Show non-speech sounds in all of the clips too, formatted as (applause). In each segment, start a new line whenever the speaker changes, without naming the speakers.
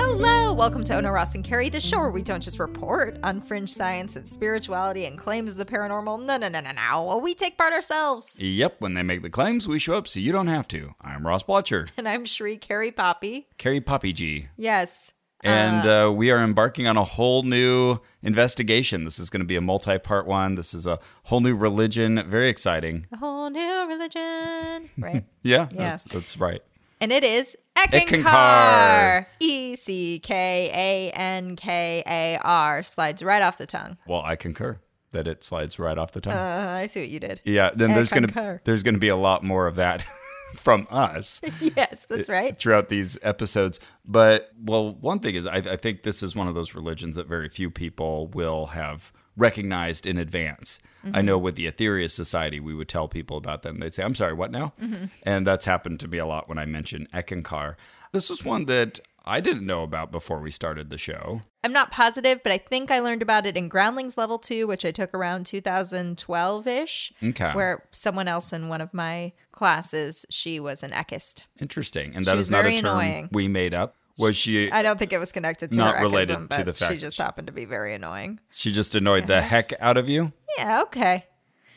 Hello, welcome to Ona Ross and Carrie, the show where we don't just report on fringe science and spirituality and claims of the paranormal. No, no, no, no, no. Well, we take part ourselves.
Yep, when they make the claims, we show up so you don't have to. I'm Ross Blotcher,
And I'm Shri Carrie Poppy.
Carrie Poppy G,
Yes.
and uh, we are embarking on a whole new investigation. This is going to be a multi part one. This is a whole new religion. Very exciting.
A whole new religion. Right.
Yeah,
Yeah.
That's, that's right.
and it is
Eckankar.
Eckankar. E C K A N K A R. Slides right off the tongue.
Well, I concur that it slides right off the tongue.
Uh, I see what you did.
yeah, then
I
there's going to
concur.
there's going to be a lot more of that (laughs) from us.
(laughs) Yes, that's right.
throughout these episodes. But well, one thing is, I, I think this is one of those religions that very few people will have recognized in advance. I know with the Aetherius Society, we would tell people about them. They'd say, "I'm sorry, what now?" And that's happened to me a lot when I mention Ekankar. This is one that I didn't know about before we started the show.
I'm not positive, but I think I learned about it in Groundlings Level 2, which I took around 2012 ish,
Okay,
where someone else in one of my classes, she was an Ekist.
interesting, and that
was
is not a
very
term
annoying.
we made up. Was she?
I don't think it was connected to
Not
her
related
Ekism,
to
but
the fact
she just
that she-
happened to be very annoying.
She just annoyed the heck out of you.
Yeah, okay.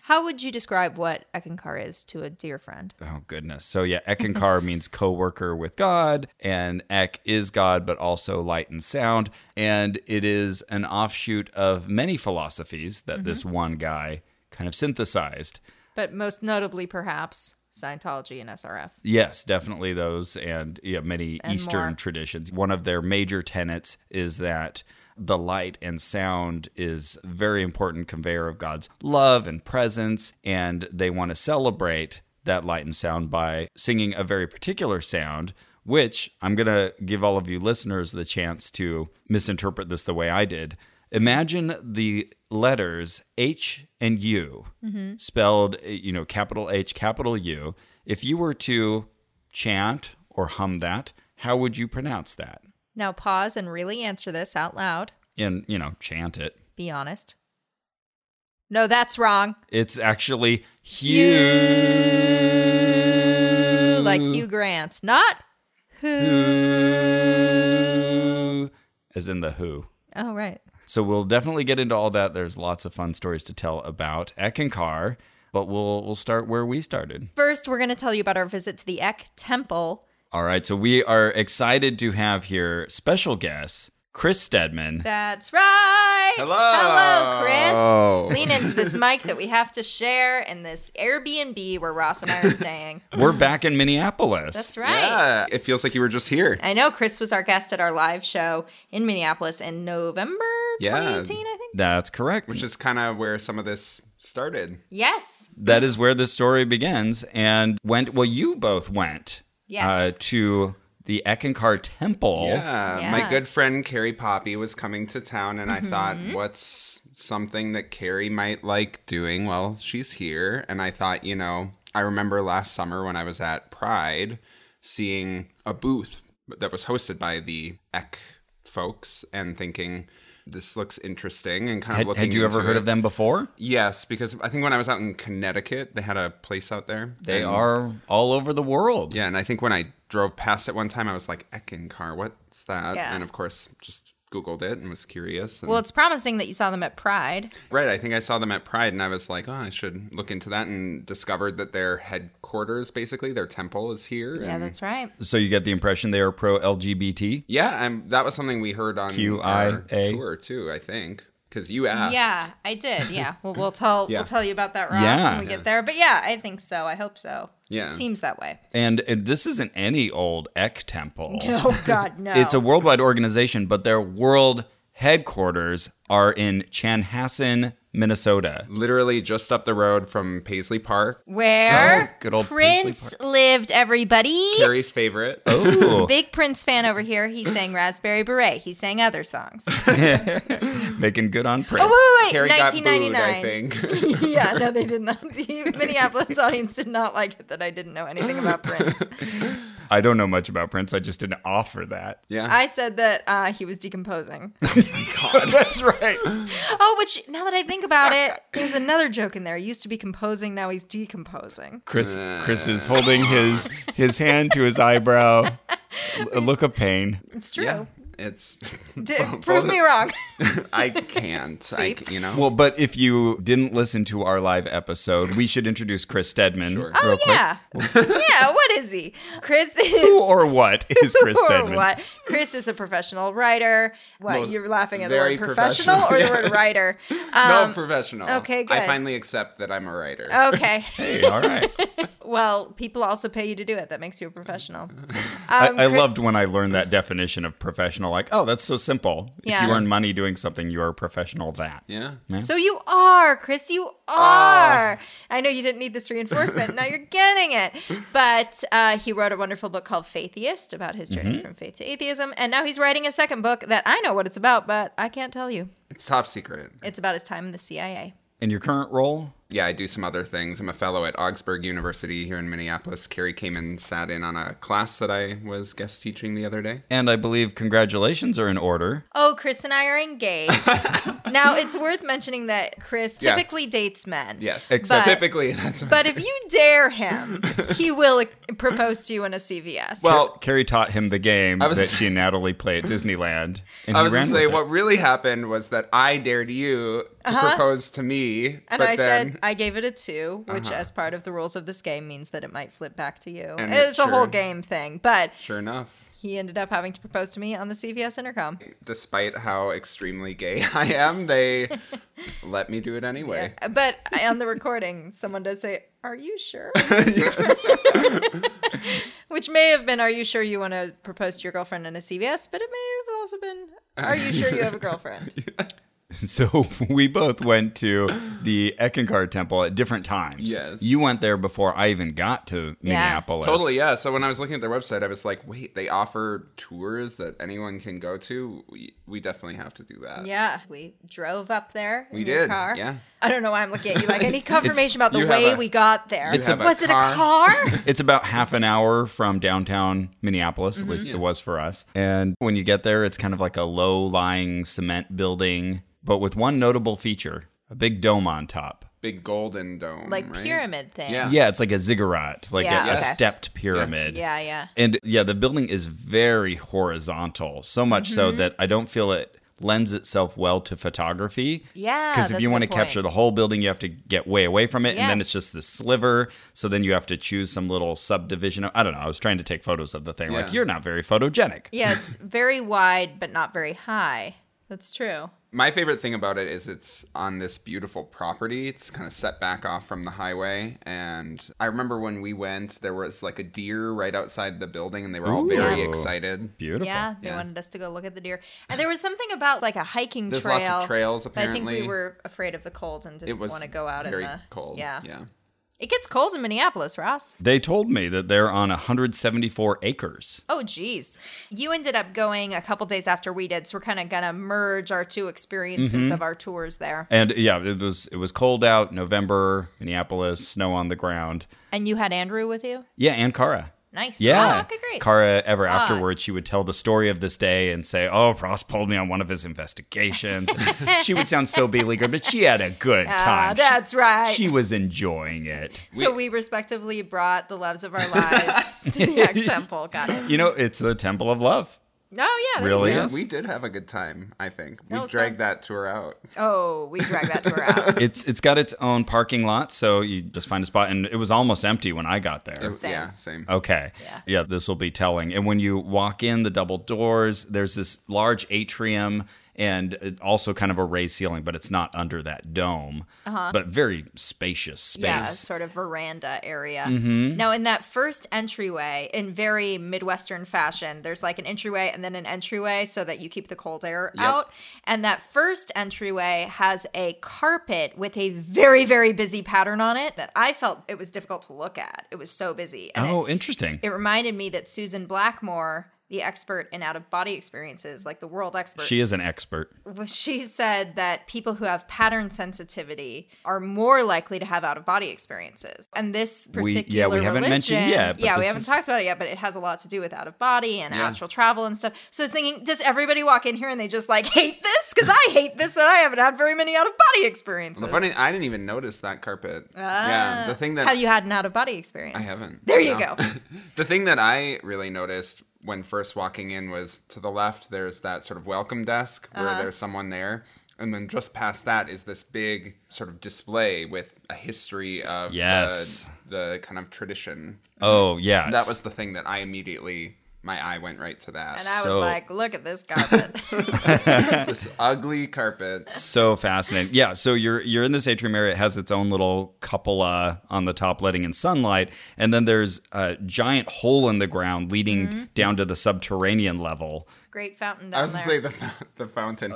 How would you describe what Ekankar is to a dear friend?
Oh goodness. So yeah, Ekankar means co-worker with God, and Ek is God, but also light and sound. And it is an offshoot of many philosophies
Mm-hmm.
that this one guy kind of synthesized.
But most notably, perhaps, Scientology and SRF.
Yes, definitely those, and yeah, many
And
Eastern
more.
traditions. One of their major tenets is that the light and sound is a very important conveyor of God's love and presence, and they want to celebrate that light and sound by singing a very particular sound. Which I'm going to give all of you listeners the chance to misinterpret this the way I did. Imagine the letters H and U spelled, eh, you know, capital H, capital U. If you were to chant or hum that, how would you pronounce that?
Now pause and really answer this out loud.
And, you know, chant it.
Be honest. No, that's wrong.
It's actually
Hugh,
Hugh.
like Hugh Grant, not who.
Hugh. As in the who.
Oh, right.
So we'll definitely get into all that. There's lots of fun stories to tell about Ekankar, but we'll we'll start where we started.
First, we're going to tell you about our visit to the Ek Temple.
All right, so we are excited to have here special guest Chris Stedman.
That's right.
Hello.
Hello, Chris. Lean into this (laughs) mic that we have to share in this Airbnb where Ross and I are staying.
We're back in Minneapolis.
That's right.
Yeah, it feels like you were just here.
I know Chris was our guest at our live show in Minneapolis in November
Yeah.
2018, I think.
That's correct.
Which is kind of where some of this started.
Yes.
that is where the story begins. And went well, you both went
Yes.
uh, to the Ekankar Temple.
Yeah.
Yeah,
Mm-hmm.
my good friend Carrie Poppy was coming to town, and I thought, what's something that Carrie might like doing? Well, she's here, and I thought, you know, I remember last summer when I was at Pride seeing a booth that was hosted by the Eck folks, and thinking. This looks interesting and kind of
Had,
looking.
had you ever
into
heard
it.
of them before?
Yes, because I think when I was out in Connecticut, they had a place out there.
They
And-
are all over the world.
Yeah, and I think when I drove past it one time, I was like, Eckankar, what's that?
Yeah.
And of course, just Googled it and was curious. And,
Well, it's promising that you saw them at Pride.
right, I think I saw them at Pride and I was like, oh, I should look into that and discovered that their headquarters, basically, their temple is here.
Yeah,
and-
that's right.
So you get the impression they are pro LGBT.
Yeah, and that was something we heard on our
QIA.
tour, too, I think, because you asked.
Yeah, I did. Yeah. Well, we'll tell
Yeah.
we'll tell you about that Ross
Yeah.
when we get there. But yeah, I think so. I hope so.
Yeah.
Seems that way.
And, and this isn't any old Ek Temple.
(laughs) Oh god, no.
It's a worldwide organization, but their world headquarters are in Chanhassen, Minnesota.
Literally just up the road from Paisley Park,
where
Oh, good old
Prince
Paisley
lived everybody.
Carrie's favorite.
(laughs)
Oh,
Ooh,
Big Prince fan over here. He sang Raspberry Beret. He sang other
(laughs)
songs.
(laughs) making good on Prince.
Oh wait, wait,
Carrie
wait.
got booed, I
1999.
think.
(laughs)
(laughs) yeah, no, they did not. The Minneapolis audience did not like it that I didn't know anything about
(laughs)
Prince.
I don't know much about Prince. I just didn't offer that.
(laughs) yeah.
I said that uh, he was decomposing. (laughs)
(laughs)
That's right.
Oh, which now that I think think about it, there's another joke in there. He used to be composing, now he's decomposing.
Chris Chris is holding his his hand to his eyebrow. A look of pain.
It's true.
Yeah, it's (laughs)
D-
both-
prove me wrong.
I can't.
(laughs)
I, c- you know.
Well, but if you didn't listen to our live episode, we should introduce Chris Stedman
Sure.
(laughs) real quick.
Oh, (laughs) yeah. yeah, what is he? Chris is
Who or what
(laughs)
is Chris
or
Stedman?
what? Chris is a professional writer. What
Well,
you're laughing at the
very
word professional, or
professional. (laughs)
the word writer?
no,
Um,
professional.
okay, good. Oh.
I finally accept that I'm a writer.
okay. (laughs)
Hey, all right.
Well, people also pay you to do it. That makes you a professional. Um,
I, I
Chris-
loved when I learned that definition of professional. Like, oh, that's so simple.
Yeah.
If you earn money doing something, you are a professional at that.
Yeah.
So you are, Chris. You
Ah.
are. I know you didn't need this reinforcement. now you're getting it. But uh, he wrote a wonderful book called Faiththeist about his journey
Mm-hmm.
from faith to atheism, and now he's writing a second book that I know what it's about, but I can't tell you.
It's top secret.
It's about his time in the CIA.
In your current role,
Yeah, I do some other things. I'm a fellow at Augsburg University here in Minneapolis. Carrie came and sat in on a class that I was guest teaching the other day.
and I believe congratulations are in order.
Oh, Chris and I are
(laughs)
engaged. now it's worth mentioning that Chris
Yeah.
typically dates men.
Yes.
Except- But-
typically (laughs) that's
But if you dare
(laughs)
him, he will uh, propose to you in a CVS.
Well-
Carrie taught him the game
Oh. I was- (laughs)
that she and Natalie play at Disneyland. And
I
he
was
ran
gonna say
with it.
what really happened was that I dared you to propose to me,
Uh-huh. and
but
I
then Uh-huh.
said I gave it a two, which, as part of the rules of this game, means that it might flip back to you.
And
it's a
sure.
whole game thing, but
sure enough,
he ended up having to propose to me on the CVS intercom.
despite how extremely gay (laughs) I
(laughs)
am, they let me do it anyway.
Yeah. uh, But I- on the recording, someone does say, "Are you
(laughs)
sure?" (laughs) Which may have been, "Are you sure you want to propose to your girlfriend in a CVS?" But it may have also been, "Are you sure you have a
(laughs)
girlfriend?"
(laughs) So we both went to the Ekankar Temple at different times.
Yes.
You went there before I even got to Minneapolis.
Totally, yeah. So when I was looking at their website, I was like, wait, they offer tours that anyone can go to? We, we definitely have to do that.
yeah, we drove up there. in
We
your
did,
Car.
yeah.
I don't know why I'm looking at you
(laughs)
like any confirmation about the
you have
way
a-
we got there.
It's a-
was it a
car.
car?
(laughs)
It's about half an hour from downtown Minneapolis,
Mm-hmm.
at least it was for us. And when you get there, it's kind of like a low lying cement building, but with one notable feature a big dome on top.
Big golden dome.
like
right?
pyramid thing.
Yeah.
Yeah, it's like a ziggurat, like
Yeah,
a, a
okay.
stepped pyramid.
yeah, yeah.
And yeah, the building is very horizontal, so much
Mm-hmm.
so that I don't feel it lends itself well to photography.
Yeah,
Because
that's
if
a
you want to
good point.
capture the whole building, you have to get way away from it. And then
Yes.
it's just this sliver. So then you have to choose some little subdivision. Of, I don't know. I was trying to take photos of the thing. Like,
Yeah.
you're not very photogenic.
Yeah, it's very wide but not very high. That's true.
My favorite thing about it is it's on this beautiful property. It's kind of set back off from the highway. And I remember when we went, there was like a deer right outside the building, and they were all very
Ooh.
excited.
Beautiful.
Yeah, they
Yeah.
wanted us to go look at the deer. And there was something about like a hiking
There's
trail.
lots of trails,
but I think we
apparently.
were afraid of the cold and
It
didn't
was
want to go out
very
in the
cold.
Yeah.
yeah.
It gets cold in Minneapolis, Ross.
They told me that they're on 174 acres.
Oh geez. You ended up going a couple days after we did, so we're kinda gonna merge our two experiences
Mm-hmm.
of our tours there.
And yeah, it was it was cold out, November, Minneapolis, snow on the ground.
And you had Andrew with you?
Yeah, and Cara.
Nice.
Yeah.
Oh, okay, great.
Kara, ever afterwards, she would tell the story of this day and say, Oh, Ross pulled me on one of his
(laughs)
investigations. she would sound so beleaguered, but she had a good
Ah,
time. She-
that's right.
She, was enjoying it.
So we respectively brought the loves of our
(laughs)
lives to the Yak Temple. Got it.
You know, it's the temple of love.
Oh yeah. there you
Really?
go.
Yeah,
Yes.
we did have a good time, I think. We
No, it's
dragged
fun.
that tour out.
Oh, we dragged that tour out.
It's it's got its own parking lot, so you just find a spot and it was almost empty when I got there.
It-
Same.
Yeah, same.
Okay.
Yeah.
this will be telling. And when you walk in the double doors, there's this large atrium and it- also kind of a raised ceiling, but it's not under that dome, but very spacious space.
Uh-huh. Yeah, sort of veranda area. Now, in that first entryway, in very Midwestern fashion, there's like an entryway and then an entryway so that you keep the cold air
Yep.
out. And that first entryway has a carpet with a very, very busy pattern on it that I felt it was difficult to look at. It was so busy. And it-
Oh, interesting.
it reminded me that Susan Blackmore the expert in out of body experiences, like the world expert.
She is an expert.
Well, she said that people who have pattern sensitivity are more likely to have out of body experiences. And this
We-
particular
yeah, we haven't
religion,
mentioned yet, but
yeah, we
this
haven't
is-
talked about it yet, but it has a lot to do with out of body and
Yeah.
astral travel and stuff. So I was thinking, does everybody walk in here and they just like hate this? Because I hate this and I haven't had very many out of body experiences.
The funny, I didn't even notice that carpet.
Ah.
yeah, the thing that
have you had an out of body experience?
I haven't.
There you go.
no. (laughs) the thing that I really noticed when first walking in was to the left, there's that sort of welcome desk where
Uh-huh.
there's someone there. And then just past that is this big sort of display with a history of the-
Yes.
the, kind of tradition.
Oh yeah,
That
(laughs)
was the thing that I immediately, my eye went right to that.
And I was
So-
like, look at this carpet.
(laughs) this ugly carpet.
so fascinating. Yeah, so you're you're in this atrium area. It has its own little cupola on the top, letting in sunlight, and then there's a giant hole in the ground leading
Mm-hmm.
down to the subterranean level.
Great fountain down
I was
there. (laughs)
going to say the, fou- the fountain.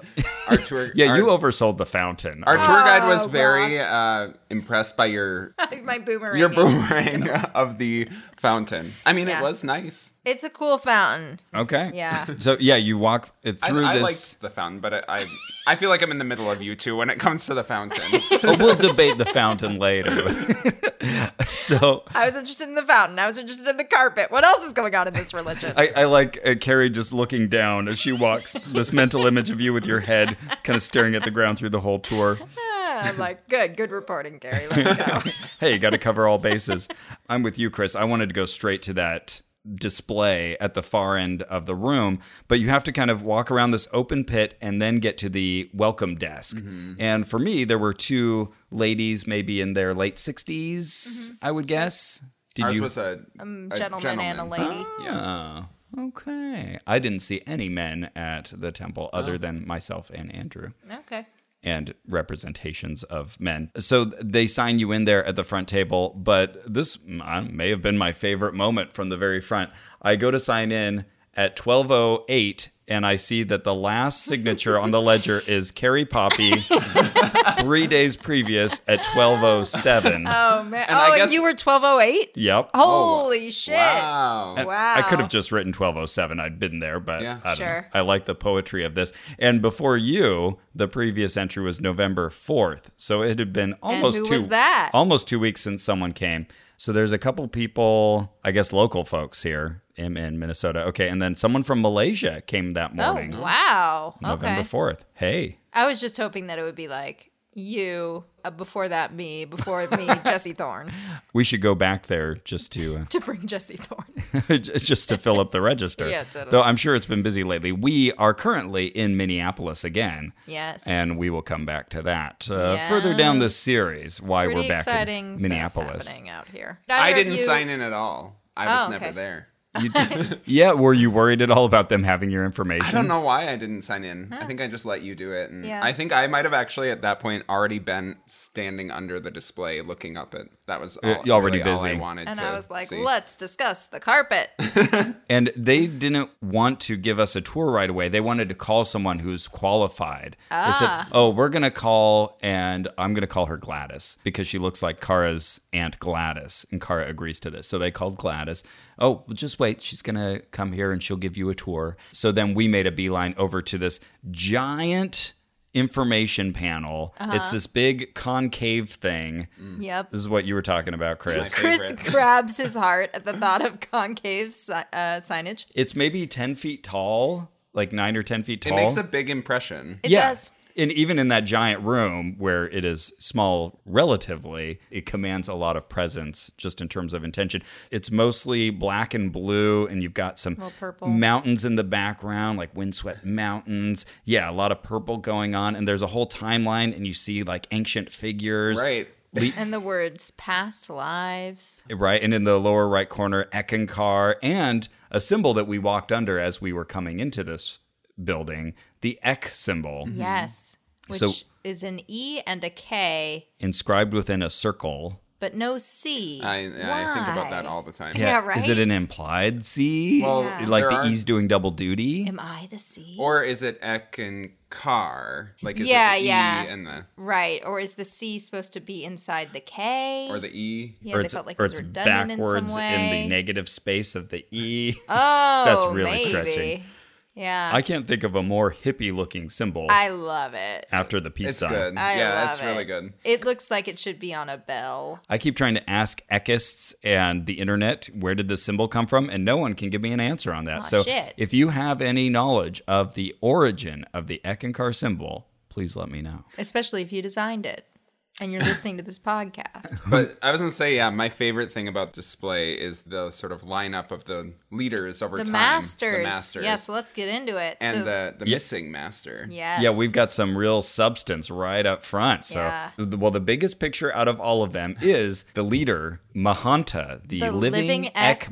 Our tour,
(laughs) Yeah,
our-
you oversold the fountain.
Our tour guide was
Oh,
very
Ross.
uh, impressed by your
(laughs) my boomerang.
your
is-
boomerang (laughs) of the fountain. I mean,
Yeah.
it was nice.
It's a cool fountain.
okay.
Yeah.
So yeah, you walk uh,
I,
through
I
this.
liked the fountain, but I, I I feel like I'm in the middle of you two when it comes to the
(laughs)
fountain.
(laughs) Oh, we'll debate the fountain
(laughs)
later. so
I was interested in the fountain. I was interested in the carpet. What else is going on in this religion? (laughs)
I, I like uh, Carrie just looking down as she walks, this mental image of you with your head kind of staring at the ground through the whole tour.
Ah, I'm like, good, good reporting, Gary. Let's go.
Hey, you got to cover all bases. I'm with you, Chris. I wanted to go straight to that display at the far end of the room, but you have to kind of walk around this open pit and then get to the welcome desk.
Mm-hmm.
And for me, there were two ladies, maybe in their late 60s, I would guess. Did
Mm-hmm. Ours
you?
was a, a
gentleman, and (laughs) a lady.
Yeah. Oh, Okay. I didn't see any men at the temple
Oh.
other than myself and Andrew
okay.
and representations of men. So th- they sign you in there at the front table, but this mm, I- may have been my favorite moment from the very front. I go to sign in at 1208 and I see that the last signature on
(laughs)
the ledger is Carrie Poppy 3 days previous at
(laughs)
1207.
Oh man.
And
oh,
I
and
guess-
you were 1208.
yep.
Holy shit.
Wow.
Wow.
I could have just written 1207. I'd been there, but
Yeah.
I, don't know.
Sure.
I like the poetry of this. And before you, the previous entry was November 4th. So it had been almost
who
two
was that?
almost 2 weeks since someone came. So there's a couple people, I guess local folks here in, in Minnesota. Okay, and then someone from Malaysia came that morning.
Oh wow.
November
Okay.
4th. Hey.
I was just hoping that it would be like you uh, before that me (laughs) before me Jesse Thorne
We should go back there just to (laughs) uh,
(laughs) to bring Jesse Thorne.
just to fill up the
(laughs)
register.
Yeah, totally.
Though I'm sure it's been busy lately. We are currently in Minneapolis again.
Yes.
And we will come back to that uh, further down this series. Why
Pretty
we're back
exciting
in Minneapolis?
stuff happening out here.
I didn't sign in at all. I was
Oh,
never
okay.
there.
(laughs)
You- yeah, were you worried at all about them having your information?
I don't know why I didn't sign in. I think I just let you do it, and
Yeah.
I think I might have actually at that point already been standing under the display looking up at. That was all,
you're already
really all I
busy.
wanted
And
to
I was like,
see.
let's discuss the (laughs) carpet.
And they didn't want to give us a tour right away. They wanted to call someone who's qualified. They said, "Oh, we're going to call and I'm going to call her Gladys because she looks like Kara's aunt Gladys." And Kara agrees to this. So they called Gladys. "Oh, well, just wait. She's going to come here and she'll give you a tour." So then we made a beeline over to this giant information panel. It's this big concave thing.
yep.
This is what you were talking about, Chris.
Chris
(laughs)
grabs his heart at the thought of concave si- uh, signage.
It's maybe 10 feet tall, like 9 or 10 feet
it
tall.
makes a big impression.
It does.
And even in that giant room where it is small relatively, it commands a lot of presence just in terms of intention. It's mostly black and blue, and you've got some
purple.
mountains in the background, like windswept mountains. Yeah, a lot of purple going on. And there's a whole timeline, and you see like ancient figures.
Right.
(laughs)
Le-
And the words past lives.
right? And in the lower right corner, Ekankar, and a symbol that we walked under as we were coming into this building, the Ek symbol,
Hmm.
Yes. Which
So-
is an E and a K,
inscribed within a circle.
but no C.
I, I think about that
Why?
all the time.
Yeah.
Is
right?
it an implied C?
Well,
Yeah.
like
there
the E?
are-
E's doing double duty?
Am I the C?
Or is it Ek and car. Like is
Yeah,
it the
yeah.
E and the
Right. Or is the C supposed to be inside the K?
or the E?
yeah,
or
they
it's,
felt like it
or
was
it's
redundant in some
backwards in,
way.
the negative space of the
(laughs)
E.
Oh,
That's really
maybe.
stretching.
Yeah.
I can't think of a more hippie looking symbol
I love it.
after the peace
It's
sign.
good.
I
yeah,
love
it's
it.
really good.
It looks like it should be on a bell.
I keep trying to ask echists and the internet where did this symbol come from, and no one can give me an answer on that.
Aw,
so,
shit.
if you have any knowledge of the origin of the Eckankar symbol, please let me know.
especially if you designed it and
(laughs)
you're listening to this podcast.
But I was gonna say, yeah, my favorite thing about display is the sort of lineup of the leaders over
The
time.
masters.
The masters.
Yeah, so let's get into it.
and
so,
the, the
Yeah.
missing master.
yes.
uh, Yeah, we've got some real substance right up front. So,
Yeah.
th- well, the biggest picture out of all of them is the leader, Mahanta, the,
The
living,
living
Ek
Ek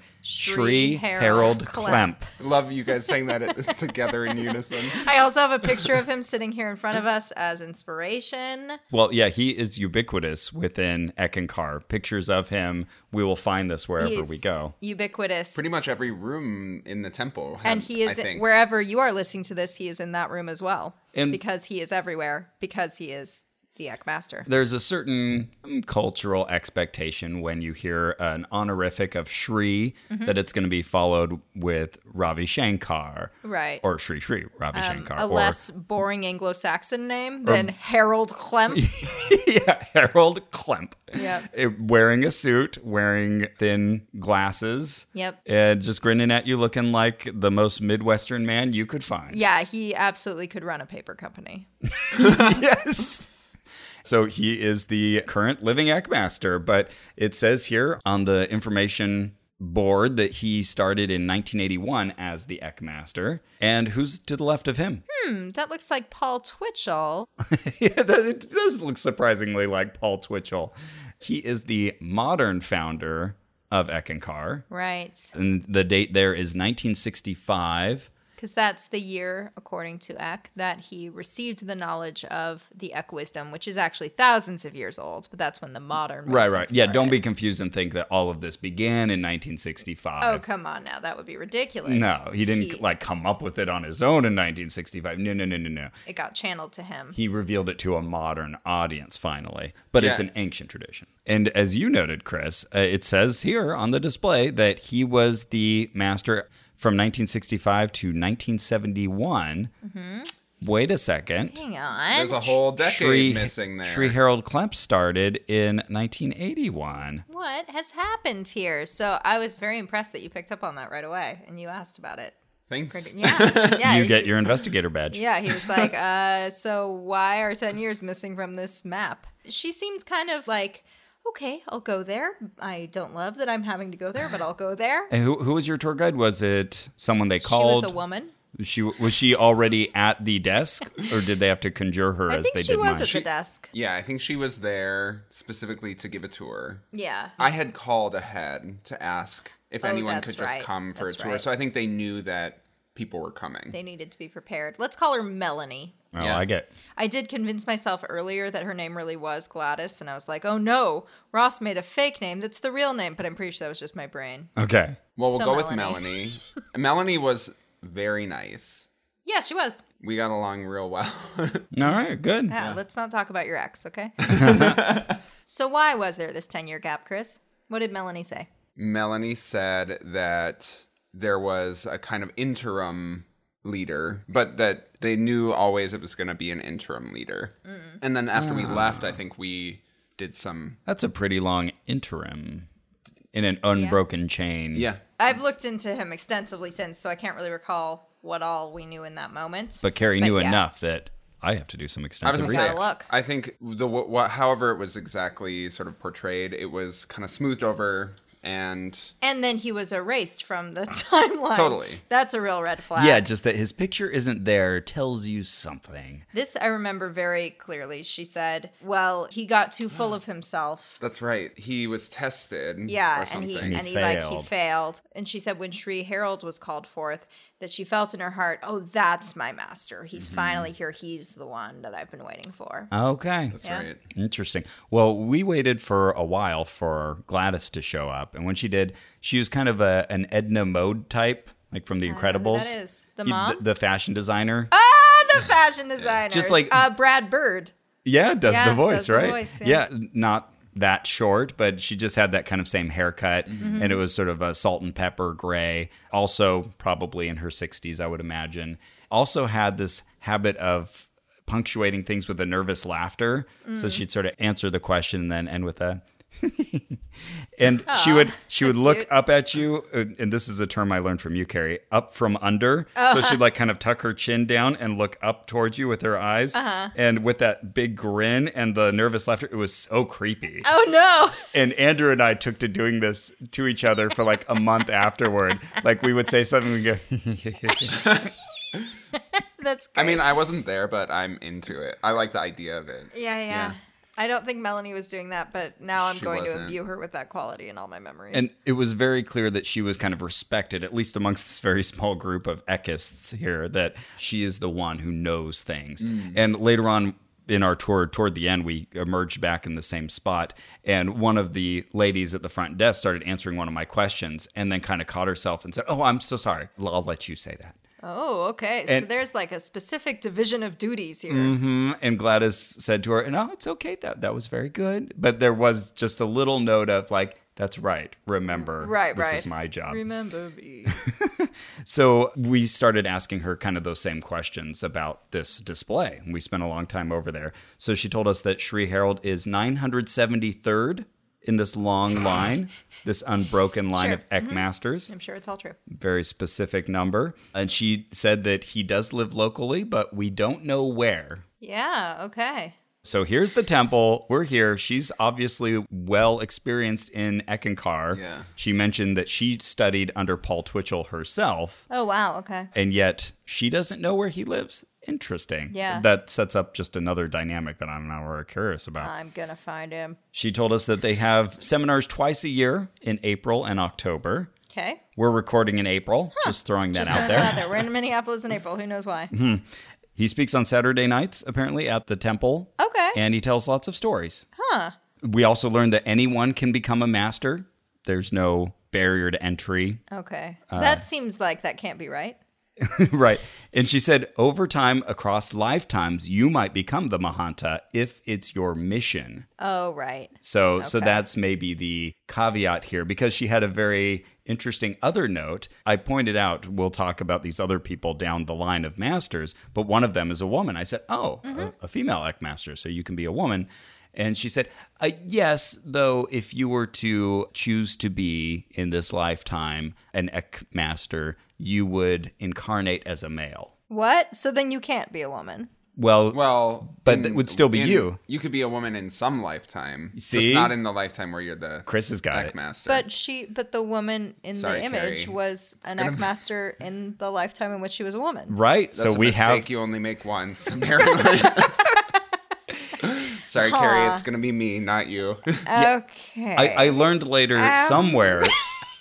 Master,
Shri
Shri
Harold
Harold
Klemp.
Klemp.
Love you guys
(laughs)
saying that together in unison.
I also have a picture of him sitting here in front of us as inspiration.
Well, yeah, he is ubiquitous within Ekankar. Pictures of him, we will find this wherever
He's
we go.
Ubiquitous.
Pretty much every room in the temple. Had,
and he
I
is
think.
wherever you are listening to this, he is in that room as well.
And-
because he is everywhere, because he is the Ek Master.
there's a certain um, cultural expectation when you hear an honorific of Shri
Mm-hmm.
that it's going to be followed with Ravi Shankar
Right. Um,
or Shri Shri Ravi Shankar
a
or
less boring Anglo Saxon name than Harold Klemp.
(laughs) yeah, Harold Klemp.
Yep.
Eh, Wearing a suit, wearing thin glasses.
Yep.
And just grinning at you looking like the most Midwestern man you could find.
yeah, he absolutely could run a paper company.
(laughs) yes. So he is the current living Eckmaster, but it says here on the information board that he started in 1981 as the Eckmaster. And who's to the left of him?
Hmm. That looks like Paul Twitchell.
(laughs) yeah, that, it does look surprisingly like Paul Twitchell. He is the modern founder of Eckankar. (laughs)
Right.
And the date there is 1965.
Because that's the year, according to Eck, that he received the knowledge of the Eck wisdom, which is actually thousands of years old, but that's when the modern.
Right,
movement
right. Yeah, don't
started.
be confused and think that all of this began in 1965.
Oh, come on now. That would be ridiculous.
No, he didn't like come up with it on his own in 1965. No, no, no, no, no.
It got channeled to him.
He revealed it to a modern audience finally, but it's
Yeah.
an ancient tradition. And as you noted, Chris, uh, it says here on the display that he was the master from 1965 to 1971. Wait a second.
Hang on.
There's a whole decade
Shri-
missing there.
Shri Harold Klemp started in 1981.
What has happened here? So I was very impressed that you picked up on that right away and you asked about it.
Thanks.
Yeah. yeah
(laughs) You
he- (laughs)
get your investigator badge.
Yeah, he was
(laughs)
like, uh, so why are 10 years missing from this map? She seemed kind of like, okay, I'll go there. I don't love that I'm having to go there, but I'll go there.
And who, who was your tour guide? Was it someone they
she
called?
was a woman.
She was she already at the desk, or did they have to conjure her
I
as
think
they
she
did
was
mine?
at the desk.
Yeah, I think she was there specifically to give a tour.
Yeah.
I had called ahead to ask if
Oh,
anyone
that's
could just
right.
come for
That's
a tour.
right.
So I think they knew that people were coming.
They needed to be prepared. Let's call her Melanie.
oh,
Yeah.
I get.
I did convince myself earlier that her name really was Gladys, and I was like, oh no, Ross made a fake name that's the real name, but I'm pretty sure that was just my brain.
Okay,
well, we'll
So
go with
Melanie.
Melanie.
(laughs)
Melanie was very nice.
Yeah, she was.
We got along real well. (laughs)
all right, good.
Yeah, let's not talk about your ex,
(laughs)
okay? (laughs) so why was there this 10-year gap, Chris? What did Melanie say?
Melanie said that there was a kind of interim leader, but that they knew always it was going to be an interim leader.
Mm.
And then after we left, I think we did some.
That's a pretty long interim in an unbroken chain.
Yeah.
I've looked into him extensively since, so I can't really recall what all we knew in that moment.
but Carrie knew
yeah.
enough that I have to do some
I was
extensive
gonna
research.
say,
Gotta look.
I think the what, however it was exactly sort of portrayed, it was kind of smoothed over, and
And then he was erased from the (laughs) timeline.
Totally.
That's a real red flag.
Yeah, just that his picture isn't there tells you something.
This I remember very clearly. She said, well, he got too
Mm.
full of himself.
that's right, he was tested,
Yeah,
or
and
something.
he
he
and he like he
failed.
failed. And she said when Shri Harold was called forth that she felt in her heart, "Oh, that's my master. He's
Mm-hmm.
finally here. He's the one that I've been waiting for."
Uh, Okay.
that's
Yeah.
right.
Interesting. Well, we waited for a while for Gladys to show up, and when she did, she was kind of a an Edna Mode type, like from The
I don't know who
Incredibles.
That Ah, is the
You-
mom.
the fashion designer.
Ah, the
(laughs)
fashion designer.
Just like-
uh, Brad Bird.
Yeah, does
Yeah,
the voice,
does the
right?
voice, yeah.
yeah. not that short, but she just had that kind of same haircut
Mm-hmm.
and it was sort of a salt and pepper gray. Also, probably in her 60s, I would imagine. Also had this habit of punctuating things with a nervous laughter.
Mm.
So she'd sort of answer the question and then end with a (laughs) and she would she would
that's
look
cute.
up at you uh, and this is a term I learned from you Carrie up from under so she'd like kind of tuck her chin down and look up towards you with her eyes and with that big grin and the nervous laughter it was so creepy
Oh no. (laughs)
and Andrew and I took to doing this to each other for like a month afterward like we would say something we go (laughs)
That's
I
great.
mean, I wasn't there, but I'm into it. I like the idea of it.
yeah, yeah,
yeah.
I don't think Melanie was doing that, but now I'm
She
going to
wasn't.
imbue her with that quality in all my memories.
and it was very clear that she was kind of respected, at least amongst this very small group of echists here, that she is the one who knows things.
Mm.
And later on in our tour, toward the end, we emerged back in the same spot. And one of the ladies at the front desk started answering one of my questions and then kind of caught herself and said, Oh, I'm so sorry. I'll I'll let you say that.
oh, okay. so
and-
there's like a specific division of duties here.
hmm And Gladys said to her, "No, it's okay. That that was very good." But there was just a little note of like, "That's right. Remember,
Right,
this
right.
is my job."
Remember me.
So we started asking her kind of those same questions about this display. We spent a long time over there. So she told us that Sri Herald is 973rd in this long line, this unbroken line
Sure.
of Eckmasters.
I'm sure it's all true.
Very specific number. And she said that he does live locally, but we don't know where.
Yeah, okay.
So here's the temple. We're here. She's obviously well experienced in Ekankar.
Yeah.
She mentioned that she studied under Paul Twitchell herself
Oh, wow, okay.
and yet she doesn't know where he lives. Interesting.
Yeah.
That sets up just another dynamic that I'm now very curious about.
I'm going to find him.
she told us that they have seminars twice a year in April and October.
Okay.
We're recording in April, just throwing that out there. Mm-hmm.
Out there. We're in Minneapolis in April. Who knows
(laughs)
why?
He speaks on Saturday nights, apparently, at the temple.
Okay.
And he tells lots of stories. Oh. Huh. We also learned that anyone can become a master, there's no barrier to entry. (laughs)
Okay.
uh,
that seems like that can't be right.
right. And she said, over time, across lifetimes, you might become the Mahanta if it's your mission.
Oh, right.
So, so
Okay.
that's maybe the caveat here because she had a very interesting other note. I pointed out we'll talk about these other people down the line of masters, but one of them is a woman. I said, "Oh, a, a female ek master, so you can be a woman." And she said, uh, "Yes, though, if you were to choose to be in this lifetime an ek master, you would incarnate as a male.
What? So then you can't be a woman.
Well,
Well,
But that would still be
in-
you.
You could be a woman in some lifetime,
See?
just not in the lifetime where you're the
Chris has got it.
Eckmaster.
But she, but the woman in
Sorry,
the image
Carrie.
was an Eckmaster in the lifetime in which she was a woman.
right?
That's
so
a
we
mistake
have
you only make
(laughs)
once. Apparently. (laughs) Sorry, Carrie. It's gonna be me, not you.
(laughs)
Okay. Um,
I, I learned later
(laughs)
somewhere.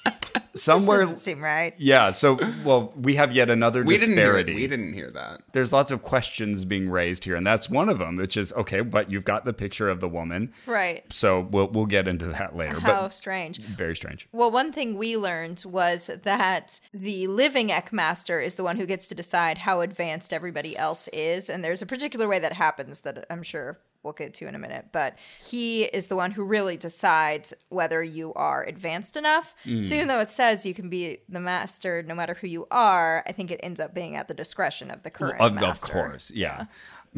this
somewhere.
doesn't seem right.
Yeah. So, well, we have yet another
we didn't. Hear,
disparity.
we didn't hear that.
There's lots of questions being raised here, and that's one of them, which is okay, but you've got the picture of the woman.
Right.
So we'll, we'll get into that later.
How strange.
But very strange.
Well, one thing we learned was that the living Eckmaster is the one who gets to decide how advanced everybody else is. And there's a particular way that happens that I'm sure we'll get to in a minute. But he is the one who really decides whether you are advanced enough.
Mm.
So even though it says you can be the master no matter who you are, I think it ends up being at the discretion of the current
Of, of
master.
course. Yeah. (laughs)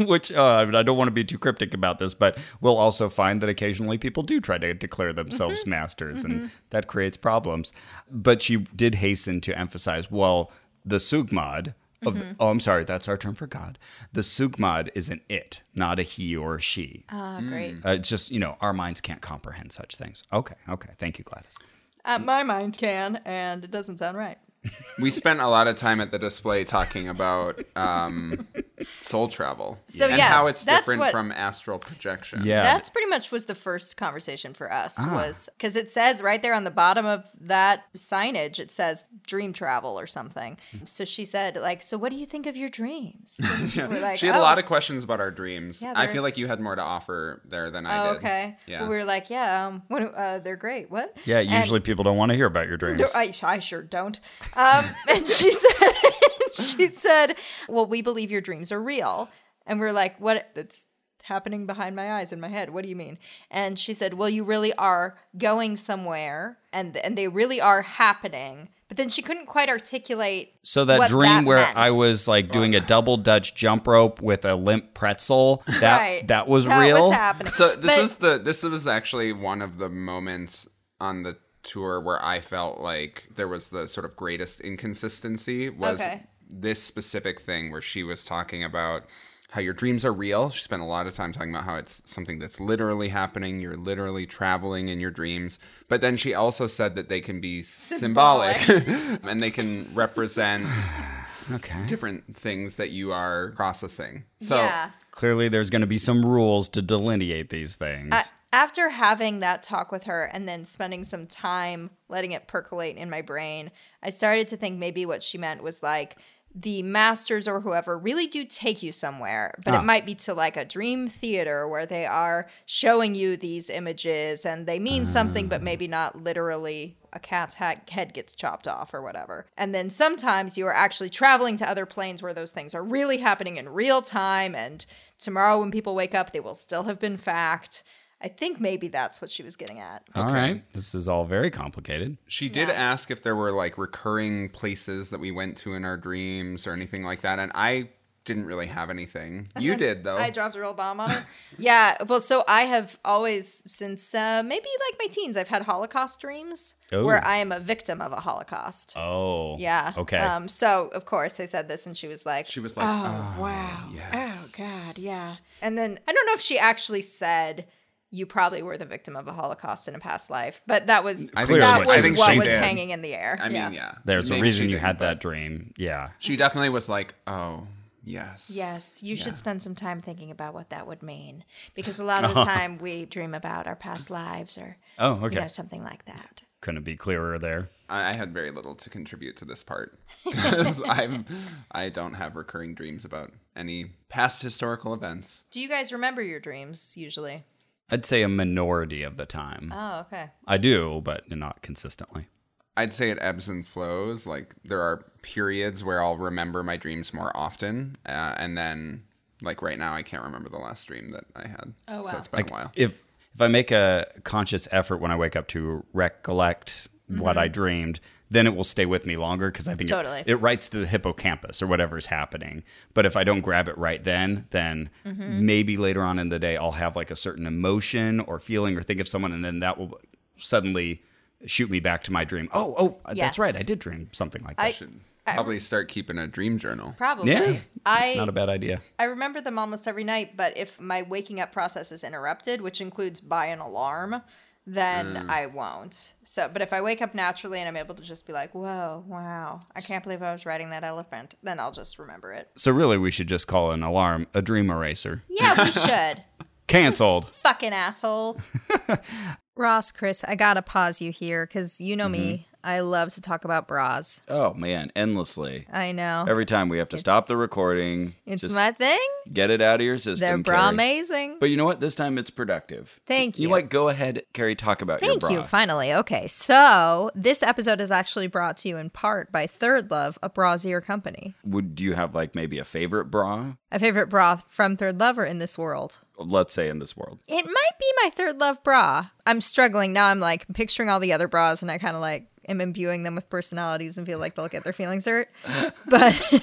Which uh, I mean, I don't want to be too cryptic about this, but we'll also find that occasionally people do try to declare themselves
Mm-hmm.
masters, and that creates problems. But she did hasten to emphasize well, the Sugmad, of,
Mm-hmm.
oh, I'm sorry, that's our term for God. The Sugmad is an it, not a he or a she.
Ah, great.
Uh, it's just, you know, our minds can't comprehend such things. Okay, okay. Thank you, Gladys.
Uh, my mind can, and it doesn't sound right.
We spent a lot of time at the display talking about um, soul travel.
So,
and
yeah,
how it's
that's
different
what-
from astral projection.
Yeah.
That's pretty much was the first conversation for us
Ah.
was because it says right there on the bottom of that signage it says dream travel or something. So she said like, so what do you think of your
(laughs)
dreams? And We're like, "Oh,
She had a lot of questions about our dreams.
Yeah,
I
they're-
feel like you had more to offer there than I
oh,
did.
okay.
Yeah.
We were like, yeah, um, what, uh, they're great. What?
Yeah,
And-
usually people don't want to hear about your dreams.
(laughs) I, I sure don't. Um, and she said, (laughs) she said, Well, we believe your dreams are real. And we are like, What? That's happening behind my eyes in my head. What do you mean? And she said, Well, you really are going somewhere and, and they really are happening. But then she couldn't quite articulate.
So that
what
dream where
meant.
I was like doing a double Dutch jump rope with a limp pretzel, that
Right.
that was
That
real.
was happening.
So this
But-
is the this was actually one of the moments on the tour where I felt like there was the sort of greatest inconsistency was
Okay.
this specific thing where she was talking about how your dreams are real. She spent a lot of time talking about how it's something that's literally happening. You're literally traveling in your dreams. But then she also said that they can be symbolic, (laughs) and they can represent
okay.
different things that you are processing. So
yeah.
Clearly there's going to be some rules to delineate these things.
I- after having that talk with her and then spending some time letting it percolate in my brain, I started to think maybe what she meant was like the masters or whoever really do take you somewhere, but
Ah.
it might be to like a dream theater where they are showing you these images and they mean something, but maybe not literally a cat's ha- head gets chopped off or whatever. And then sometimes you are actually traveling to other planes where those things are really happening in real time. And tomorrow when people wake up, they will still have been fact. I think maybe that's what she was getting at.
all right. This is all very complicated.
She did ask if there were like recurring places that we went to in our dreams or anything like that, and I didn't really have anything. You did though.
Uh-huh. I dropped a real bomb on her. (laughs) yeah. Well, so I have always, since uh, maybe like my teens, I've had Holocaust dreams
Oh.
where I am a victim of a Holocaust.
Oh.
Yeah.
Okay.
Um, so of course I said this, and she was like,
she was like,
"Oh wow!
yes.
Oh god! Yeah." And then I don't know if she actually said you probably were the victim of a Holocaust in a past life, but that was
I
think
that
she-
was
I think
what
she
was
did.
hanging in the air.
I mean, yeah.
There's
Maybe
a reason
she
you
didn't,
had
but
that dream. Yeah.
She definitely was like, oh yes,
Yes, you
Yeah.
should spend some time thinking about what that would mean because a lot
(laughs)
of the time we dream about our past lives or
Oh, okay.
you know something like that.
Couldn't be clearer there.
I, I had very little to contribute to
(laughs)
this part (laughs) because I'm I don't have recurring dreams about any past historical events.
Do you guys remember your dreams usually?
I'd say a minority of the time.
Oh, okay.
I do, but not consistently.
I'd say it ebbs and flows. Like there are periods where I'll remember my dreams more often, uh, and then like right now, I can't remember the last dream that I had.
Oh,
So
wow.
it's been a while.
If if I make a conscious effort when I wake up to recollect what I dreamed, then it will stay with me longer because I think it-
Mm-hmm. Totally.
it, writes to the hippocampus or whatever's happening. But if I don't grab it right then, then
Mm-hmm.
maybe later on in the day I'll have like a certain emotion or feeling or think of someone, and then that will suddenly shoot me back to my dream. Oh, oh,
Yes.
that's right, I did dream something like
I-
that.
Should probably start keeping a dream journal.
Probably.
Yeah.
I
Not a bad idea.
I remember them almost every night, but if my waking up process is interrupted, which includes by an alarm, then
Mm.
I won't. So, but if I wake up naturally and I'm able to just be like, "Whoa, wow, I can't believe I was riding that elephant," then I'll just remember it.
(laughs) So really, we should just call an alarm a dream eraser.
Yeah, we should.
Cancelled.
fucking
(laughs)
assholes. Ross, Chris, I gotta pause you here because you know me.
Mm-hmm.
I love to talk about bras.
Oh man, endlessly.
I know.
Every time we have to stop the recording,
it's
just
my thing.
get it out of your system.
They're bra
Carrie.
amazing.
But you know what? This time it's productive.
Thank
You
you.
like go ahead, Carrie. Talk about your
Thank
bra.
you. Finally. Okay. So this episode is actually brought to you in part by Third Love, a brasier company.
Would you have like maybe a favorite bra?
My favorite bra from Third Lover in this world.
Let's say in this world.
It might be my Third Love bra. I'm struggling now. I'm like picturing all the other bras, and I kind of like am imbuing them with personalities and feel like they'll get their feelings
(laughs)
hurt. But (laughs)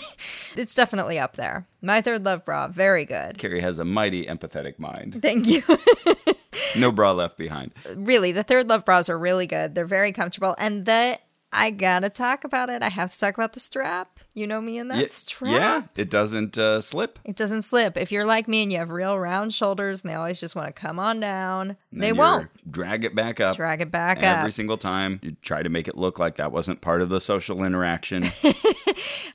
it's definitely up there. My Third Love bra, very good.
Carrie has a mighty empathetic mind.
Thank you. (laughs)
No bra left behind.
really, the Third Love bras are really good. They're very comfortable, and the I gotta talk about it. I have to talk about the strap. You know me and that
Ye-
strap.
yeah, it doesn't uh, slip.
It doesn't slip. If you're like me and you have real round shoulders and they always just want to come on down,
And
they
you're-
won't.
drag it back up.
Drag it back up.
Every single time, you try to make it look like that wasn't part of the social
(laughs)
interaction.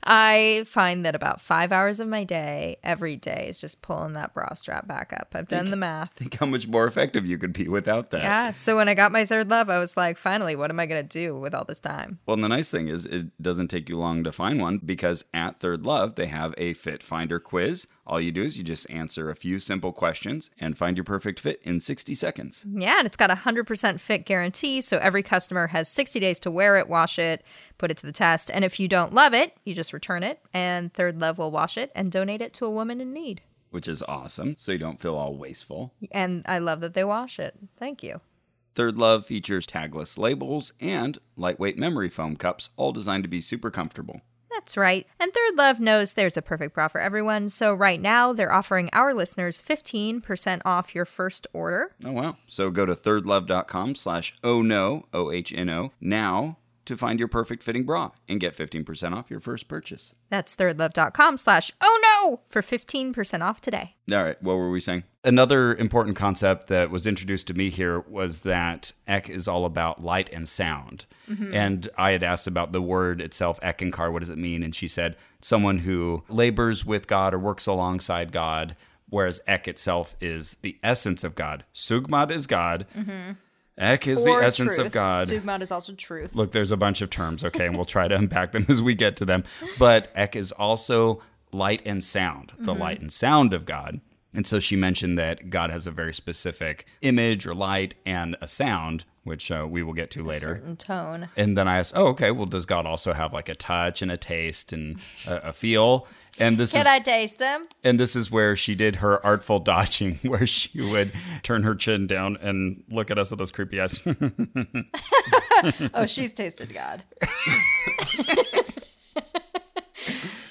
I find that about five hours of my day every day is just pulling that bra strap back up. I've done the math.
Think how much more effective you could be without that.
Yeah. So when I got my third love, I was like, finally, what am I going to do with all this time? time.
Well, and the nice thing is it doesn't take you long to find one because at Third Love they have a fit finder quiz. All you do is you just answer a few simple questions and find your perfect fit in 60 seconds.
Yeah, and it's got a 100% fit guarantee. So every customer has 60 days to wear it, wash it, put it to the test. And if you don't love it, you just return it, and Third Love will wash it and donate it to a woman in need.
Which is awesome, so you don't feel all wasteful.
And I love that they wash it. Thank you.
Third Love features tagless labels and lightweight memory foam cups, all designed to be super comfortable.
That's right. And Third Love knows there's a perfect bra for everyone. So right now, they're offering our listeners 15% off your first order.
Oh wow! So go to thirdlove.com slash oh no o h n o now to find your perfect fitting bra and get 15% off your first purchase.
That's thirdlove.com slash oh no for 15% off today.
All right, what were we saying? Another important concept that was introduced to me here was that Ek is all about light and sound. And I had asked about the word itself, Ekankar, what does it mean? And she said, someone who labors with God or works alongside God, whereas Ek itself is the essence of God. Sugmat is God. Ek is the essence of God.
Sugmat is also truth.
Look, there's a bunch of terms, okay, and we'll try to (laughs) unpack them as we get to them. But Ek is also light and sound, the
Mm-hmm.
light and sound of God. And so she mentioned that God has a very specific image or light and a sound, which uh, we will get to later.
Certain tone.
And then I asked, oh, okay, well, does God also have like a touch and a taste and a, a feel? And this is
Can I taste them?
and this is where she did her artful dodging, (laughs) where she would turn her chin down and look at us with those creepy eyes. (laughs)
Oh, she's tasted
(laughs)
God.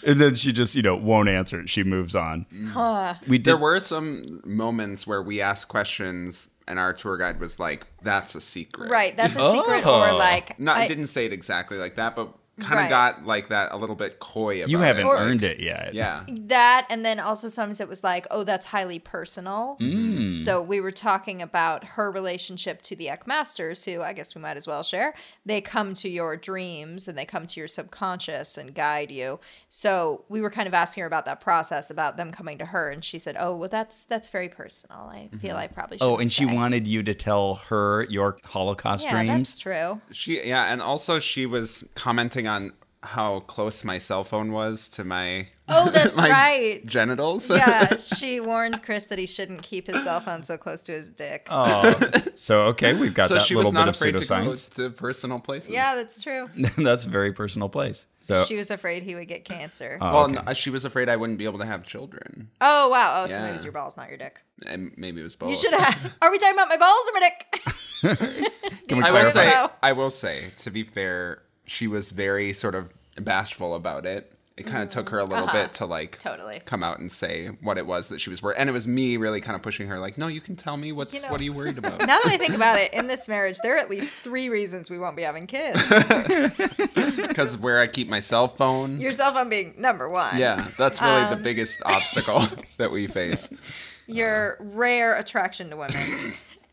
and then she just, you know, won't answer it. She moves on. We did
There were some moments where we asked questions and our tour guide was like, that's a secret.
Right, that's a secret. Or
Oh.
like,
No, I,
I-
didn't say it exactly like that, but kind of
Right.
got like that a little bit coy about
You haven't
it.
Or-
earned it yet.
Yeah.
that and then also sometimes it was like oh that's highly personal
Mm.
so we were talking about her relationship to the Ek masters who i guess we might as well share they come to your dreams and they come to your subconscious and guide you so we were kind of asking her about that process about them coming to her and she said oh well that's that's very personal i feel i probably should
Oh, and she wanted you to tell her your Holocaust
yeah that's
dreams. (laughs)
true
She yeah, and also she was commenting on how close my cell phone was to my
Oh,
(laughs)
that's
my
right.
(laughs)
genitals. (laughs)
yeah she warned chris that he shouldn't keep his cell phone so close to his dick
Oh.
(laughs)
So okay, we've got
so
that
she
little
was not
bit of
afraid to go
pseudoscience.
to personal places.
yeah that's true
(laughs) that's a very personal place. So Uh,
she was afraid he would get cancer
Oh,
Well, no, she was afraid I wouldn't be able to have children.
Oh wow! Oh, so maybe
Yeah.
it's your balls, not your dick.
And maybe it was both.
You should have. Are we talking about my balls or my dick?
(laughs)
(laughs)
can we
I will
clarify?
say,
Wow.
I will say, to be fair, she was very sort of bashful about it. It kind of took her a little bit to like
Mm-hmm. Totally.
come out and say what it was that she was worried, and it was me really kind of pushing her, like, no, you can tell me what's
You know-
what are you worried about?
(laughs) Now that I think about it, in this marriage, there are at least three reasons we won't be having
(laughs)
kids.
Because where I keep my cell phone.
Your cell phone being number one.
yeah, that's really
Um,
the biggest
(laughs)
obstacle (laughs) that we face.
Uh-huh.
Your rare attraction to women,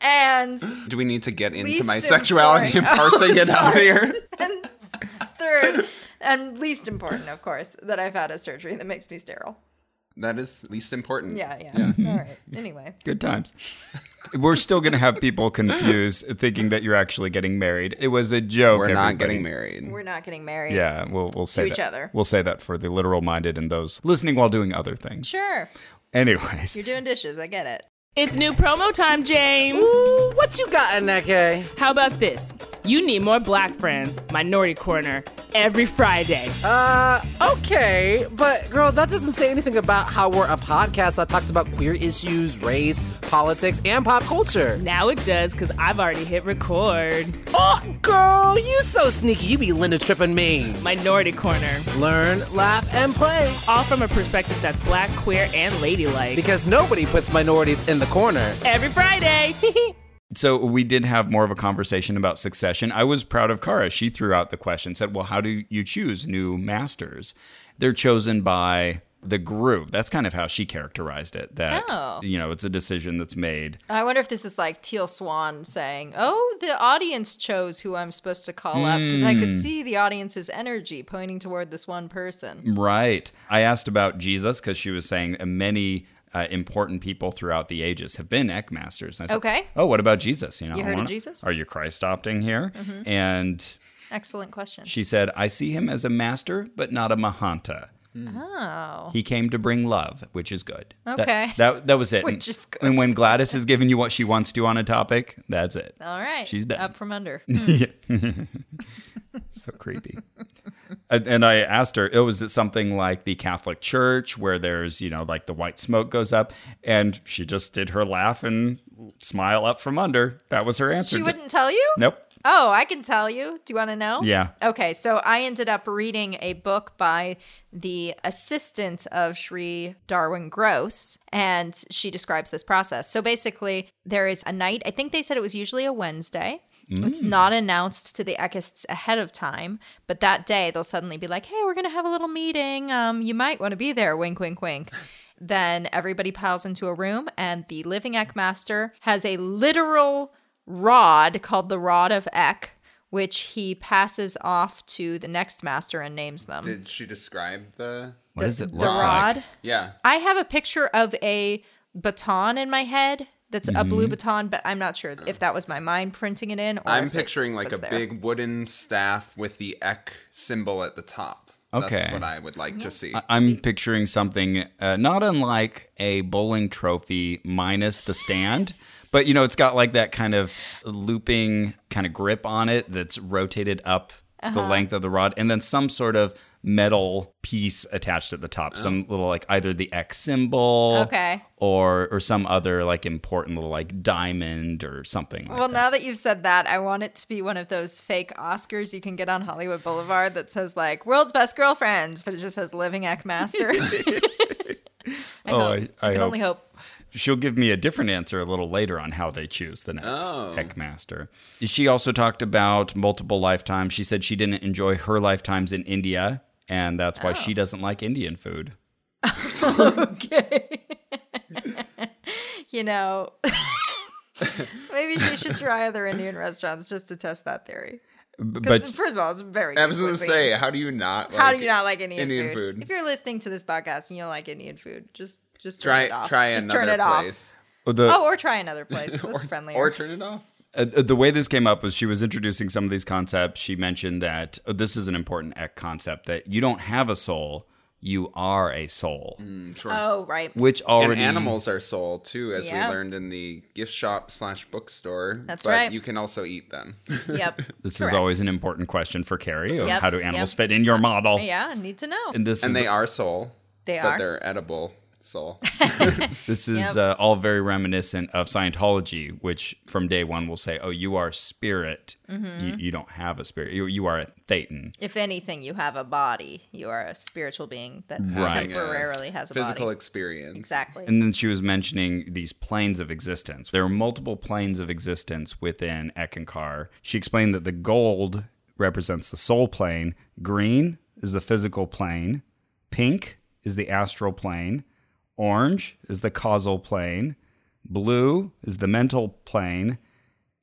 and
Do we need to get into
Least
my sexuality and
important. Oh,
parsing it out
sorry. (laughs)
here?
and third, and least important, of course, that I've had a surgery that makes me sterile.
That is least important.
Yeah, yeah.
Mm-hmm.
All right. Anyway,
Good
(laughs)
times. We're still going to have people confused, thinking that you're actually getting married. It was a joke.
We're not
everybody.
getting married.
we're not getting married.
Yeah, we'll we'll say
To each
that.
other.
We'll say that for the literal minded and those listening while doing other things.
Sure.
Anyways,
You're doing dishes. I get it.
It's new promo time, James.
What you got, Aneke?
How about this? You need more black friends, Minority Corner, every Friday.
Uh, okay, but girl, that doesn't say anything about how we're a podcast that talks about queer issues, race, politics, and pop culture.
Now it does, because I've already hit record.
Oh, girl, you so sneaky. You be Linda tripping me.
Minority Corner.
Learn, laugh, and play.
All from a perspective that's black, queer, and ladylike.
Because nobody puts minorities in the corner.
Every Friday.
so we did have more of a conversation about succession. I was proud of Kara. She threw out the question, said, Well, how do you choose new masters? They're chosen by the group. That's kind of how she characterized it. That
Oh.
you know, it's a decision that's made.
I wonder if this is like Teal Swan saying, "Oh, the audience chose who I'm supposed to call up because I
Hmm.
could see the audience's energy pointing toward this one person."
Right. I asked about Jesus because she was saying uh, many uh, important people throughout the ages have been Eckmasters. And I said,
Okay.
Oh, what about Jesus? You know,
You
I
heard of
wanna-
Jesus?
Are you Christ opting here? And
Excellent question.
She said, I see him as a master, but not a Mahanta.
Oh.
He came to bring love, which is good. That-
Okay.
That, that, was it.
(laughs) Which is good.
And when Gladys is giving you what she wants to on a topic, that's it.
All right.
She's done.
Up from
(laughs)
under.
so creepy. (laughs) and, and I asked her, it was it something like the Catholic Church where there's, you know, like the white smoke goes up? And she just did her laugh and smile up from under. That was her answer.
she wouldn't tell you?
Nope.
Oh, I can tell you. Do you want to know?
Yeah.
Okay, so I ended up reading a book by the assistant of Sri Darwin Gross, and she describes this process. So basically, there is a night, I think they said it was usually a Wednesday. It's not announced to the echists ahead of time, but that day they'll suddenly be like, hey, we're going to have a little meeting. Um, you might want to be there, wink, wink, wink. then everybody piles into a room, and the living Ek master has a literal rod called the Rod of Ek, which he passes off to the next master and names them.
Did she describe the?
What does it
the
look
rod.
like?
Yeah.
I have a picture of a baton in my head that's a
Mm-hmm.
blue baton, but I'm not sure if that was my mind printing it in. Or
I'm
if it
picturing like
was
a
there.
big wooden staff with the Ek symbol at the top. That's
Okay.
what I would like to see.
I- I'm picturing something uh, not unlike a bowling trophy minus
(laughs)
the stand, but you know, it's got like that kind of looping kind of grip on it that's rotated up the
Uh-huh.
length of the rod, and then some sort of metal piece attached at the top, some little like either the X symbol,
Oh. Okay.
or or some other like important little like diamond or something. Like
Well,
that.
now that you've said that, I want it to be one of those fake Oscars you can get on Hollywood Boulevard that says like "World's Best Girlfriends," but it just says "Living Ek Master." I
(laughs)
(laughs)
Oh,
hope.
I- I
can
hope.
only hope.
she'll give me a different answer a little later on how they choose the next
Oh.
Heckmaster. She also talked about multiple lifetimes. She said she didn't enjoy her lifetimes in India, and that's why
Oh.
she doesn't like Indian food.
(laughs) You know, maybe she should try other Indian restaurants just to test that theory.
B-
Because
But
first of all, it's very.
I
good
was gonna
cuisine.
say, how do you not? Like
How do you not like Indian,
Indian
food?
food?
If you're listening to this podcast and you don't like Indian food, just just turn
Try
it off.
try
just
another
turn it off.
place.
the,
Oh, or try another
(laughs)
place that's friendlier.
Or turn it off.
Uh, the way this came up was she was introducing some of these concepts. She mentioned that oh, this is an important ec- concept that you don't have a soul, you are a soul,
oh, right.
which already
And animals are sold too, as
Yeah.
we learned in the gift shop slash bookstore.
That's
but
right.
You can also eat them. (laughs)
Yep.
This
Correct.
is always an important question for Carrie. of
Yep,
how do animals
yep.
fit in your model?
Yeah, I need to know.
And this
and
is
they are soul.
They
but
are.
they're edible
(laughs)
soul.
This is
Yep.
uh, all very reminiscent of Scientology, which from day one will say, "Oh, you are spirit. You, you don't have a spirit. You, you are a thetan."
if anything, you have a body. You are a spiritual being that
Right.
temporarily has a
Physical
body.
experience.
Exactly.
And then she was mentioning these planes of existence. There are multiple planes of existence within Ekankar. She explained that the gold represents the soul plane, green is the physical plane, pink is the astral plane, orange is the causal plane, blue is the mental plane,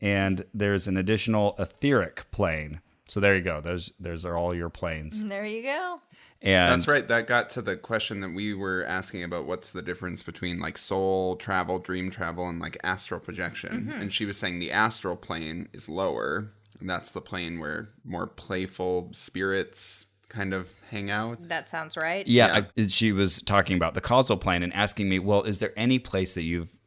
and there's an additional etheric plane. So there you go. Those those are all your planes.
And there you go.
And
That's right. That got to the question that we were asking about what's the difference between like soul travel, dream travel, and like astral projection.
Mm-hmm.
And she was saying the astral plane is lower. And that's the plane where more playful spirits kind of hang out.
That sounds right.
Yeah, I, she was talking about the causal plane and asking me, "Well, is there any place that you've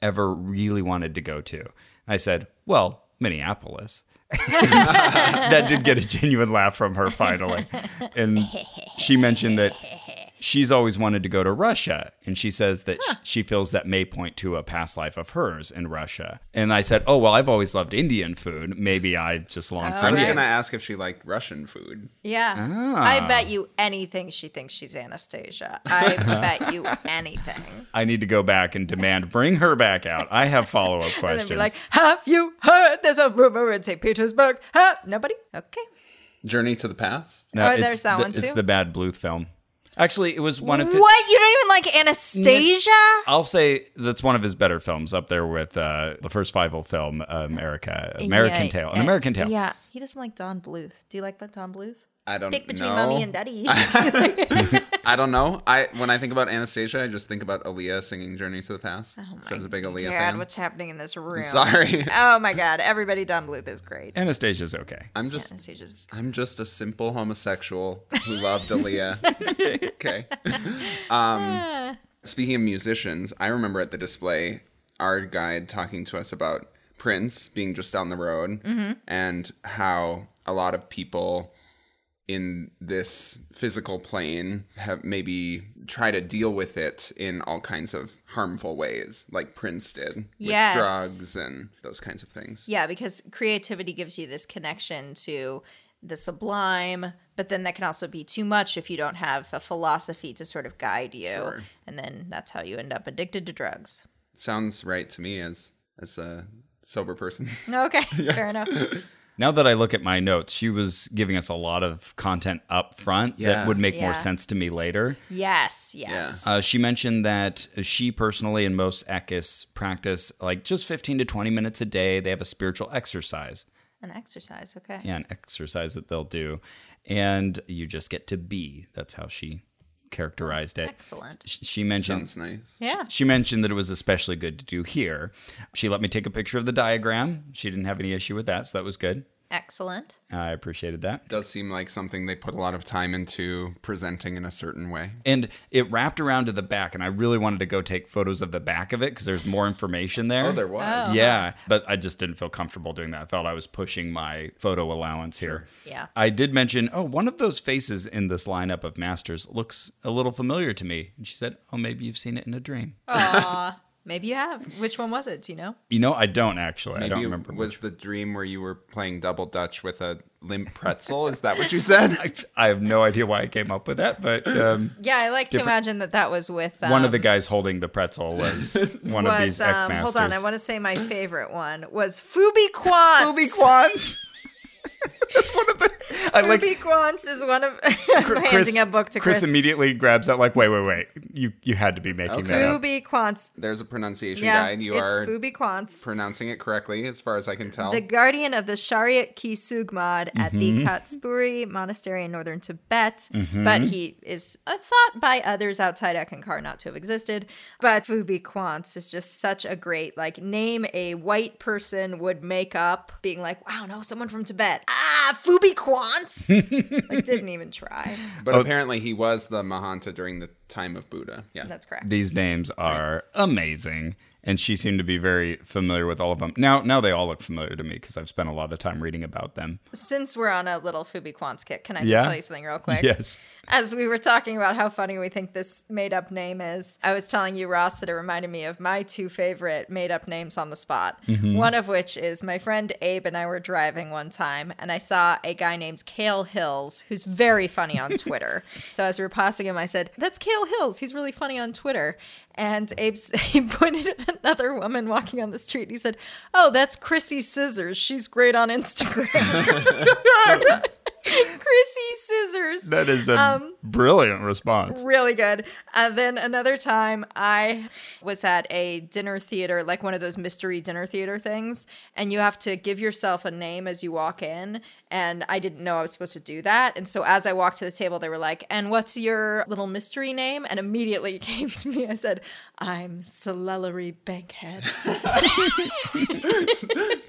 ever really wanted to go to?" And I said, "Well, Minneapolis." (laughs) that did get a genuine laugh from her finally. And she mentioned that she's always wanted to go to Russia. And she says that sh- she feels that may point to a past life of hers in Russia. And I said, Oh, well, I've always loved Indian food. Maybe I just long
Oh,
for
I was
Indian.
going to ask if she liked Russian food.
Yeah.
Ah.
I bet you anything she thinks she's Anastasia.
(laughs)
I bet you anything.
I need to go back and demand bring her back out. I have follow
(laughs)
up
And
questions.
then be like, have you heard there's a rumor in St. Petersburg? Huh? Nobody? Okay.
Journey to the Past?
No,
Oh,
it's
there's that
the,
one
It's
too.
the Bad Bluth film. Actually, it was one of his.
What? You don't even like Anastasia?
I'll say that's one of his better films up there with uh, the first Fievel film, um, America, American
Yeah,
Tale,
uh,
an American Tale.
Yeah. He doesn't like Don Bluth. Do you like that Don Bluth?
I don't
Pick between
know.
mommy and
(laughs)
daddy. (laughs)
I don't know. I when I think about Anastasia, I just think about Aaliyah singing "Journey to the Past." so I was a big Aaliyah
Oh God,
fan.
what's happening in this room?
Sorry,
Oh my God, everybody Don Bluth is great.
Anastasia's okay.
(laughs) I'm just
Anastasia's
I'm just a simple homosexual who loved Aaliyah. okay. Um, speaking of musicians, I remember at the display our guide talking to us about Prince being just down the road and how a lot of people in this physical plane have maybe try to deal with it in all kinds of harmful ways like prince did with
Yes.
drugs and those kinds of things
Yeah, because creativity gives you this connection to the sublime, but then that can also be too much if you don't have a philosophy to sort of guide you.
Sure.
And then that's how you end up addicted to drugs. (laughs)
sounds right to me as as a
(laughs)
sober person.
Okay, fair enough.
Now that I look at my notes, she was giving us a lot of content up front
Yeah.
that would make more
Yeah.
sense to me later.
Yes, yes.
Uh, she mentioned that she personally and most Ekis practice like just 15 to 20 minutes a day. They have a spiritual exercise,
An exercise, okay.
yeah, an exercise that they'll do. And you just get to be. That's how she characterized it.
Excellent.
Sh- She mentioned
Sounds nice.
Yeah.
she mentioned that it was especially good to do here. She let me take a picture of the diagram. She didn't have any issue with that, so that was good.
(laughs) Excellent.
I appreciated that.
Does seem like something they put a lot of time into presenting in a certain way.
And it wrapped around to the back, and I really wanted to go take photos of the back of it because there's more information there.
Oh, there was.
Yeah, but I just didn't feel comfortable doing that. I felt I was pushing my photo allowance here.
Yeah.
I did mention, oh, one of those faces in this lineup of masters looks a little familiar to me. And she said, oh, maybe you've seen it in a dream.
Oh. Maybe you have. Which one was it? Do you know?
You know, I don't actually. I
Maybe
don't remember.
it
which-
was the dream where you were playing double dutch with a limp pretzel. Is that what
(laughs)
you said? (laughs)
I, (laughs) I have no idea why I came up with that, but um,
Yeah, I like to imagine that that was with um,
one of the guys holding the pretzel was one of
(laughs) was
these Ek
um, hold
masters.
on, I want to say my favorite one was Fubi Quants. (laughs)
Ruby Quans. That's one of the. I like
Ruby Quants is one of (laughs) I'm handing a book to Chris.
immediately grabs out like, wait, wait, wait. You you had to be making
Okay.
that up.
Fubi Quants.
There's a pronunciation
Yeah,
guide. You
it's
are Oh.
Fubi Quants,
pronouncing it correctly, as far as I can tell.
the guardian of the Shariat Ki Sugmad at the Katspuri Monastery in northern Tibet. But he is uh, thought by others outside Ekankar not to have existed. But Fubi Quants is just such a great, like, name a white person would make up, being like, wow, no, someone from Tibet. Ah, Fubi Quants! like, didn't even try.
but apparently, he was the Mahanta during the time of Buddha. Yeah.
That's correct.
These names are amazing, and she seemed to be very familiar with all of them. Now now they all look familiar to me because I've spent a lot of time reading about them.
Since we're on a little Fubi Quants kick, can I just
Yeah.
tell you something real quick?
Yes.
As we were talking about how funny we think this made up name is, I was telling you, Ross, that it reminded me of my two favorite made up names on the spot. One of which is my friend Abe and I were driving one time, and I saw a guy named Kale Hills, who's very funny on Twitter. so as we were passing him, I said, That's Kale Hills. He's really funny on Twitter. And Abe s- (laughs) he pointed at another woman walking on the street. He said, Oh, that's Chrissy Scissors. She's great on Instagram. (laughs) Chrissy Scissors.
That is a brilliant response.
Really good. And then another time I was at a dinner theater, like one of those mystery dinner theater things, and you have to give yourself a name as you walk in. And I didn't know I was supposed to do that. And so as I walked to the table, they were like, And what's your little mystery name? And immediately it (laughs) came to me. I said, I'm Celery Bankhead.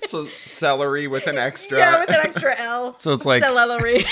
so celery with an
(laughs)
extra.
yeah, with an extra L.
So it's like-
Celery.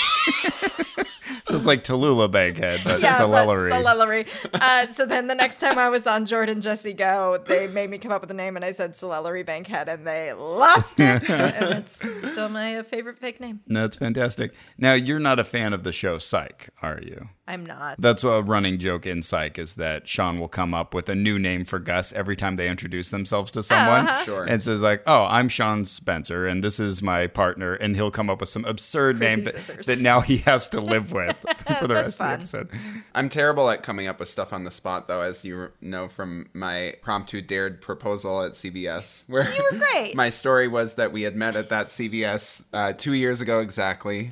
So it's like Tallulah Baghead, but
yeah,
Celery.
but Solelary. Uh, so then the next time I was on Jordan Jesse Go, they made me come up with a name, and I said Solelary Bankhead, and they lost
(laughs)
it. and it's still my favorite fake name.
no, it's fantastic. Now you're not a fan of the show Psych, are you?
I'm not.
That's a running joke in Psych is that Sean will come up with a new name for Gus every time they introduce themselves to someone.
Uh-huh.
Sure.
And so it's like, oh, I'm Sean Spencer, and this is my partner, and he'll come up with some absurd
Chrissy
name that,
Scissors.
that now he has
(laughs)
to live with (laughs) for the rest
That's
of the episode.
I'm terrible at coming up with stuff on the spot, though, as you know from my promptu dared proposal at CBS, where (laughs) you
were great.
my story was that we had met at that CBS uh, two years ago exactly.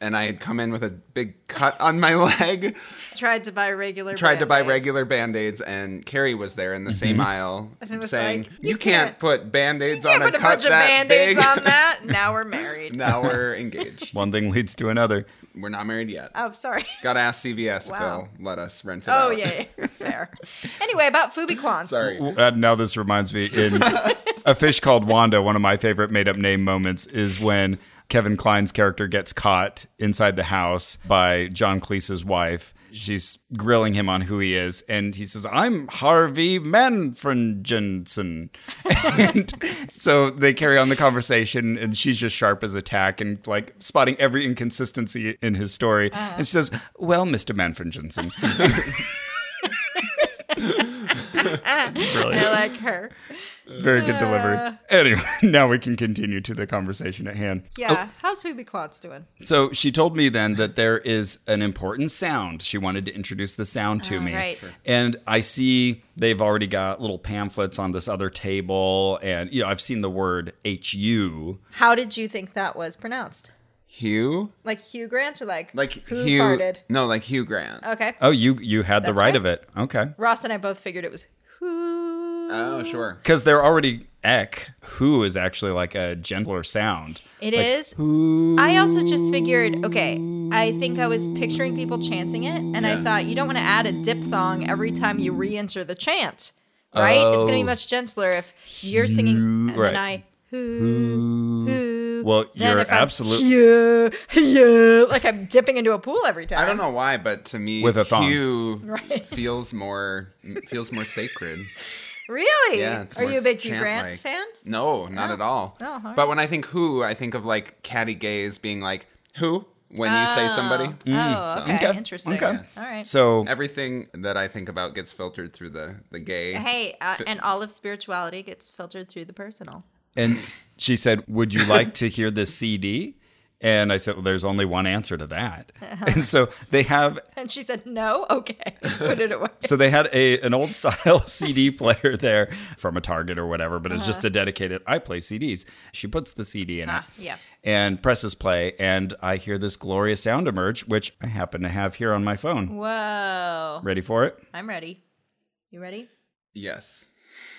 and I had come in with a big cut on my (laughs) leg.
Tried to buy regular.
tried to buy
Band-Aids.
regular band-aids and carrie was there in the same aisle
And it was
saying
like,
you,
"You
can't,
can't-
put band-aids
You
on
can't
a
put a
cut
bunch of
that
band aids
big."
on that. Now we're married.
(laughs) now we're engaged
One thing leads to another.
we're not married yet
(laughs) Oh, sorry.
gotta ask cvs
Wow.
if they'll let us rent it
Oh,
out.
yeah, yeah. Fair. Anyway, about Fubiquans.
sorry
Uh, now this reminds me in a fish called wanda one of my favorite made-up name moments is when kevin klein's character gets caught inside the house by john cleese's wife she's grilling him on who he is and he says i'm harvey manfredensen and so they carry on the conversation and she's just sharp as a tack and like spotting every inconsistency in his story and she says well mr manfredensen
I like her.
Very good
Uh.
delivery. Anyway, (laughs) now we can continue to the conversation at hand.
Oh.
Yeah. How's Fubiquans doing?
So she told me then that there is an important sound. She wanted to introduce the sound to
Oh,
me.
right. Sure.
And I see they've already got little pamphlets on this other table. And, you know, I've seen the word HU.
How did you think that was pronounced?
hugh
Like Hugh Grant or like,
like
who
hugh
farted?
no like hugh grant
Okay.
Oh, you you had the
That's
right,
right.
of it. Okay.
Ross and I both figured it was who.
oh sure
Because they're already ek. Who is actually like a gentler sound.
It is. I also just figured, okay, I think I was picturing people chanting it, and I
Yeah.
thought you don't want to add a diphthong every time you re enter the chant, right? It's going to be
Oh.
much gentler if you're singing and
right.
then I. Who, who,
Well,
then
you're
if I'm,
absolute-
Yeah, yeah, like I'm dipping into a pool every time.
i don't know why but to me
With a thong.
hugh
Right. (laughs)
feels more feels more sacred
Really?
Yeah, it's
Are
more
you a big Hugh Grant
chant-like.
fan?
No, not at all.
Oh, all right.
But when I think who, I think of like Caddy Gaze being like, who? When you say somebody.
Oh, okay,
Okay,
interesting.
okay.
All right.
So
Everything that I think about gets filtered through the, the gay.
Hey, uh, and all of spirituality gets filtered through the personal. (laughs)
And
Mm.
she said, Would you like
(laughs)
to hear this CD? And I said, Well, there's only one answer to that.
Uh-huh.
And so they have,
And she said, "No, okay, (laughs) put it away."
so they had a an old style (laughs) CD player there from a Target or whatever, but it's
Uh-huh.
just a dedicated, I play CDs. She puts the CD in
Ah,
it
yeah.
and presses play. And I hear this glorious sound emerge, which I happen to have here on my phone.
Whoa,
Ready for it?
I'm ready. You ready?
Yes.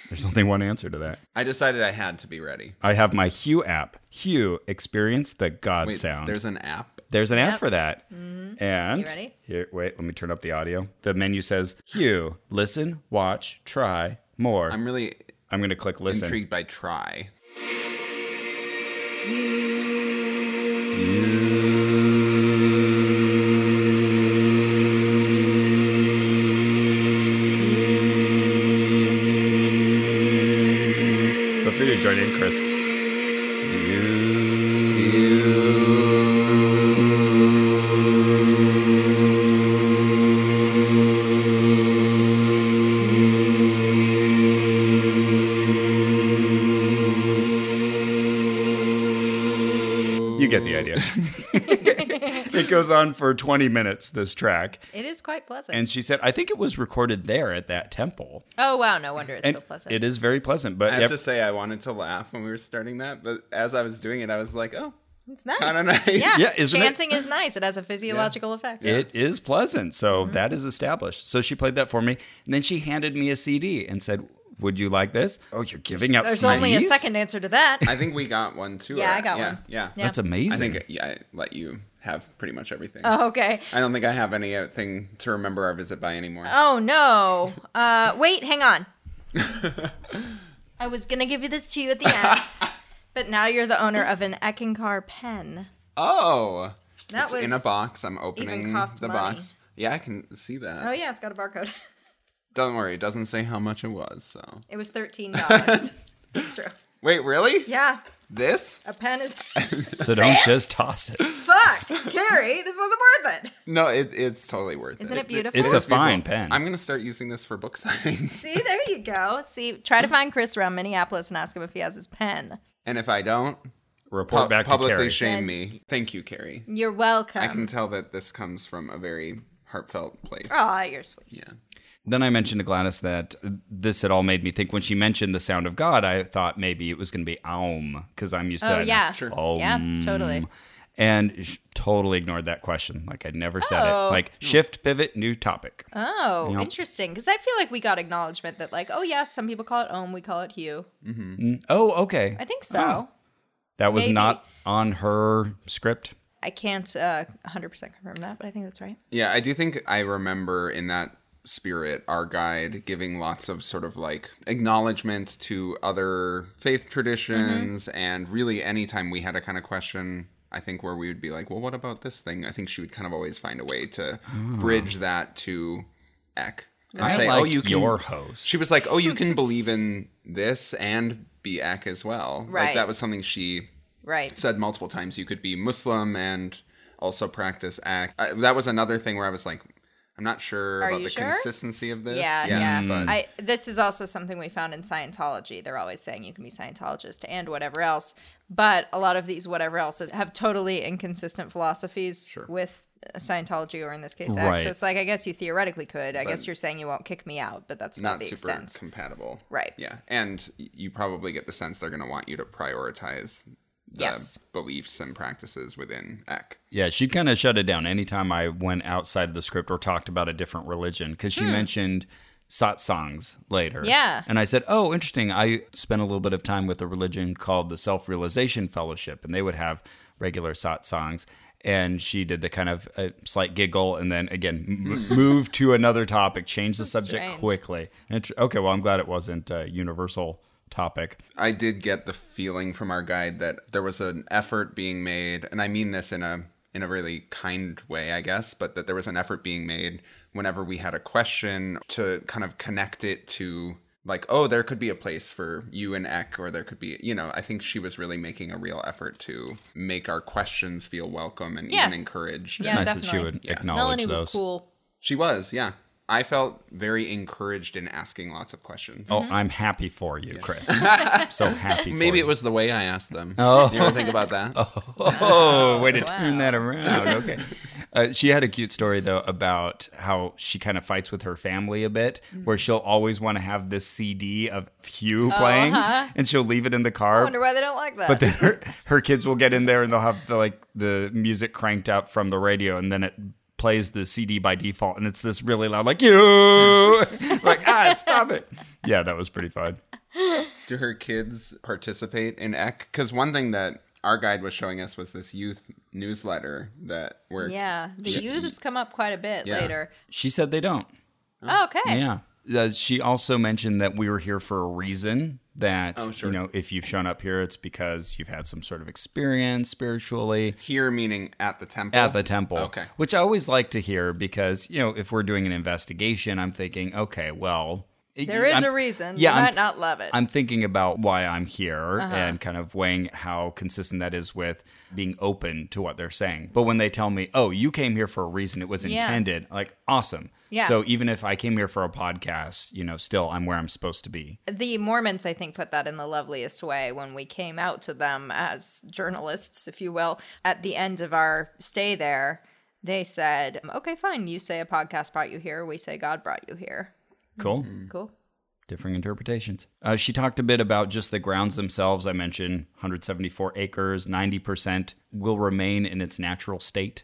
There's only one answer to that.
I decided I had to be ready.
I have my Hue app. Hue, experience the God
Wait,
sound.
there's an app.
There's an
Yep. Mm-hmm.
app for that. And
You ready?
Here, wait. Let me turn up the audio. The menu says "Hue, listen, watch, try more."
I'm
I'm,
really
going to click listen.
intrigued by try.
Feel free to join in, Chris. You get the
(laughs)
idea. it goes on for 20 minutes, this track.
It is quite pleasant.
And she said, I think it was recorded there at that temple.
oh wow, no wonder it's
And
so pleasant.
It is very pleasant. But
I have
ev-
to say, I wanted to laugh when we were starting that, but as I was doing it, I was like, oh,
It's nice.
kinda
(laughs)
nice.
Yeah,
Yeah, isn't it?
chanting is nice. It has a physiological effect.
It is pleasant. So
Mm-hmm.
that is established. So she played that for me. And then she handed me a CD and said, Would you like this? Oh, you're giving out
There's only a
CDs?
second answer to that.
I think we got one too.
Yeah,
right?
I got
yeah,
one.
Yeah.
Yeah.
That's amazing.
I think yeah, I let you have pretty much everything.
Oh, (laughs) okay.
I don't think I have anything to remember our visit by anymore.
Oh no. Uh, wait, hang
(laughs)
on. I was gonna give you this to you at the
(laughs)
end, but now you're the owner of an Eckencar pen.
Oh,
That
it's
was
in a box. I'm opening
cost
the
money.
box. Yeah, I can see that.
Oh yeah, it's got a barcode. (laughs)
Don't worry, it doesn't say how much it was. So
It was thirteen dollars. That's true.
wait, really?
Yeah,
This?
a pen is. (laughs)
So don't just toss it.
Fuck, Carrie, this wasn't worth it.
No, it, it's totally worth
Isn't
it.
it beautiful?
It's a fine pen.
I'm gonna start using this for book (laughs) signings,
See, there you go. See, try to find Chris around Minneapolis and ask him if he has his pen.
and if I don't,
Report
pu-
back to
publicly
Carrie.
shame me. Thank you, Carrie.
You're welcome.
I can tell that this comes from a very heartfelt place.
Aw, you're sweet.
Yeah.
then I mentioned to Gladys that this had all made me think when she mentioned the sound of God, I thought maybe it was going to be Aum because I'm used to
Oh,
that.
yeah.
Sure. Um,
Yeah, totally.
And sh- totally ignored that question. Like I'd never said
Oh.
it. Like shift, pivot, new topic.
Oh,
Yep.
interesting. Because I feel like we got acknowledgement that, like, oh, yeah, some people call it ohm, we call it hue.
oh, okay.
I think so.
that was
maybe.
not on her script.
I can't uh, 100% confirm that, but I think that's right.
Yeah, I do think I remember in that spirit our guide giving lots of sort of like acknowledgement to other faith traditions and really anytime we had a kind of question I think where we would be like, well, what about this thing? I think she would kind of always find a way to bridge that to Eck and
I
say,
like
oh, you can.
your host.
She was like, oh, you can believe in this and be Eck as well.
Right.
Like that was something she
Right.
said multiple times you could be Muslim and also practice act. I, that was another thing where I was like, I'm not sure
Are
about
you
the
sure?
consistency of this.
yeah, yeah.
But
I, this is also something we found in Scientology. They're always saying you can be Scientologist and whatever else, but a lot of these whatever else's have totally inconsistent philosophies with Scientology, or in this case, X.
Right.
So it's like I guess you theoretically could. I guess you're saying you won't kick me out, but that's about
not
the
super
extent.
compatible.
Right.
Yeah. And y- you probably get the sense they're going to want you to prioritize the
Yes.
beliefs and practices within Ek.
Yeah, she'd kind of shut it down anytime I went outside of the script or talked about a different religion because she mentioned satsangs later.
Hmm. Yeah.
And I said, Oh, interesting. I spent a little bit of time with a religion called the Self Realization Fellowship, and they would have regular satsangs. And she did the kind of uh, slight giggle and then again m- move to another topic, change the subject
Hmm. strange.
quickly. And it- okay, well, I'm glad it wasn't a universal topic.
I did get the feeling from our guide that there was an effort being made, and I mean this in a in a really kind way, I guess, but that there was an effort being made whenever we had a question to kind of connect it to like, oh, there could be a place for you and Eck, or there could be, you know, I think she was really making a real effort to make our questions feel welcome and
Yeah.
even encouraged.
Yeah,
nice that she
definitely.
would
Yeah.
acknowledge
Melanie
those.
was cool.
She was, yeah. I felt very encouraged in asking lots of questions.
Oh,
Mm-hmm.
I'm happy for you,
(laughs)
Chris. so happy. For
Maybe
you.
it was the way I asked them. Oh. You ever think
(laughs)
about that?
Oh, way to turn
(laughs)
that around. Okay. Uh, she had a cute story though about how she kind of fights with her family a bit,
Mm.
where she'll always want to have this CD of Hugh playing, and she'll leave it in the
Uh-huh. I
car.
wonder why they don't like that.
but then her, her kids will get in there and they'll have the, like the music cranked up from the radio, and then it plays the CD by default, and it's this really loud like you, (laughs) like ah,
(laughs)
stop it. Yeah, that was pretty fun.
Do her kids participate in Ek? Because one thing that our guide was showing us was this youth newsletter that where
yeah, the youths come up quite a bit
Yeah.
later.
She said they don't.
Oh, okay.
Yeah. Uh, she also mentioned that we were here for a reason. That
Oh, sure.
you know, if you've shown up here, it's because you've had some sort of experience spiritually
here meaning at the temple.
at the temple.
Okay.
Which I always like to hear because you know, if we're doing an investigation, I'm thinking, okay, well, it-
There is
I'm-
a reason.
Yeah,
you
I'm-
might not love it.
I'm thinking about why I'm here
Uh-huh.
and kind of weighing how consistent that is with being open to what they're saying. But when they tell me, "Oh, you came here for a reason. It was
Yeah.
intended." Like, awesome.
Yeah.
So even if I came here for a podcast, you know, still I'm where I'm supposed to be.
the Mormons, I think, put that in the loveliest way when we came out to them as journalists, if you will, at the end of our stay there. They said, okay, fine. You say a podcast brought you here. We say God brought you here.
Cool.
Mm.
Cool.
Differing interpretations. Uh, she talked a bit about just the grounds themselves. I mentioned 174 acres, 90% will remain in its natural state.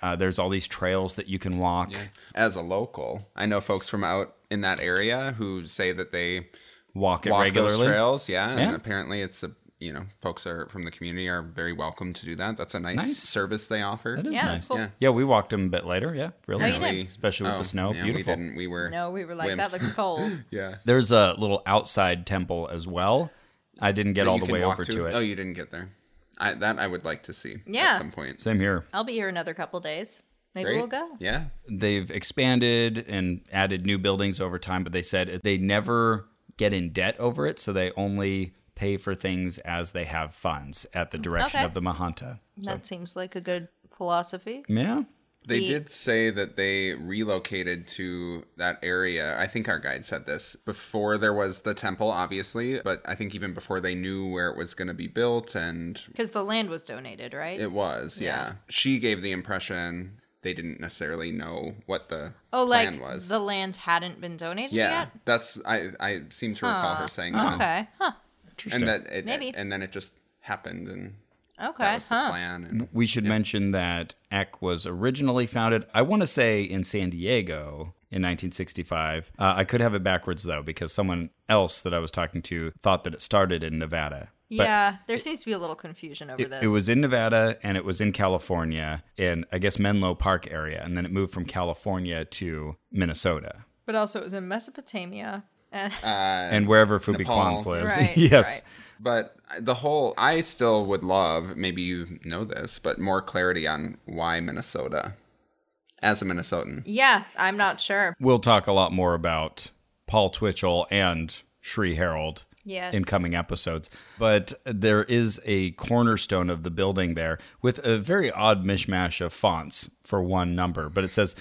Uh, there's all these trails that you can walk.
As a local, I know folks from out in that area who say that they
Walk it
walk
regularly.
those trails. Yeah,
Yeah.
and apparently it's a you know folks are from the community are very welcome to do that. That's a nice,
Nice.
service they offer.
That is
Yeah,
nice.
that's cool.
Yeah.
Yeah, we walked them a bit later. Yeah, really.
you
nice.
did.
Especially with
Oh,
the snow.
yeah,
Beautiful.
We didn't. We were
No, we were like,
wimps. (laughs)
that looks cold.
yeah.
There's a little outside temple as well. I didn't get
That
all
you
the
can
way
walk
over to it.
Oh, you didn't get there. I, that I would like to see
Yeah.
at some point.
Same here.
I'll be here another couple days. Maybe
Great.
we'll go.
Yeah.
They've expanded and added new buildings over time, but they said it- they never get in debt over it, so they only pay for things as they have funds at the direction
Okay.
of the Mahanta.
That seems like a good philosophy.
Yeah.
They
the-
did say that they relocated to that area. I think our guide said this before there was the temple, obviously, but I think even before they knew where it was going to be built, and
Because the land was donated, right?
it was, yeah. She gave the impression they didn't necessarily know what the
oh,
plan
like
was.
the land hadn't been donated
yeah,
yet?
that's I. I seem to recall her saying that,
Okay. Huh.
Interesting.
and that it,
Maybe.
and then it just happened, and
Okay.
That was the
Huh.
plan. And
We should mention that ECK was originally founded, I want to say, in San Diego in 1965. Uh, I could have it backwards, though, because someone else that I was talking to thought that it started in Nevada. But
yeah, there seems to be a little confusion over
It,
this.
it was in Nevada and it was in California, in I guess Menlo Park area, and then it moved from California to Minnesota
but also it was in Mesopotamia. And
Uh,
and wherever Fubi
Nepal.
Kwans lives.
Right,
(laughs) yes,
But the whole, I still would love, maybe you know this, but more clarity on why Minnesota as a Minnesotan.
(laughs) yeah, I'm not sure.
we'll talk a lot more about Paul Twitchell and Shree Harold
Yes.
in coming episodes. But there is a cornerstone of the building there with a very odd mishmash of fonts for one number, but it says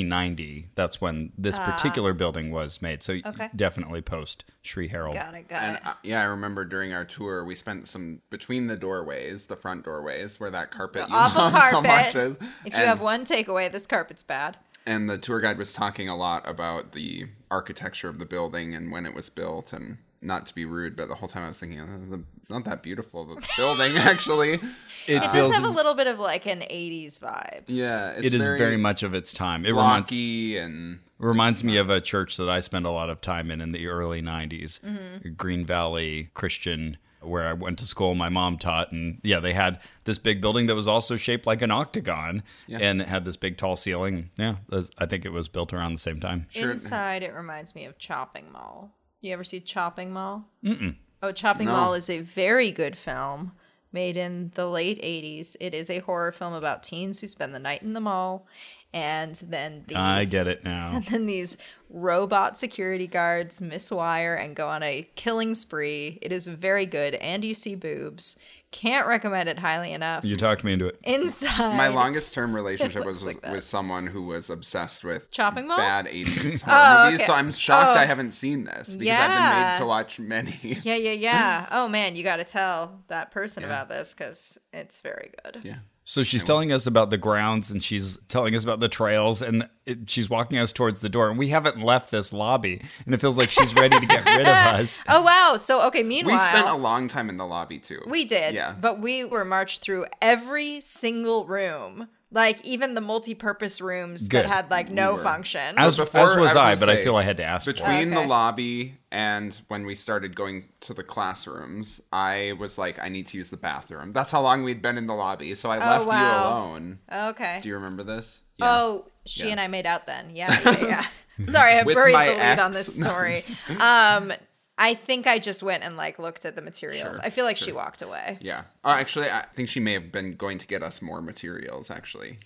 1990. That's when this particular building was made. So
Ah. Okay.
definitely post Shree Harold.
Got it. Got
And
it. (laughs)
uh, yeah, I remember during our tour, we spent some between the doorways, the front doorways, where that carpet (laughs) you
Awful
love
carpet.
so much is.
if you
and-
have one takeaway, this carpet's bad.
And the tour guide was talking a lot about the architecture of the building and when it was built and not to be rude, but the whole time I was thinking, "Uh, it's not that beautiful of a building, (laughs) actually.
It,
It does
feels,
have a little bit of like an 80s vibe.
Yeah, it's
it is very, much of its time. It reminds,
blocky and
reminds me of a church that I spent a lot of time in in the early 90s,
Mm-hmm.
Green Valley Christian, where I went to school. My mom taught. And yeah, they had this big building that was also shaped like an octagon and it had this big tall ceiling. Yeah, that's- I think it was built around the same time.
Sure.
Inside, it reminds me of Chopping Mall. You ever see Chopping Mall? Mm-mm. Oh, Chopping Mall is a very good film made in the late 80s. It is a horror film about teens who spend the night in the mall. And then these,
I get it
(laughs)
now.
And (laughs) then these robot security guards miswire and go on a killing spree. It is very good, and you see boobs. Can't recommend it highly enough.
You talked me into it.
(laughs) Inside,
My longest
(laughs)
term relationship was
like
with,
that.
with someone who was obsessed with
Chopping Mall? (laughs)
bad 80s horror
Oh,
movies.
okay.
So I'm shocked
Oh.
I haven't seen this because I've been
Yeah.
made to watch many.
Yeah, yeah,
(gasps)
yeah. Oh man, you got to tell that person about this because it's very good.
(laughs) Yeah.
So she's telling us about the grounds and she's telling us about the trails and it, she's walking us towards the door. And we haven't left this lobby and it feels like she's ready to get rid
(laughs)
of us.
Oh wow. So okay,
We
meanwhile,
spent a long time in the lobby too.
we did.
Yeah.
But we were marched through every single room, like even the multi-purpose rooms
Good.
that had like no
were.
function.
As,
But before-
as was I,
I was
but
gonna
I
say,
feel I had to ask. for it.
Between
Okay.
the lobby and when we started going to the classrooms, I was like, I need to use the bathroom. That's how long we'd been in the lobby. So I left you
Oh, wow.
alone.
okay.
Do you remember this?
Oh, she and I made out then. Yeah,
(laughs)
yeah. yeah. Sorry, I
With
buried the
my
lead on
ex?
this
(laughs)
story. um, I think I just went and like looked at the materials. I feel like she walked away.
Yeah. Oh, actually, I think she may have been going to get us more materials, actually.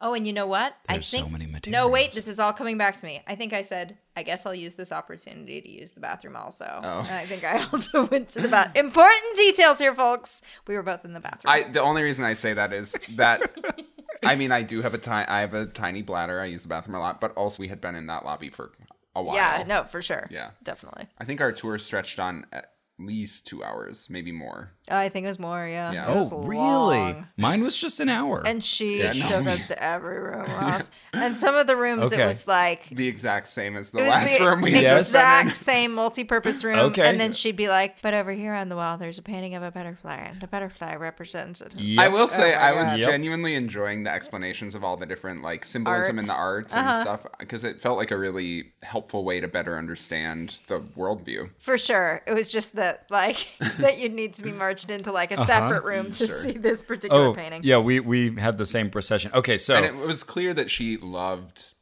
Oh, and you know what?
There's so
I think
many
No, wait,
materials.
this is all coming back to me. I think I said, I guess I'll use this opportunity to use the bathroom also.
Oh.
And I think I (laughs) also went to the bathroom. Important details here, folks. We were both in the bathroom.
I the only reason I say that is that I mean I do have a tiny I have a tiny bladder. I use the bathroom a lot, but also we had been in that lobby for a while.
yeah, no, for sure.
Yeah.
Definitely.
I think our tour stretched on at least 2 hours, maybe more.
Oh, I think it was more, yeah.
Yeah.
It was
Oh, really?
long.
Mine was just an hour.
And she
no.
took us
(laughs)
to every room, Ross. And some of the rooms,
Okay.
it was like
The exact same as the
It was
last
the
room we had just been in.
exact same
(laughs)
multi-purpose room.
Okay.
And then she'd be like, "But over here on the wall, there's a painting of a butterfly, and a butterfly represents it."
Yeah.
I will say
Oh
I was
God. Yep.
genuinely enjoying the explanations of all the different like
Art.
symbolism
Uh-huh.
in the arts and stuff because it felt like a really helpful way to better understand the worldview.
For sure, it was just that like
(laughs)
(laughs) that you need to be marched into like a separate room to see this particular
Uh-huh. oh,
painting.
yeah, we we had the same procession. Okay, so
and it was clear that she loved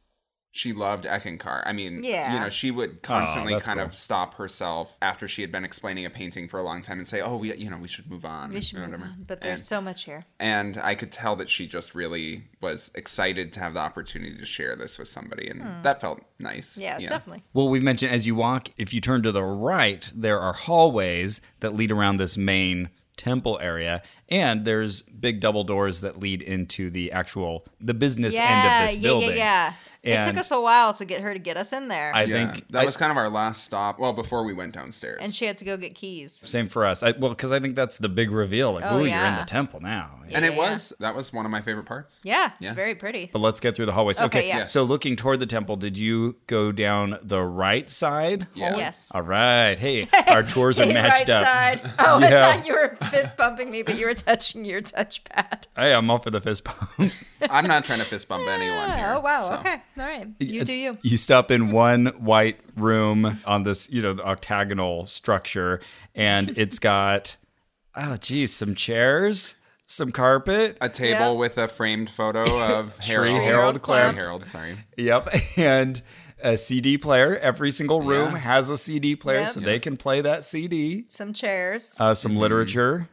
she loved Eckankar. I mean,
Yeah.
you know, she would constantly
Oh, that's
kind
cool.
of stop herself after she had been explaining a painting for a long time and say, "Oh, we, you know, we should move on."
We should
or
move
whatever.
on, but there's
and,
so much here.
and I could tell that she just really was excited to have the opportunity to share this with somebody, and that felt nice.
Hmm. Yeah, definitely.
well, we've mentioned as you walk, if you turn to the right, there are hallways that lead around this main temple area, and there's big double doors that lead into the actual the business
yeah,
end of this
yeah,
building.
yeah, yeah. it took
And
us a while to get her to get us in there,
I
Yeah,
think
that
I-
was kind of our last stop. Well, before we went downstairs,
and she had to go get keys.
same for us. I, well, because I think that's the big reveal. Like,
Oh,
oh, you're in
yeah.
the temple now.
And it
Yeah.
was that was one of my favorite parts.
Yeah, it's
Yeah.
very pretty.
But let's get through the hallways.
Okay,
Okay,
yeah.
so looking toward the temple, did you go down the right side?
Yeah.
Yes. (laughs)
All right. Hey, our tours are
Hey, right
matched up.
side. Oh, I
Yeah.
thought you were fist bumping me, but you were touching your touchpad.
Hey, I'm off for the fist bump.
I'm not trying to fist bump
(laughs)
(laughs) anyone here.
Oh wow.
so.
Okay. All right.
(laughs)
You do you.
You stop in one white room on this, you know, the octagonal structure, and it's got, (laughs) oh, geez, some chairs, some carpet.
A
Yeah.
table with a
(laughs)
framed photo of Harold.
Harold
Clamp.
Shree Harold, sorry.
Yep. (laughs) And a CD player. Every single room
Yeah.
has a CD player
Yep.
so they can play that CD.
Some chairs.
Uh,
Mm-hmm.
some literature,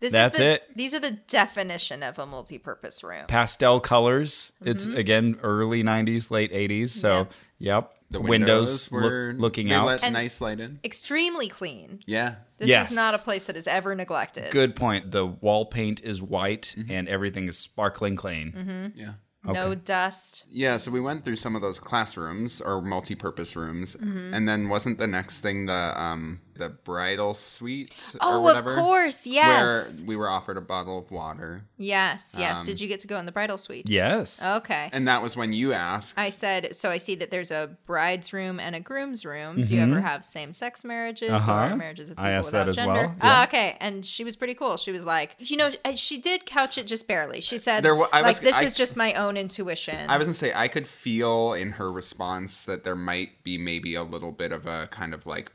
this
that's
is the,
it.
These are the definition of a multi-purpose room.
pastel colors. It's
Mm-hmm.
again early 90s, late 80s. So, yep.
The
windows,
windows,
look-
were
looking
they
out.
Let
And-
nice light in.
Extremely clean.
Yeah.
This
Yes.
is not a place that is ever neglected.
Good point. The wall paint is white
Mm-hmm.
and everything is sparkling clean.
Yeah.
No dust.
Yeah, so we went through some of those classrooms or multi-purpose rooms,
Mm-hmm.
and then wasn't the next thing the um the bridal suite or
Oh, of
whatever?
course. Yes.
Where Um, we were offered a bottle of water,
yes. Yes. Did you get to go in the bridal suite?
Yes.
Oh.
Okay.
and that was when you asked.
I said, so I see that there's a bride's room and a groom's room. Do you ever have same sex marriages
Mm-hmm. Uh-huh.
or marriages of
I
people
asked that
without
as
gender?
well,
Ah,
yeah.
okay. And she was pretty cool. She was like, you know, uh, she did couch it just barely. She said,
There wa- I
like,
was-
this
I-
is just my own intuition.
I was gonna say I could feel in her response that there might be maybe a little bit of a kind of like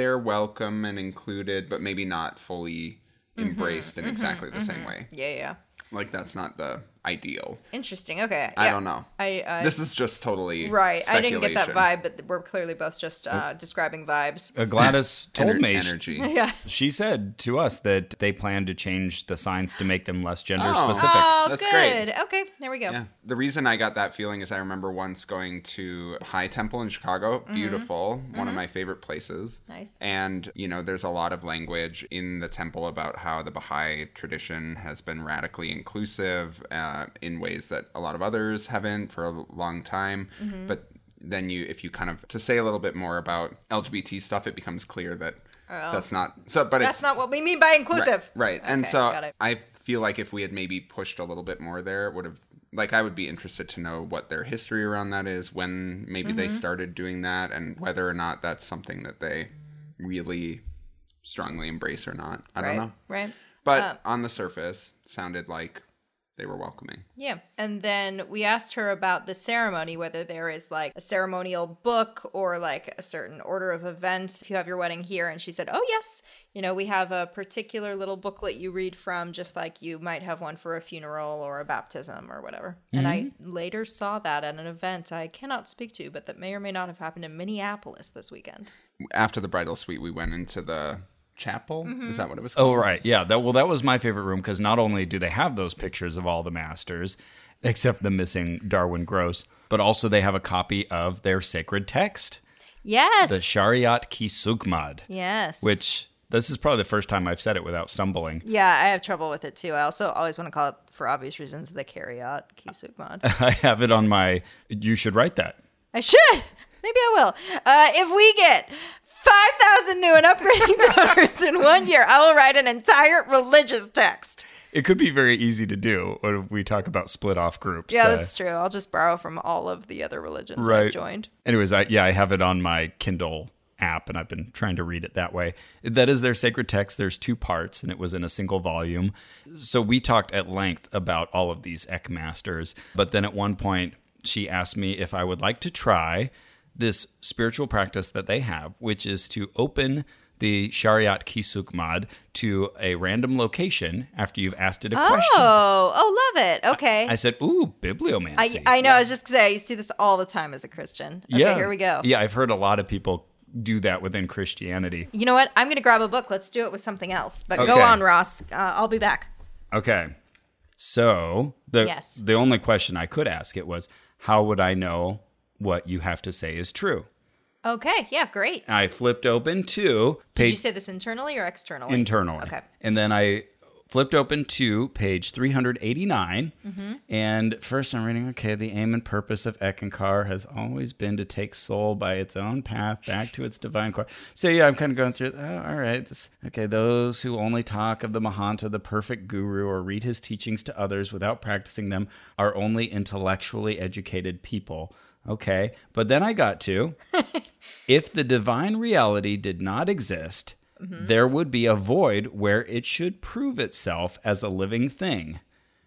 they're welcome and included, but maybe not fully
Mm-hmm,
embraced in exactly the same way.
yeah, yeah.
Like that's not the ideal.
Interesting. Okay.
I
yeah.
don't know.
I, I
this is just totally
right. I didn't get that
speculation.
vibe, but we're clearly both just uh, describing vibes. (laughs)
Uh,
(laughs)
Gladys told
Ener-
me.
energy.
Yeah.
She said to us that they plan to change the signs to make them less gender
Oh.
specific.
Oh,
That's
good.
great.
Okay. There we go.
Yeah. The reason I got that feeling is I remember once going to High Temple in Chicago. Beautiful. One of my favorite places.
Mm-hmm. Nice.
And, you know, there's a lot of language in the temple about how the Baha'i tradition has been radically inclusive uh, in ways that a lot of others haven't for a long time.
Mm-hmm.
But then you if you kind of to say a little bit more about lgbt stuff it becomes clear that that's not so but
That's
it's
not what we mean by inclusive.
Right. and
Okay,
so
got it.
I feel like if we had maybe pushed a little bit more there, it would have like I would be interested to know what their history around that is, when maybe
Mm-hmm.
they started doing that and whether or not that's something that they really strongly embrace or not. I
right. Uh,
don't know.
Right.
But on the surface, sounded like they were welcoming.
Yeah. And then we asked her about the ceremony, whether there is like a ceremonial book or like a certain order of events if you have your wedding here. And she said, Oh, yes. You know, we have a particular little booklet you read from, just like you might have one for a funeral or a baptism or whatever. And I later saw that at an event I cannot speak to, but that may or may not have happened in Minneapolis this weekend.
After the bridal suite, we went into the chapel.
Mm-hmm.
Is that what it was called?
Oh right, yeah. That well, that was my favorite room because not only do they have those pictures of all the masters, except the missing Darwin Gross, but also they have a copy of their sacred text,
Yes.
the Shariat Ki Sukmad,
yes.
which this is probably the first time I've said it without stumbling. (laughs)
Yeah, I have trouble with it too. I also always want to call it, for obvious reasons, the Carryot Kisuk mod.
I have it on my. You should write that.
I should. Maybe I will. Uh, if we get 5,000 new and upgrading
(laughs)
donors in one year, I will write an entire religious text.
It could be very easy to do when we talk about split off groups.
Yeah,
uh,
that's true. I'll just borrow from all of the other religions
Right.
I've joined.
Anyways, I yeah, I have it on my Kindle app and I've been trying to read it that way. That is their sacred text. There's two parts and it was in a single volume. So we talked at length about all of these Ek masters, but then at one point she asked me if I would like to try this spiritual practice that they have, which is to open the Shariat Kisukmad to a random location after you've asked it a question.
Oh, oh, love it. Okay.
I
I,
said, "Ooh, bibliomancy."
I, know. I was just going to say, I used to do this all the time as a Christian. Okay, here we go.
Yeah, I've heard a lot of people do that within Christianity.
You know what? I'm going to grab a book. Let's do it with something else. But go
Okay.
on, Ross. Uh, I'll be back.
Okay. So the
Yes.
the only question I could ask it was, how would I know what you have to say is true?
Okay. Yeah, great.
I flipped open to
Did
page
you say this internally or externally?
internally.
Okay.
And then I flipped open to page 389. And first I'm reading, okay, the aim and purpose of Ekankar has always been to take soul by its own path back to its divine core. So yeah, I'm kind of going through, oh, all right. This, okay, those who only talk of the Mahanta, the perfect guru, or read his teachings to others without practicing them are only intellectually educated people. Okay. But then I got to if the divine reality did not exist,
Mm-hmm.
there would be a void where it should prove itself as a living thing.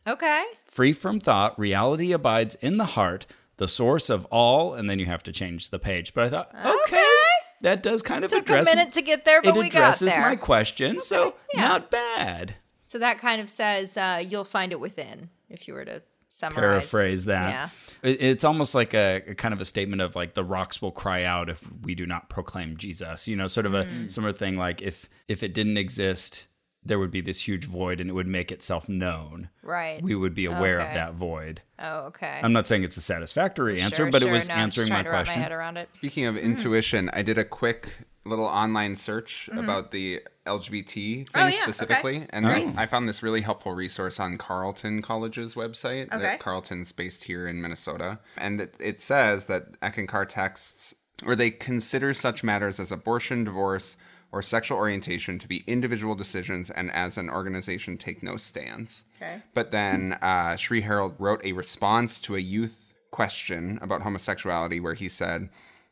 Okay.
Free from thought, reality abides in the heart, the source of all, and then you have to change the page. But I thought, okay,
Okay.
that does kind of
Took
address
a minute to get there, but
it
we got
addresses
there.
my question, so
yeah.
not bad.
So that kind of says uh, you'll find it within, if you were to summarize.
Paraphrase that.
Yeah.
It- it's almost like a, a kind of a statement of like the rocks will cry out if we do not proclaim Jesus. You know, sort of
Mm.
a similar thing. Like if if it didn't exist, there would be this huge void, and it would make itself known.
Right.
We would be aware of
Okay.
that void.
oh, okay.
I'm not saying it's a satisfactory answer,
Sure,
but it
sure.
was
No, I'm just
answering my
trying to wrap
question.
my head around it.
Speaking of intuition, I did a quick little online search about the LGBT thing
Hmm. Oh, yeah,
specifically,
okay.
and I, I found this really helpful resource on Carleton College's website.
Okay.
That Carleton's based here in Minnesota, and it, it says that Eckankar texts, or they consider such matters as abortion, divorce, or sexual orientation to be individual decisions, and as an organization, take no stands.
Okay.
But then uh, Sri Harold wrote a response to a youth question about homosexuality where he said,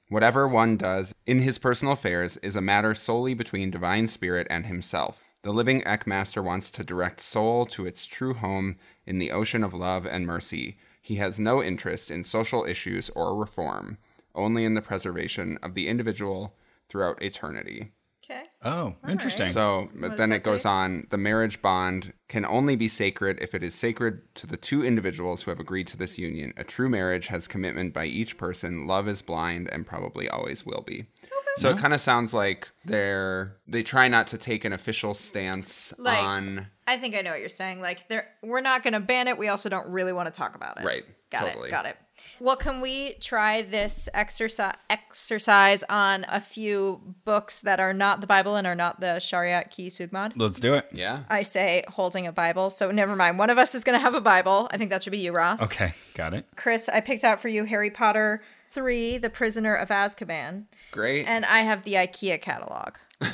Whatever one does in his personal affairs is a matter solely between divine spirit and himself. The living Ekmaster wants to direct soul to its true home in the ocean of love and mercy. He has no interest in social issues or reform, only in the preservation of the individual throughout eternity.
Okay.
Oh, interesting.
So, but then
does that
it goes
say?
on the marriage bond can only be sacred if it is sacred to the two individuals who have agreed to this union. A true marriage has commitment by each person. Love is blind and probably always will be. So it kind of sounds like they're they try not to take an official stance
Like-
on
I think I know what you're saying. Like, there, we're not going to ban it. We also don't really want to talk about it.
Right.
Got
Totally.
it. Got it. Well, can we try this exercise exercise on a few books that are not the Bible and are not the Shariat Ki Sugmad?
Let's do it.
yeah.
I say holding a Bible. So never mind. One of us is going to have a Bible. I think that should be you, Ross.
Okay, got it.
Chris, I picked out for you Harry Potter 3, The Prisoner of Azkaban,
Great.
and I have the IKEA catalog.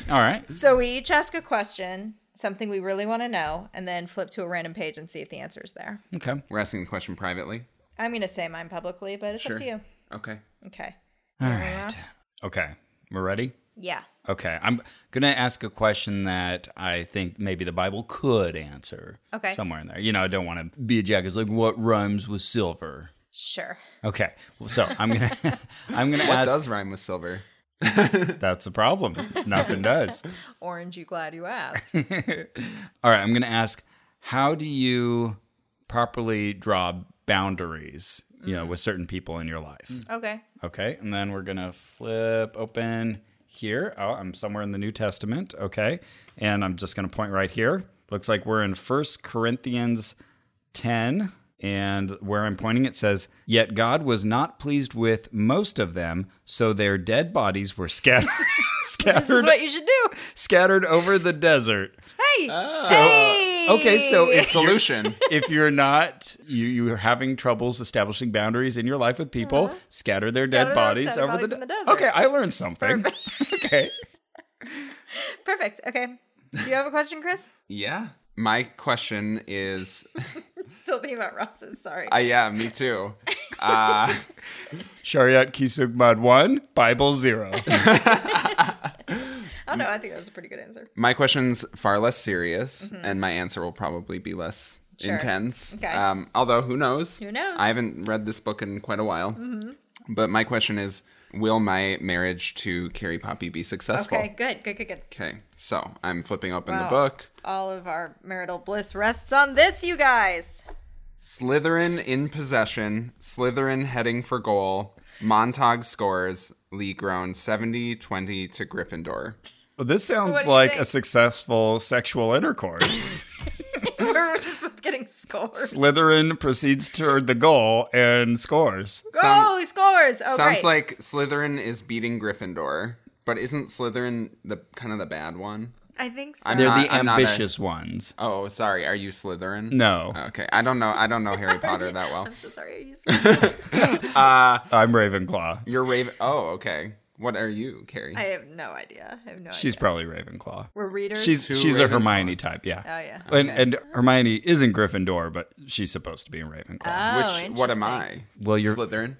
All right.
So we each ask a question, something we really want to know, and then flip to a random page and see if the answer is there.
Okay.
We're asking the question privately.
I'm going to say mine publicly, but it's up to you.
Okay.
Okay.
All
Anyone
right.
else?
Okay. We're ready?
Yeah.
Okay. I'm going to ask a question that I think maybe the Bible could answer.
Okay.
Somewhere in there. You know, I don't want to be a jackass like what rhymes with silver.
Sure.
Okay. So, I'm going to (laughs) I'm going to
What
ask
does rhyme with silver?
That's the problem. Nothing does.
Orange, you glad you
(laughs)
asked.
All right, I'm going to ask how do you properly draw boundaries, you know, with certain people in your life?
okay.
Okay, and then we're gonna flip open here. Oh, I'm somewhere in the New Testament. Okay, and I'm just gonna point right here. Looks like we're in First Corinthians 10, and where I'm pointing, it says, "Yet God was not pleased with most of them, so their dead bodies
(laughs)
were (laughs) scattered,
This is
scattered,
what you should do.
scattered over the desert."
Hey. hey!
Oh. Okay, so if
(laughs) Solution.
if you're not you you are having troubles establishing boundaries in your life with people, scatter their
Uh-huh. Scatter
dead
their
bodies
dead
over
bodies
the,
in
de-
the desert.
Okay, I learned something. (laughs) okay.
(laughs) Perfect. Okay. Do you have a question, Chris?
yeah. My question is
Still thinking about Ross's. Sorry.
I yeah, me too.
Shariat Kisugmad 1,
(laughs)
Bible 0.
oh no, I think that was a pretty good answer.
My question's far less serious, and my answer will probably be less
Mm-hmm. Sure.
intense.
Okay.
Um, although, who knows?
Who knows?
I haven't read this book in quite a while. Mm-hmm. But my question is Will my marriage to Carrie Poppy be successful?
Okay, good, good, good, good.
Okay, so I'm flipping open
Wow.
the book.
All of our marital bliss rests on this, you guys. (laughs)
Slytherin in possession, Slytherin heading for goal, Montag scores, Lee grown 70 20 to Gryffindor.
Well, this sounds
what do you
like a
think?
successful sexual
(laughs)
intercourse.
We're just both getting scores.
Slytherin proceeds toward the goal and scores.
Oh, he scores. Oh,
Sounds
great.
like Slytherin is beating Gryffindor, but isn't Slytherin the kind of the bad one?
I think so.
I'm
They're
not-
the
I'm not a-
ambitious ones.
Oh, sorry. Are you Slytherin?
No,
Okay, I don't know. I don't know
(laughs)
Harry Potter that well.
I'm so sorry. I used
I'm Ravenclaw.
You're Raven. Oh, okay. What are you, Carrie?
I have no idea. I have no
She's
idea.
probably Ravenclaw.
We're readers.
She's
Two
she's a
Ravenclaws.
Hermione type, yeah.
oh, yeah.
And, and Hermione is in Gryffindor, but she's supposed to be in Ravenclaw.
Oh,
Which? what am
interesting.
I?
well, you're
Slytherin.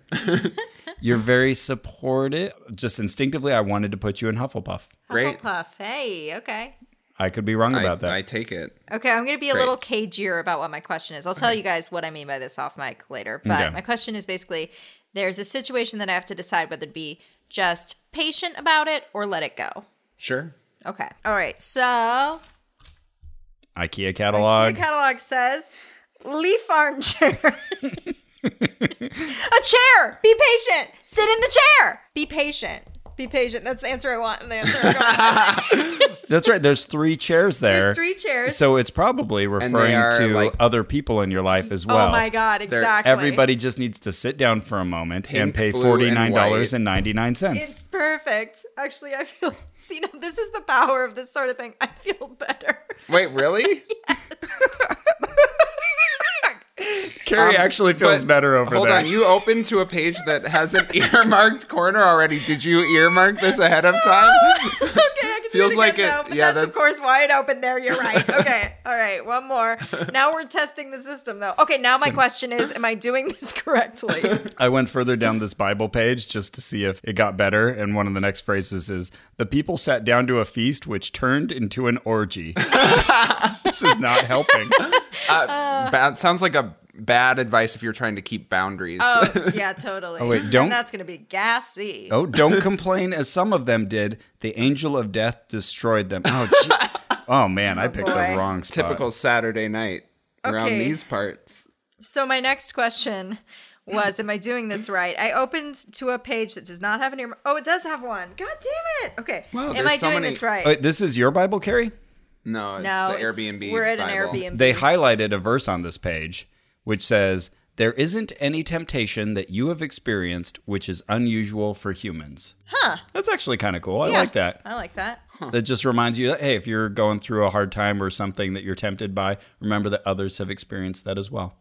you're very supportive. Just instinctively, I wanted to put you in Hufflepuff.
Great.
Hufflepuff. Hey, okay.
I could be wrong
I,
(laughs) about that.
I take it.
Okay, I'm going to be a
Great.
little cagier about what my question is. I'll tell you guys what I mean by this off mic later. But
Okay.
my question is basically there's a situation that I have to decide whether to be just patient about it or let it go.
Sure.
Okay. All right. So
IKEA catalog.
the catalog says leaf armchair. a chair. Be patient. Sit in the chair. Be patient. Be patient. That's the answer I want and the answer I don't want.
That's right. There's three chairs there.
There's three chairs.
So it's probably referring
are,
to
like-
other people in your life as well.
oh my God. Exactly.
Everybody just needs to sit down for a moment and
Pink,
pay
blue,
forty
and
nine dollars
white.
and ninety nine cents.
It's perfect. Actually, I feel. (laughs) See, now this is the power of this sort of thing. I feel better. (laughs)
Wait, really?
(laughs) Carrie
Um,
actually feels
but
better over
Hold
there.
on, you opened to a page that has an (laughs) earmarked corner already. Did you earmark this ahead of time?
(laughs)
Uh,
okay, I can
Feels
do it
like
again,
it-
though, but
yeah,
that's, of
that's-
course wide open there. You're
(laughs)
right. Okay, all right, one more. Now we're testing the system, though. Okay, now my question is: Am I doing this
(laughs)
correctly?
I went further down this Bible page just to see if it got better. And one of the next phrases is The people sat down to a feast which turned into an orgy. (laughs) this is not helping.
Uh, ba- sounds like a bad advice if you're trying to keep boundaries.
oh, yeah, totally. Oh
wait, don't-
And that's gonna be gassy.
Oh, don't complain, as some of them did. The angel of death destroyed them. Oh,
(laughs)
gee. oh man, I picked
boy.
the wrong spot.
(laughs) Typical Saturday night around
Okay.
these parts.
So my next question was: Am I doing this right? I opened to a page that does not have an earmark. Oh, it does have one. God damn it. Okay.
Wow,
Am
there's
I
so
doing
many-
this right?
Wait, Uh, this is your Bible, Carrie?
No, it's
no,
the
it's-
Airbnb.
We're at an
Bible.
Airbnb.
They highlighted a verse on this page which says, There isn't any temptation that you have experienced which is unusual for humans. Huh. That's actually kind of cool. I
Yeah,
like that.
I like that.
that just reminds you that hey if you're going through a hard time or something that you're tempted by remember that others have experienced that as well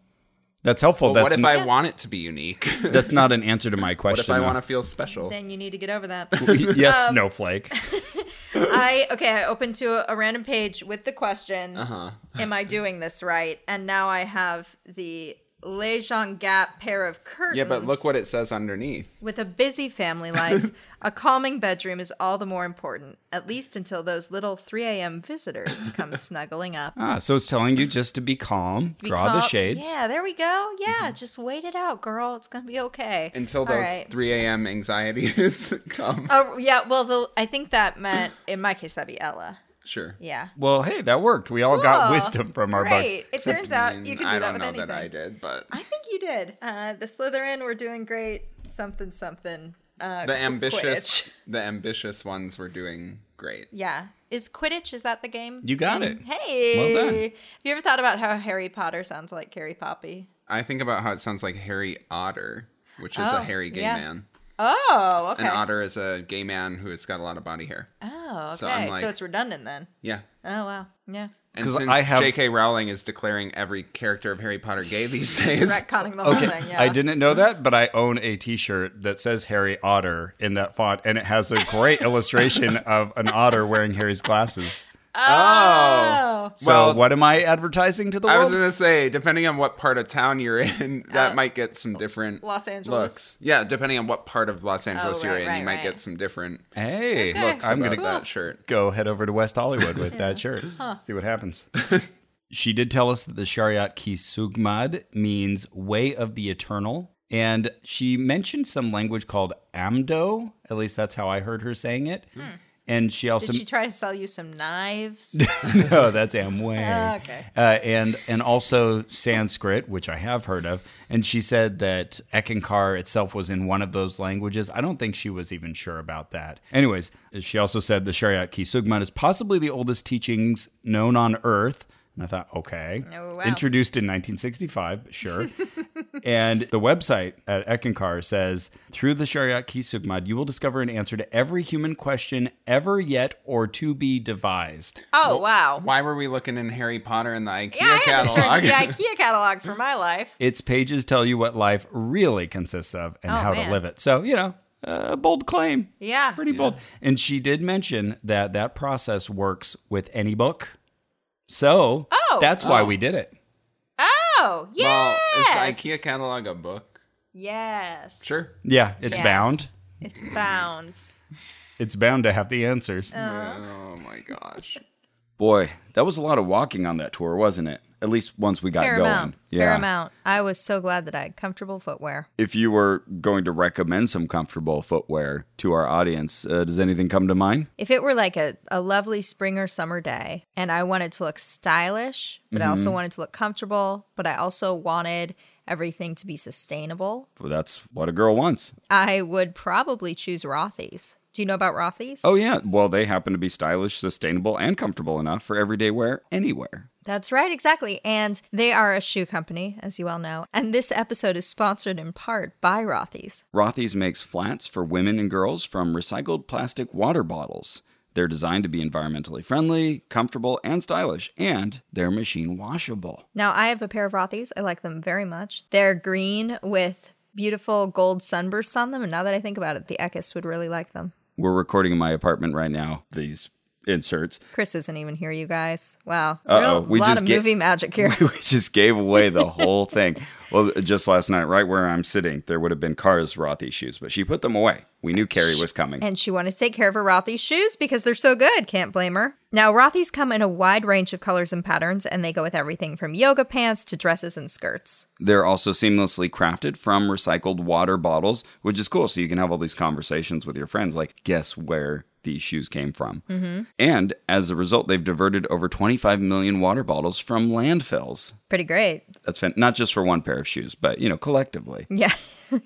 that's helpful
But
that's,
what if
n-
I want it to be unique? (laughs) what
that's not an answer to my question
if I want to feel special?
Then you need to get over that.
(laughs)
to (laughs) yes
Um,
snowflake
I okay, I opened to a, a random page with the question,
Uh-huh.
"Am I doing this right?" And now I have the Lejean Gap pair of curtains.
Yeah, but look what it says underneath.
With a busy family life, a calming bedroom is all the more important, at least until those little 3 a.m. visitors
(laughs)
come snuggling up.
ah, so it's telling you just to be calm
Be
draw the
calm-
shades
Yeah, there we go. Yeah, just wait it out, girl. It's gonna be okay.
Mm-hmm. Until
All
those
right.
3 a.m. anxieties (laughs) come.
Oh yeah, well, the, I think that meant in my case that'd be Ella.
Sure.
Yeah.
well hey that worked we all got
Cool.
wisdom from our
Right.
books
Oh, It turns out you can do
I
that
don't
with
know
anything.
that I did, but
I think you did. Uh, the Slytherin were doing great. Something something. (laughs) Uh,
(laughs) the ambitious
Quidditch.
the ambitious ones were doing great.
Yeah. Is Quidditch? Is that the game?
You got
And-
it.
Hey.
Well done.
Have you ever thought about how Harry Potter sounds like Carrie Poppy?
I think about how it sounds like Harry Otter, which is
Oh,
a hairy gay
yeah.
man.
Oh, okay.
An otter is a gay man who has got a lot of body hair.
Oh, okay.
So
So,
I'm like-
it's redundant then.
Yeah.
Oh wow. Yeah.
And
'Cause
since
I have-
J.K. Rowling is declaring every character of Harry Potter gay these days,
Retconning the whole
Okay,
thing. Yeah. Mm-hmm.
I didn't know that, but I own a T-shirt that says Harry Otter in that font, and it has a
(laughs)
great illustration of an otter wearing Harry's glasses.
Oh.
So,
Well-
what am I advertising to the
I
world?
was going to say, depending on what part of town you're in, (laughs) that might get some different
uh, Los Angeles. Oh,
looks. Yeah, depending on what part of Los Angeles you're
right,
in, you
right,
might
right.
get some different
Hey,
Looks
I'm
I'm
going
going
to
that shirt.
go head over to West Hollywood with that shirt. See what happens. she did tell us that the Shariat Ki Sugmad means way of the eternal. And she mentioned some language called Amdo. At least that's how I heard her saying it. And she also
Did she try to sell you some
(laughs)
knives?
no, that's Amway.
Ah, okay.
Uh, and and also Sanskrit, which I have heard of. And she said that Ekankar itself was in one of those languages. I don't think she was even sure about that. Anyways, she also said the Shariat Ki Sugman is possibly the oldest teachings known on earth. And I thought, okay.
Oh, wow.
Introduced in 1965, but sure. (laughs) and the website at Ekankar says, through the Shariat Ki Sugmad, you will discover an answer to every human question ever yet or to be devised.
oh wow.
Why were we looking in Harry Potter and the IKEA
yeah, I had to turn
catalog?
to the
(laughs)
IKEA catalog for my life.
Its pages tell you what life really consists of and
Oh,
how
man.
to live it. So, you know, a bold claim.
Yeah.
Pretty bold. And she did mention that that process works with any book. So,
Oh.
that's why we did it.
Oh,
Well,
yes.
is the IKEA catalog a book?
Yes.
Sure.
Yeah, it's
Yes.
bound.
It's bound.
It's bound to have the answers.
Uh. Uh-huh.
Oh my gosh.
Boy, that was a lot of walking on that tour, wasn't it? At least once we got
Fair
going.
amount. Fair amount. I was so glad that I had comfortable footwear.
If you were going to recommend some comfortable footwear to our audience, uh, does anything come to mind?
If it were like a, a lovely spring or summer day and I wanted to look stylish, but I
Mm-hmm.
also wanted to look comfortable, but I also wanted everything to be sustainable,
Well, that's what a girl wants.
I would probably choose Rothy's. Do you know about Rothy's?
Oh, yeah. Well, they happen to be stylish, sustainable, and comfortable enough for everyday wear anywhere.
That's right, exactly. And they are a shoe company, as you all know. And this episode is sponsored in part by Rothy's.
Rothy's makes flats for women and girls from recycled plastic water bottles. They're designed to be environmentally friendly, comfortable, and stylish, and they're machine washable.
Now, I have a pair of Rothy's. I like them very much. They're green with beautiful gold sunbursts on them. And now that I think about it, the Ekis would really like them.
We're recording in my apartment right now, these inserts. (laughs)
Chris isn't even here, you guys. Wow.
Uh-oh,
Real
we
lot
just
of
get-
movie magic here.
we just gave away the whole thing. Well, just last night, right where I'm sitting, there would have been Cara's Rothy shoes, but she put them away. We knew Carrie was coming.
(laughs) and she wanted to take care of her Rothy's shoes because they're so good. Can't blame her. Now, Rothy's come in a wide range of colors and patterns, and they go with everything from yoga pants to dresses and skirts.
They're also seamlessly crafted from recycled water bottles, which is cool. So you can have all these conversations with your friends, like, guess where these shoes came from? Mm-hmm. And as a result, they've diverted over 25 million water bottles from landfills.
Pretty great. (laughs)
That's fan- not just for one pair of shoes, but, you know, collectively.
Yeah. (laughs)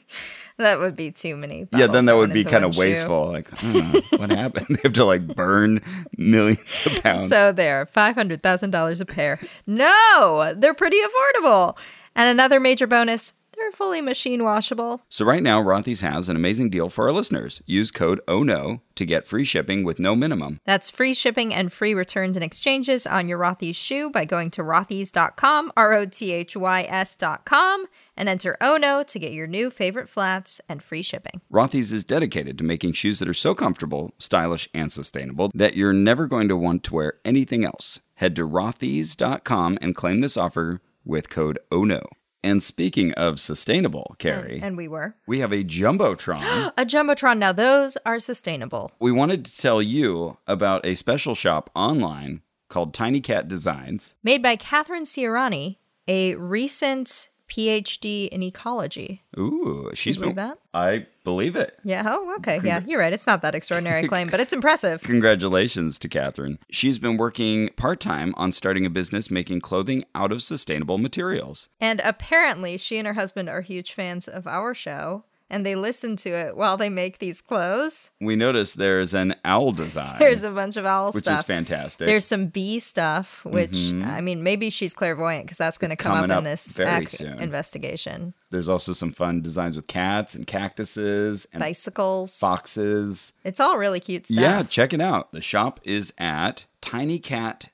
that would be too many.
Yeah,
bottles
then that
going
would be
into
kind
one
of
shoe.
wasteful. Like, I don't know, what happened? (laughs) They have to like burn millions
(laughs)
of pounds.
So there, $500,000 a pair. No, they're pretty affordable. And another major bonus, they're fully machine washable.
So right now, Rothy's has an amazing deal for our listeners. Use code ONO to get free shipping with no minimum.
That's free shipping and free returns and exchanges on your Rothy's shoe by going to rothys.com, R O T H Y S.com, and enter ONO to get your new favorite flats and free shipping.
Rothy's is dedicated to making shoes that are so comfortable, stylish, and sustainable that you're never going to want to wear anything else. Head to rothys.com and claim this offer with code ONO. And speaking of sustainable, Carrie,
And we were.
we have
(gasps)
a Jumbotron.
A Jumbotron, now those are sustainable.
we wanted to tell you about a special shop online called Tiny Cat Designs.
Made by Catherine Ciarani, a recent PhD in ecology.
Ooh, she's
believe that?
I believe it.
Yeah. Oh, okay. Yeah, you're right. It's not that
(laughs)
extraordinary claim, but it's impressive.
Congratulations to Catherine. She's been working part time on starting a business making clothing out of sustainable materials.
And apparently, she and her husband are huge fans of our show, and they listen to it while they make these clothes.
We notice there's an owl design,
(laughs) There's a bunch of owl
which
stuff.
is fantastic. Mm-hmm.
There's some bee stuff, which I mean, maybe she's clairvoyant because that's going to come up,
coming
in
up
this
very
ac-
soon.
investigation.
There's also some fun designs with cats and cactuses and
Bicycles.
foxes.
It's all really cute stuff.
Yeah, check it out. The shop is at tinycat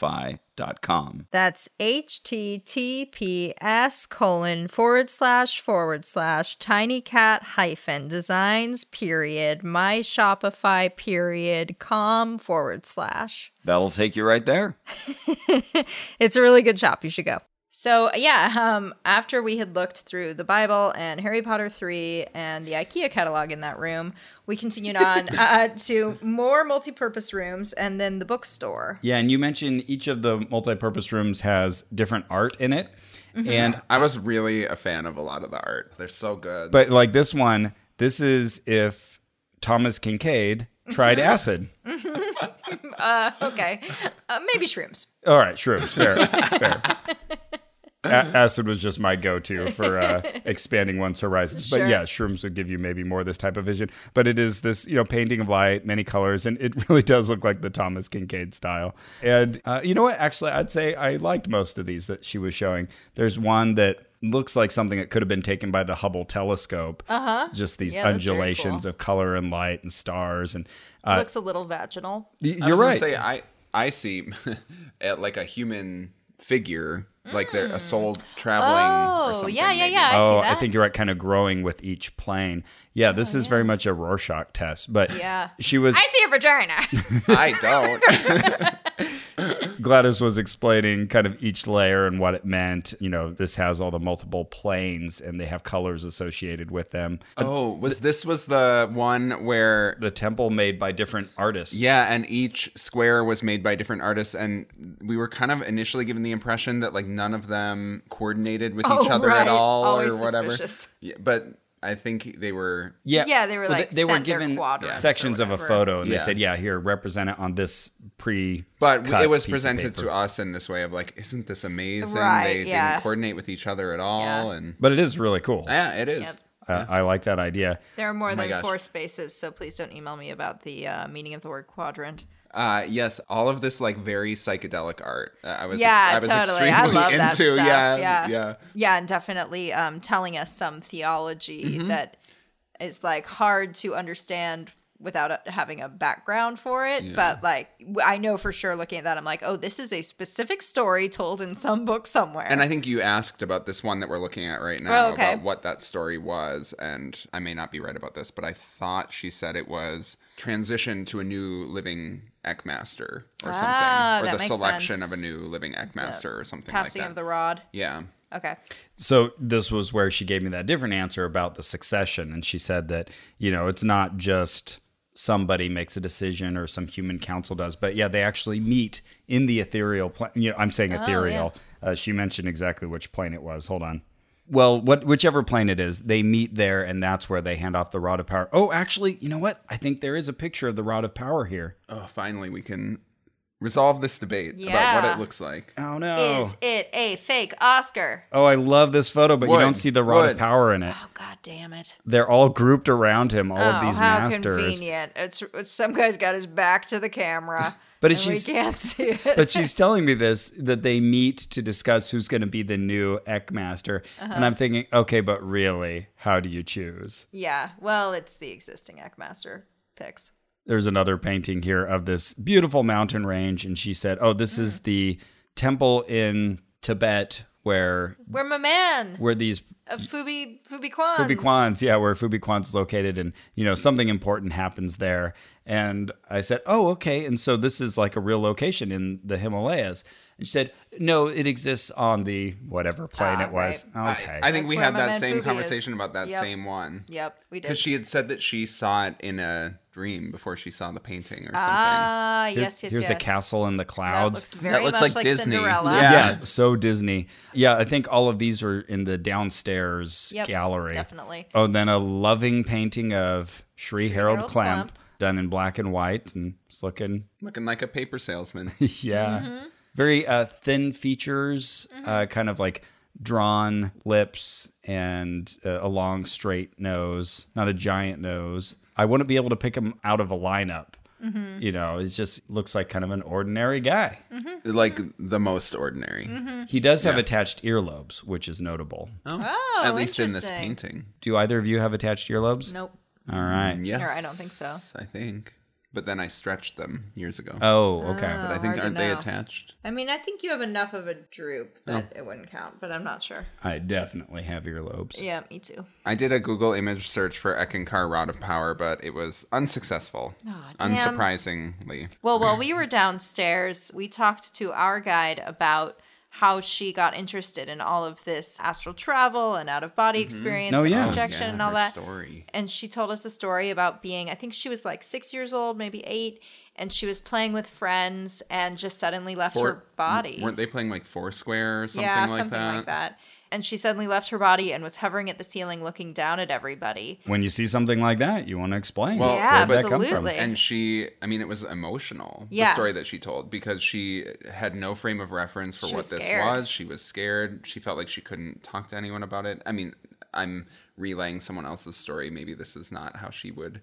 designs.myshopify.com.
That's https colon forward slash forward slash tiny cat hyphen designs period my shopify period com forward slash.
That'll take you right there.
It's a really good shop. You should go. So yeah, um, after we had looked through the Bible and Harry Potter three and the IKEA catalog in that room, we continued on uh, to more multi-purpose rooms and then the bookstore.
Yeah, and you mentioned each of the multi-purpose rooms has different art in it,
Mm-hmm.
and
I was really a fan of a lot of the art. They're so good.
but like this one, this is if Thomas Kincaid tried
Mm-hmm.
acid.
Okay, uh, maybe shrooms.
All right, sure, fair, fair. A- acid was just my go-to for uh, expanding one's horizons, but yeah, shrooms would give you maybe more of this type of vision. But it is this, you know, painting of light, many colors, and it (laughs) really does look like the Thomas Kincaid style. And uh, you know what? Actually, I'd say I liked most of these that she was showing. There's one that looks like something that could have been taken by the Hubble telescope. Uh huh. Just these
Uh-huh. Yeah, that's very
undulations
cool.
of color and light and stars, and uh,
Looks a little vaginal.
y-
I
you're
was gonna
right.
Say I I see (laughs) at like a human figure, like they a soul traveling. or
Mm. Oh,
something,
yeah, yeah,
maybe.
yeah. I see
oh, I
that. Oh,
think you're right. Kind of growing with each plane. Yeah, this is very much a Rorschach test. But
Yeah.
(laughs)
she was
I see a vagina.
I don't.
Gladys was explaining kind of each layer and what it meant. You know, this has all the multiple planes and they have colors associated with them.
Oh, was this was the one where
The temple made by different artists.
yeah, and each square was made by different artists, and we were kind of initially given the impression that like none of them coordinated with each
Oh,
other
right.
at all
Always
or whatever.
suspicious.
Yeah, but I think they were
Yeah.
Yeah, they were,
Well,
like,
they, were
sent their
given
quadrants or
sections of a
whatever.
photo and
Yeah.
they said, yeah, here, represent it on this pre.
But
cut
it was
piece of
presented
paper.
to us in this way of like, isn't this amazing?
Right,
they
yeah.
didn't coordinate with each other at all,
Yeah.
and
But it is really cool.
yeah, it is.
Yep.
Uh, I like that idea.
(laughs) There are more
Oh my
than
gosh.
four spaces, so please don't email me about the uh, meaning of the word quadrant.
Uh, yes, all of this like very psychedelic art. Uh, I was,
Yeah,
ex- I was
totally.
extremely
I love
(laughs) into.
that stuff.
Yeah,
Yeah.
yeah,
Yeah, and definitely um, telling us some theology
Mm-hmm.
that is like hard to understand without a- having a background for it. But like, w- I know for sure looking at that, I'm like, oh, this is a specific story told in some book somewhere.
And I think you asked about this one that we're looking at right now
Oh, okay.
about what that story was, and I may not be right about this, but I thought she said it was transition to a new living Eckmaster or something,
Ah,
or
that
the
makes
selection
sense.
of a new living Eckmaster or something
Passing
like that.
of the rod.
yeah.
Okay.
So this was where she gave me that different answer about the succession, and she said that you know it's not just somebody makes a decision or some human council does, but yeah, they actually meet in the ethereal plane. You know, I'm saying
Oh,
ethereal. Uh, she mentioned exactly which plane it was. Hold on. Well, what whichever plane it is, they meet there, and that's where they hand off the rod of power. Oh, actually, you know what? I think there is a picture of the rod of power here.
Oh, finally, we can resolve this debate about
Yeah.
what it looks like.
Oh no!
Is it a fake Oscar?
oh, I love this photo, but you
Wood,
don't see the rod
wood.
of power in it.
Oh, God damn it.
They're all grouped around him, all of
oh,
these
how
masters.
convenient. It's, it's some guy's got his back to the camera.
(laughs) But is
and we
she's-
can't
(laughs)
see it.
but she's telling me this that they meet to discuss who's going to be the new Eckmaster. And I'm thinking, okay, but really, how do you choose?
yeah. Well, it's the existing Eckmaster picks.
There's another painting here of this beautiful mountain range. And she said, oh, this is the temple in Tibet where
Where my man,
where these
uh, Fubi Fubi Kwan.
Fubi Kwan's, yeah, where Fubi Kwan's located, and you know something important happens there. And I said, "Oh, okay." And so this is like a real location in the Himalayas. And she said, "No, it exists on the whatever plane
Ah,
it was."
I-
Okay,
I, think
That's
we
where
had
my
that
man Fubi
same
is.
conversation about that
Yep.
same one.
Yep, we did.
Because she had said that she saw it in a dream before she saw the painting or something.
Ah, yes, yes,
here's
yes.
a castle in the
That
clouds.
looks very
looks
much
like Disney.
Cinderella.
yeah.
Yeah.
so Disney. Yeah, I think all of these are in the downstairs
Yep,
gallery.
definitely.
Oh, and then a loving painting of Sri Harold,
Harold
Clamp,
Clamp.
done in black and white, and it's looking (laughs)
Looking like a paper salesman. (laughs)
Yeah.
Mm-hmm.
Very uh, thin features, uh, kind of like drawn lips and uh, a long straight nose, not a giant nose. I wouldn't be able to pick him out of a lineup.
Mm-hmm.
You know, it just looks like kind of an ordinary guy.
like the most ordinary.
Mm-hmm.
He does have attached earlobes, which is notable.
Oh,
At least in this
interesting.
painting.
Do either of you have attached earlobes?
Nope.
All right.
Yes.
I don't think so.
I think. But then I stretched them years ago.
Oh, okay.
but I think,
hard to
aren't they
know.
attached?
I mean, I think you have enough of a droop that it wouldn't count, but I'm not sure.
I definitely have earlobes.
Yeah, me too.
I did a Google image search for Ekankar Rod of Power, but it was unsuccessful.
damn.
unsurprisingly.
Well, while we were downstairs, we talked to our guide about how she got interested in all of this astral travel and out of body experience
Oh,
and
yeah.
projection
Yeah,
and all
her
that.
story.
and she told us a story about being i think she was like six years old maybe eight and she was playing with friends and just suddenly left
Four-
her body
Weren't they playing like Foursquare or something,
yeah
like,
something
that?
like that and she suddenly left her body and was hovering at the ceiling looking down at everybody
When you see something like that, you want to explain.
Well,
yeah
where'd that come from?
absolutely
And she, I mean, it was emotional,
Yeah.
the story that she told, because she had no frame of reference for
She was
what this
scared.
was. She was scared. She felt like she couldn't talk to anyone about it. I mean, I'm relaying someone else's story. Maybe this is not how she would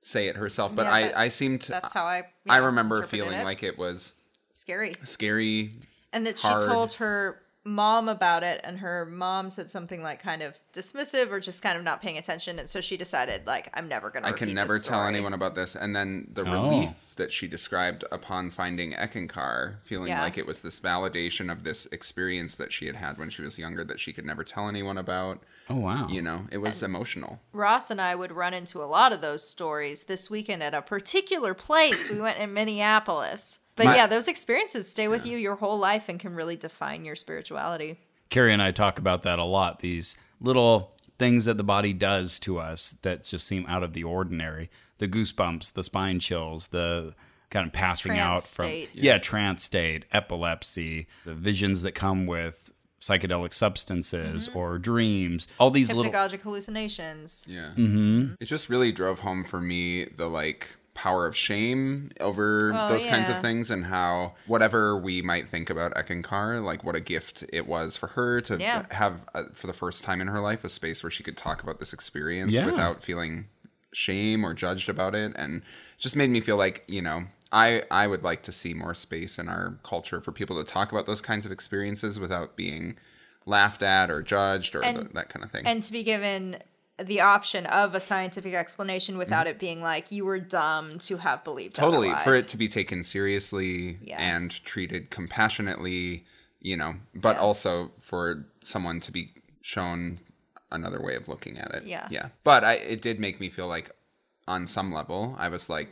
say it herself, but
Yeah, but
I, I seemed to.
that's how i
uh, I remember
interpreted
feeling
it.
like it was
scary
scary.
and that she
hard.
told her mom about it and her mom said something like kind of dismissive or just kind of not paying attention and so she decided like i'm never gonna
I can
repeat
never
this
tell
story.
anyone about this. And then the
Oh.
relief that she described upon finding Ekankar, feeling
Yeah.
like it was this validation of this experience that she had had when she was younger that she could never tell anyone about.
Oh, wow.
You know, it was emotional.
Ross and I would run into a lot of those stories this weekend at a particular place we went in Minneapolis. But yeah, those experiences stay with you your whole life and can really define your spirituality.
Carrie and I talk about that a lot. These little things that the body does to us that just seem out of the ordinary. The goosebumps, the spine chills, the kind of passing
Trance
out from
state.
yeah, trance state, epilepsy, the visions that come with psychedelic substances
Mm-hmm.
or dreams. All these little
Hypnagogic hallucinations.
Yeah. It just really drove home for me the like power of shame over
Oh,
those kinds of
yeah.
things and how whatever we might think about Ekankar, like what a gift it was for her to
Yeah.
have uh for the first time in her life a space where she could talk about this experience
Yeah.
without feeling shame or judged about it and it just made me feel like, you know, I, I would like to see more space in our culture for people to talk about those kinds of experiences without being laughed at or judged or th- that kind of thing.
And to be given the option of a scientific explanation without it being like you were dumb to have believed
Mm-hmm. totally for
otherwise.
it to be taken seriously
Yeah.
and treated compassionately you know but also for someone to be shown another way of looking at it
Yeah.
yeah but i it did make me feel like on some level i was like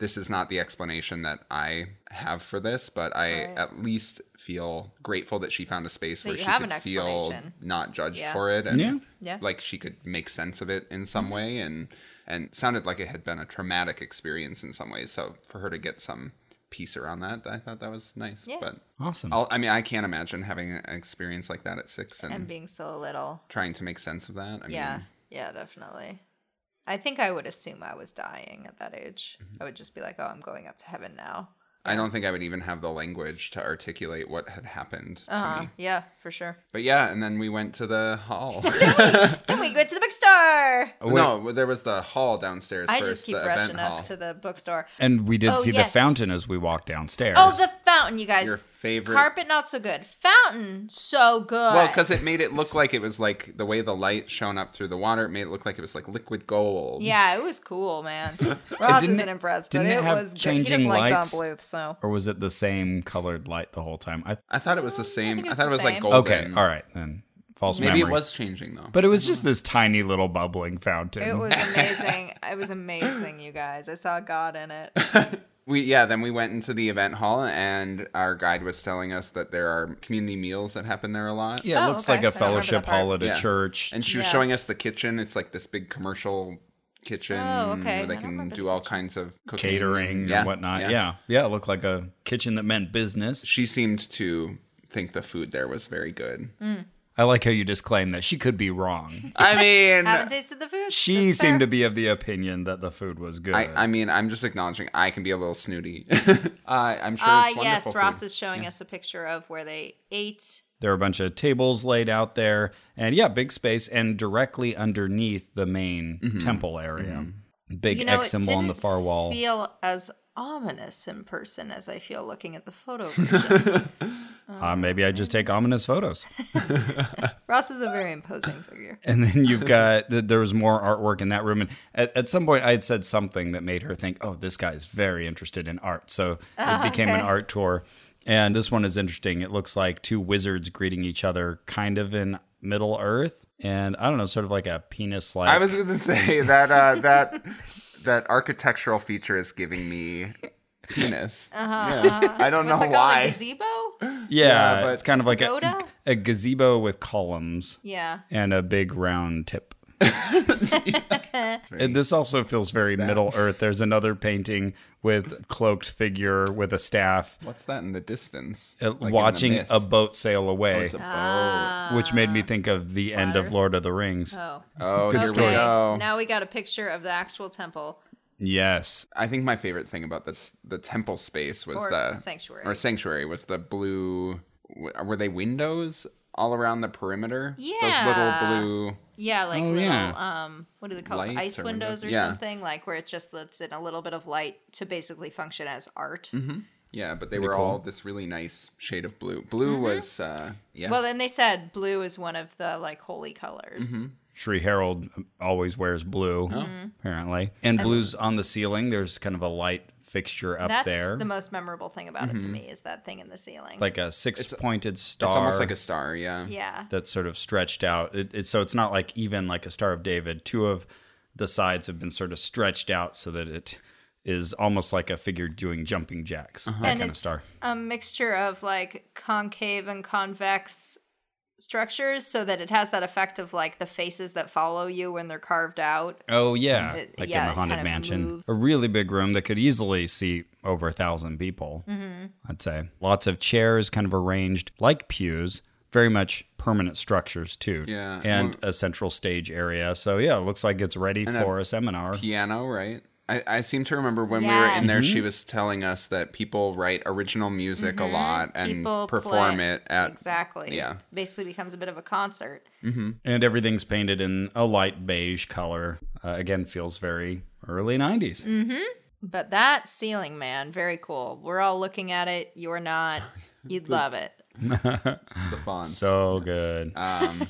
this is not the explanation that i have for this but i at least feel grateful that she found a space
That
where
you
she
have
could
an
feel
explanation.
not judged
Yeah.
for it and
Yeah.
Yeah.
like she could make sense of it in some
Mm-hmm.
way and and sounded like it had been a traumatic experience in some ways so for her to get some peace around that i thought that was nice
Yeah.
but
awesome.
I'll, i mean i can't imagine having an experience like that at six and,
and being so little.
trying to make sense of that i
Yeah.
mean
Yeah, definitely. I think I would assume I was dying at that age.
Mm-hmm.
I would just be like, oh, I'm going up to heaven now.
i don't think i would even have the language to articulate what had happened to
Uh-huh.
me
Yeah, for sure.
(gasps) but yeah and then we went to the
(laughs)
hall (laughs)
Then we go to the bookstore.
no there was the hall downstairs
I
first
just keep
the
rushing
event
us
hall
to the bookstore.
and we did
Oh,
see
yes.
the fountain as we walked downstairs.
Oh, the fountain, you guys.
your favorite
Carpet not so good. Fountain so good.
Well, because it made it look like it was like the way the light shone up through the water, it made it look like it was like liquid gold.
yeah, it was cool,
(laughs)
man. Ross
didn't
isn't
it-
impressed, but
didn't it
it
have
was good. He
changing
just liked Don
lights?
Bluth, so
or was it the same colored light the whole time? I
I thought it was the same.
think it
I,
was
thought
the
it was
same.
like golden.
Okay, all right then. False
Maybe
memory.
it was changing though.
but it was just this tiny little bubbling fountain.
it
(laughs)
was amazing. it was amazing, you guys. I saw God in it.
(laughs) we yeah, then we went into the event hall and our guide was telling us that there are community meals that happen there a lot.
Yeah, it
Oh,
looks
okay.
like
I
a
don't remember
fellowship
that part.
hall at a
Yeah.
church.
And she was
Yeah.
showing us the kitchen. It's like this big commercial kitchen
Oh, okay. I
where they
don't
can
remember
do
the
all kinds of cooking
catering
Yeah,
and whatnot. Yeah.
yeah.
yeah. it looked like a kitchen that meant business.
She seemed to think the food there was very good.
Mm.
I like how you disclaim that she could
(laughs)
be wrong.
I mean,
Haven't tasted the food.
She
That's
seemed
fair.
to be of the opinion that the food was good.
uh,
I, I mean, I'm just acknowledging I can be a little snooty. (laughs) uh, I'm sure
Ah,
it's wonderful.
yes. Ross
food.
is showing us a picture of where they ate.
there were a bunch of tables laid out there, and yeah, big space, and directly underneath the main
Mm-hmm.
temple area, big
You know,
X
it
symbol on the
didn't
far wall.
Feel as ominous in person as I feel looking at the photo.
uh, maybe I just
Oh.
take ominous photos.
Ross is a very imposing figure.
And
(laughs)
then you've got th- there was more artwork in that room, and at, at some point I had said something that made her think, "Oh, this guy is very interested in art."
(laughs)
So it became an
Oh, okay.
art tour, and this one is interesting. It looks like two wizards greeting each other, kind of in Middle Earth, and I don't know, sort of like a penis like.
I was going to say that uh,
(laughs)
that that architectural feature is giving me
(laughs)
penis. Yeah. I don't
Uh-huh. What's
know
it
why.
called? A gazebo?
yeah,
yeah, but-
it's kind of like a,
Pagoda?
a gazebo with columns
Yeah.
and a big
(laughs)
round
(laughs)
tip. And this also feels very Middle Earth. There's another painting with cloaked figure with a staff
What's that in the distance?
uh,
Like in the
watching
mist?
a boat sail
Oh,
away,
it's a boat.
Ah.
which made me think of the end of Lord of the Rings.
Oh.
oh, here
Okay.
we go.
Now we got a picture of the actual temple.
Yes.
I think my favorite thing about the the temple space was
Or
the
sanctuary.
or sanctuary was the blue. w- Were they windows all around the perimeter? those
Yeah.
little blue.
Yeah, like
Oh,
little
yeah.
um what do they call it?
Lights
Ice
or
windows
windows?
or
Yeah.
something, like where it just lets in a little bit of light to basically function as art.
Yeah, but they were all this really nice shade of blue. Blue was uh yeah.
Mm-hmm. Well then they said blue is one of the like holy colors.
Shri Harold always wears
Oh.
blue,
Mm-hmm.
apparently. And blue's on the ceiling. There's kind of a light fixture up
That's
there,
the most memorable thing about it to me is that thing in the ceiling.
like a six pointed star.
it's almost like a star, yeah.
yeah.
that's sort of stretched out. It, it, so it's not like even like a Star of David. Two of the sides have been sort of stretched out so that it is almost like a figure doing jumping jacks,
Uh-huh.
that
and
kind of
it's
star.
a mixture of like concave and convex structures so that it has that effect of like the faces that follow you when they're carved out.
Oh yeah,
It-
like
yeah, it
in the haunted
kind of
mansion,
moved.
a really big room that could easily seat over a thousand people. Mm-hmm. I'd say lots of chairs, kind of arranged like pews, very much permanent structures too.
Yeah.
and a central stage area. So yeah, it looks like it's ready
a
for a, seminar.
piano, right? I, I seem to remember when we were in there, she was telling us that people write original music a lot and
Mm-hmm. People
perform
play-
it at.
exactly.
yeah.
Basically becomes a bit of a concert.
and everything's painted in a light beige color. Uh, again, feels very early '90s.
Mm. But that ceiling, man, very cool. We're all looking at it. You're not. You'd love it.
the fonts.
So good.
um,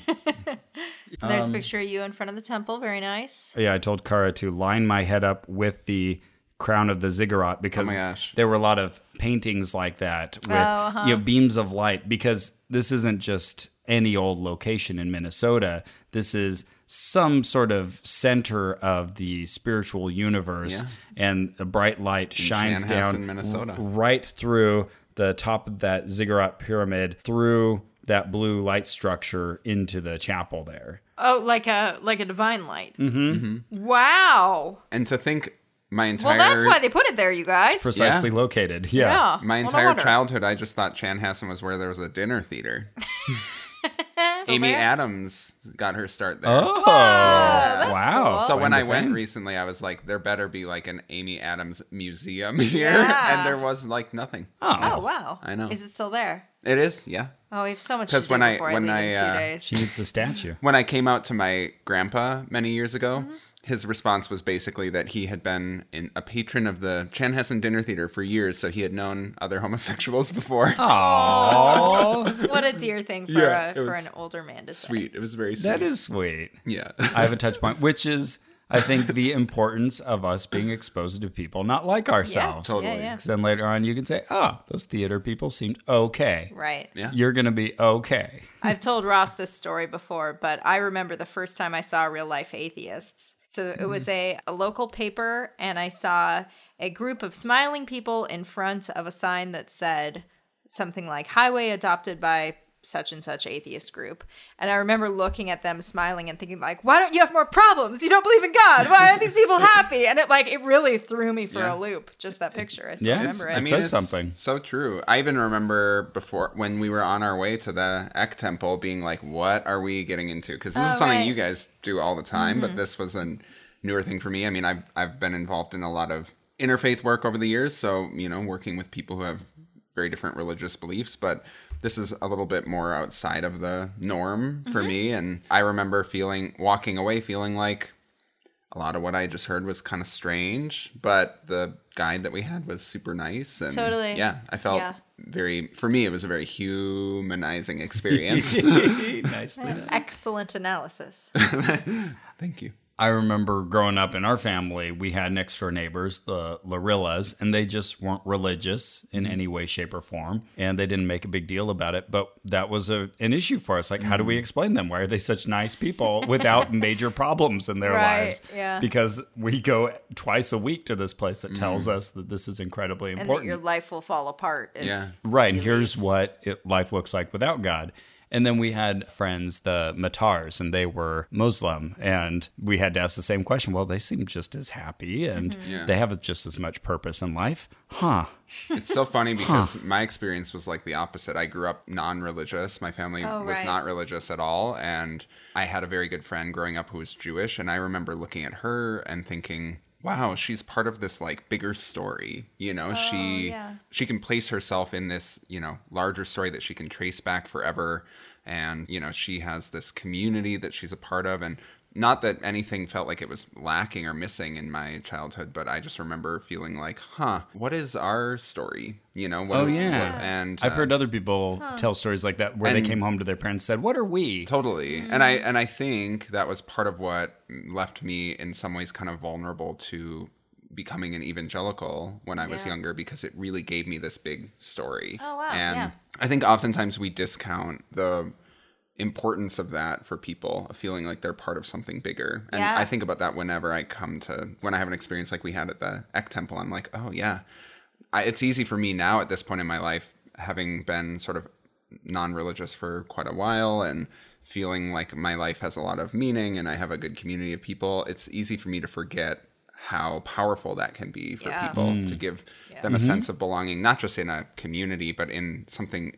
So there's a picture of you in front of the temple. Very nice.
Yeah, I told Kara to line my head up with the crown of the ziggurat because
Oh my gosh.
there were a lot of paintings like that with
uh-huh.
you know beams of light because this isn't just any old location in Minnesota. This is some sort of center of the spiritual universe and the bright light shines
Chanhassen,
down
Minnesota.
right through the top of that ziggurat pyramid through that blue light structure into the chapel there.
Oh, like a like a divine light. Mm-hmm. Wow.
and to think my
Well,
entire
that's why they put it there, you guys.
Precisely located. Yeah.
yeah.
my
Well, no
entire
wonder.
childhood, I just thought Chanhassen was where there was a dinner theater. Amy Adams got her start there.
Oh, wow.
cool.
So
Find
when
a
I went
fan.
recently, I was like, there better be like an Amy Adams museum (laughs) here,
Yeah.
and there was like nothing.
Oh wow!
I know.
Is it still there?
It is, yeah.
Oh, we have so much to
'Cause
do
when I-
before I
when
leave in
I,
two
uh,
she
(laughs)
days.
needs the statue.
When I came out to my grandpa many years ago, his response was basically that he had been in, a patron of the Chanhassen Dinner Theater for years, so he had known other (laughs) homosexuals before.
Oh. Aww.
What a dear thing for
Yeah,
a,
it
for
was
an older man to say.
Sweet, it was very sweet.
that is sweet.
yeah.
(laughs)
(laughs)
I have a touch point, which is, I think, the importance of us being exposed to people not like ourselves.
Yeah,
Totally.
yeah.
'Cause then later on, you can say, oh, those theater people seemed okay.
Right.
Yeah.
You're going to be okay.
I've told Ross this story before, but I remember the first time I saw real life atheists. So it was a, a local paper, and I saw a group of smiling people in front of a sign that said something like highway adopted by such and such atheist group. And I remember looking at them smiling and thinking like, why don't you have more problems? You don't believe in God. Why aren't these people happy? And it like it really threw me for
Yeah.
a loop, just that picture. I still
Yeah.
remember it.
It's- says something.
So true. I even remember before when we were on our way to the Ek Temple, being like, "What are we getting into?" Because this
Oh,
is something
right. Mm-hmm.
you guys do all the time, but this was a newer thing for me. I mean, I've I've been involved in a lot of interfaith work over the years, so you know, working with people who have very different religious beliefs, but this is a little bit more outside of the norm for
Mm-hmm.
me. And I remember feeling walking away feeling like a lot of what I just heard was kind of strange, but the guide that we had was super nice and
Totally.
yeah, I felt
Yeah.
very for me it was a very humanizing experience.
Nicely done.
Excellent analysis.
Thank you.
I remember growing up in our family, we had next door neighbors, the Larillas, and they just weren't religious in
Mm-hmm.
any way, shape, or form. And they didn't make a big deal about it. But that was a, an issue for us. Like, how do we
Mm-hmm.
explain them? Why are they such
(laughs)
nice people without major problems in their
Right,
lives?
yeah.
Because we go twice a week to this place that tells us that this is incredibly
Mm-hmm. and
important.
that your life will fall apart. if-
Yeah.
Right. And here's what it, life looks like without God. And then we had friends, the Matars, and they were Muslim. And we had to ask the same question. Well, they seem just as happy and
Mm-hmm. Yeah.
they have just as much purpose in life. Huh.
It's so funny because my experience was like the opposite. I grew up non religious. My family
Oh,
was
right.
not religious at all. And I had a very good friend growing up who was Jewish. And I remember looking at her and thinking, wow, she's part of this like bigger story. You know, she
yeah.
she can place herself in this, you know, larger story that she can trace back forever. And, you know, she has this community that she's a part of. And not that anything felt like it was lacking or missing in my childhood, but I just remember feeling like, huh, what is our story? You know, what
Oh,
what-
yeah.
and
I've
uh,
heard other people tell stories like that where they
And-
came home to their parents and said, What are we?
Totally. And
Mm.
I and I think that was part of what left me in some ways kind of vulnerable to becoming an evangelical when I was
Yeah.
younger because it really gave me this big story.
Oh, wow.
And
Yeah.
I think oftentimes we discount the importance of that for people, a feeling like they're part of something bigger. And
Yeah.
I think about that whenever I come to when I have an experience like we had at the Eck Temple. I'm like, oh yeah, I, it's easy for me now at this point in my life, having been sort of non-religious for quite a while and feeling like my life has a lot of meaning and I have a good community of people. It's easy for me to forget how powerful that can be for
Yeah.
people to
Mm.
give them
Mm-hmm.
a sense of belonging, not just in a community, but in something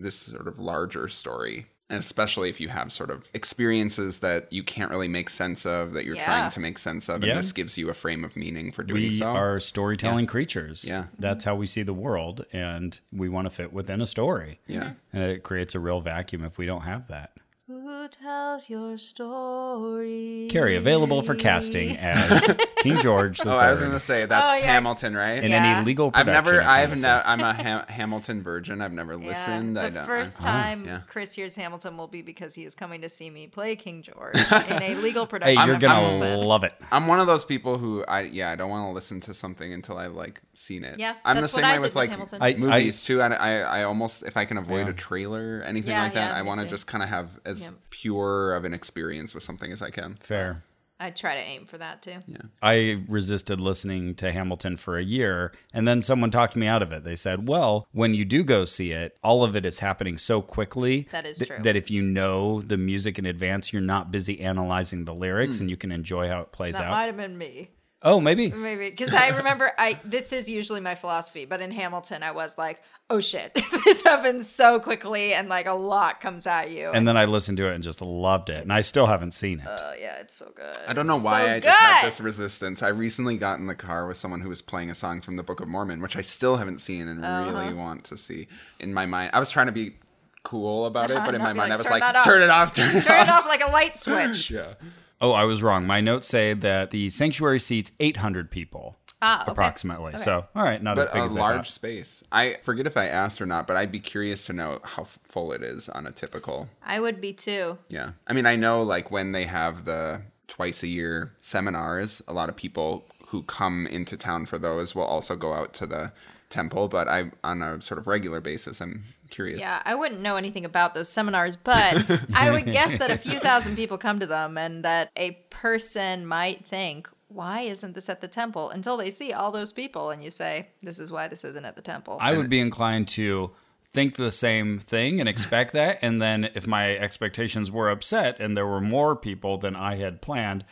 this sort of larger story. And especially if you have sort of experiences that you can't really make sense of, that you're
Yeah.
trying to make sense of,
Yeah.
and this gives you a frame of meaning for doing
we
so.
are storytelling creatures.
Yeah.
That's how we see the world, and we want to fit within a story.
yeah.
And it creates a real vacuum if we don't have that.
Who tells your story?
Carrie, available for casting as King George the
(laughs) Oh, I was going to say that's
Oh, yeah.
Hamilton, right?
in
Yeah.
any legal
I've
production.
never,
of
I've
Hamilton.
never, I'm a ha- Hamilton virgin. I've never listened.
The
I don't.
first
I-
time
yeah.
Chris hears Hamilton will be because he is coming to see me play King George
(laughs)
in a legal
Hey,
production.
you're
of
going to
Hamilton.
love it.
I'm one of those people who I yeah I don't want to listen to something until I've like seen it.
Yeah,
I'm the
that's
same
what I
way
did
with
with
like
Hamilton.
I-
movies too. I, I I almost if I can avoid
Yeah.
a trailer anything
Yeah,
like that,
yeah,
I
me
want to
too.
just kind of have as
Yeah.
pure of an experience with something as I can.
Fair.
I try to aim for that too.
I resisted listening to Hamilton for a year, and then someone talked me out of it. They said, "Well, when you do go see it, all of it is happening so quickly
That is
th-
true.
that if you know the music in advance, you're not busy analyzing the lyrics, and you can enjoy how it plays
Hmm. That
out."
might Mm. have been me.
oh, maybe.
Maybe because I remember I this is usually my philosophy, but in Hamilton I was like, oh shit, (laughs) this happens so quickly and like a lot comes at you.
And then I listened to it and just loved it, and I still haven't seen it.
oh yeah, it's so good.
I don't know
It's
why
so
I just have
good.
this resistance. I recently got in the car with someone who was playing a song from the Book of Mormon, which I still haven't seen and
Uh-huh.
really want to see. In my mind, I was trying to be cool about it, but in my
Uh-huh. be
mind,
like,
I was
"Turn
like,
that off."
"Turn it off, turn it
Turn
(laughs) off."
it off like a light switch.
Yeah.
Oh, I was wrong. My notes say that the sanctuary seats 800 people
Ah, okay.
approximately. So, all right, not as
But
big
a
as I
large
thought.
space. I forget if I asked or not, but I'd be curious to know how f- full it is on a typical.
I would be too.
Yeah. I mean, I know like when they have the twice a year seminars, a lot of people who come into town for those will also go out to the temple, but I on a sort of regular basis, I'm curious.
Yeah, I wouldn't know anything about those seminars, but I
(laughs)
would guess that a few thousand people come to them and that a person might think, why isn't this at the temple? Until they see all those people and you say, this is why this isn't at the temple.
I would be inclined to think the same thing and expect that. And then if my expectations were upset and there were more people than I had planned,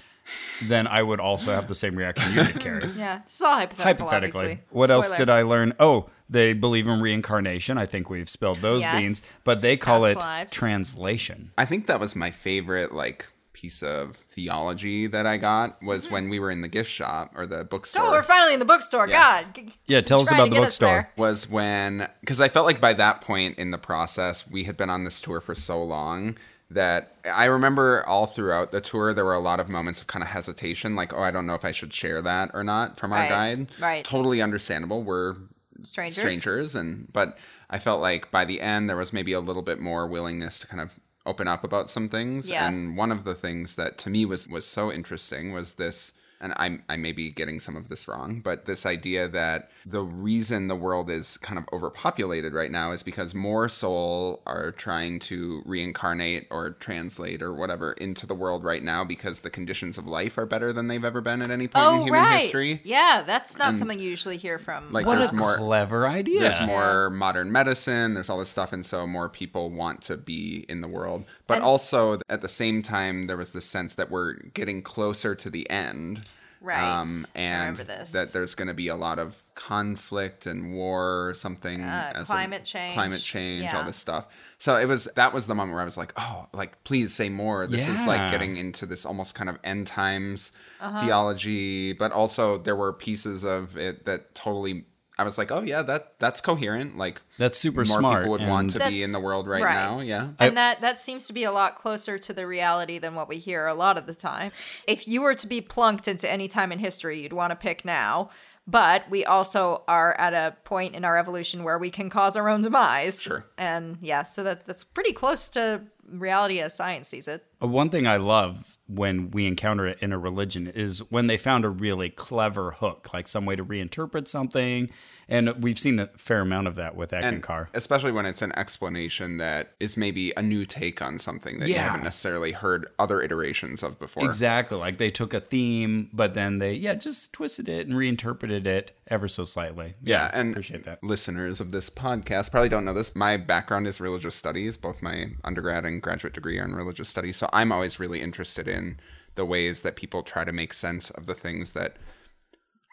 then I would also have the same reaction you did, Carrie.
(laughs) yeah, it's all hypothetical.
Hypothetically.
obviously.
What else
Spoiler.
did I learn? Oh, they believe in reincarnation. I think we've spilled those
Yes.
beans, but they call
Past
it
lives.
translation.
I think that was my favorite like piece of theology that I got was when we were in the gift shop or the bookstore.
Oh, Mm-hmm. we're finally in the bookstore.
Yeah.
God. g-
Yeah, tell us
tried
about
to
the
get us
bookstore.
there.
was when because I felt like by that point in the process we had been on this tour for so long that I remember all throughout the tour there were a lot of moments of kind of hesitation like oh I don't know if I should share that or not from our
Right,
guide
right.
totally understandable we're
Strangers.
strangers and but I felt like by the end there was maybe a little bit more willingness to kind of open up about some things
Yeah.
and one of the things that to me was was so interesting was this and I I may be getting some of this wrong but this idea that the reason the world is kind of overpopulated right now is because more soul are trying to reincarnate or translate or whatever into the world right now because the conditions of life are better than they've ever been at any point in
Oh,
human
right.
history
Yeah, that's not something you usually hear from.
like
What
there's
a
more
clever idea.
there's more modern medicine there's all this stuff and so more people want to be in the world but also at the same time there was this sense that we're getting closer to the end
Right. I
Um, and
remember this.
that there's going to be a lot of conflict and war or something as a-
Uh, climate change.
climate change all
Yeah.
this stuff so it was that was the moment where i was like oh like please say more this is
Yeah.
like getting into this almost kind of end times
Uh-huh.
theology but also there were pieces of it that totally i was like oh yeah that that's coherent like
That's super
more
smart.
people would
and-
want to be
That's
in the world right,
right.
now yeah
and that that seems to be a lot closer to the reality than what we hear a lot of the time. If you were to be plunked into any time in history, you'd want to pick now. But we also are at a point in our evolution where we can cause our own demise.
Sure.
And yeah, so that that's pretty close to reality as science sees it.
Uh, One thing I love when we encounter it in a religion is when they found a really clever hook, like some way to reinterpret something. And we've seen a fair amount of that with
And
Akankar.
especially when it's an explanation that is maybe a new take on something that you
Yeah.
haven't necessarily heard other iterations of before.
Exactly. Like they took a theme, but then they, yeah, just twisted it and reinterpreted it ever so slightly.
Yeah, and
appreciate that.
Listeners of this podcast probably don't know this. My background is religious studies. Both my undergrad and graduate degree are in religious studies. So I'm always really interested in the ways that people try to make sense of the things that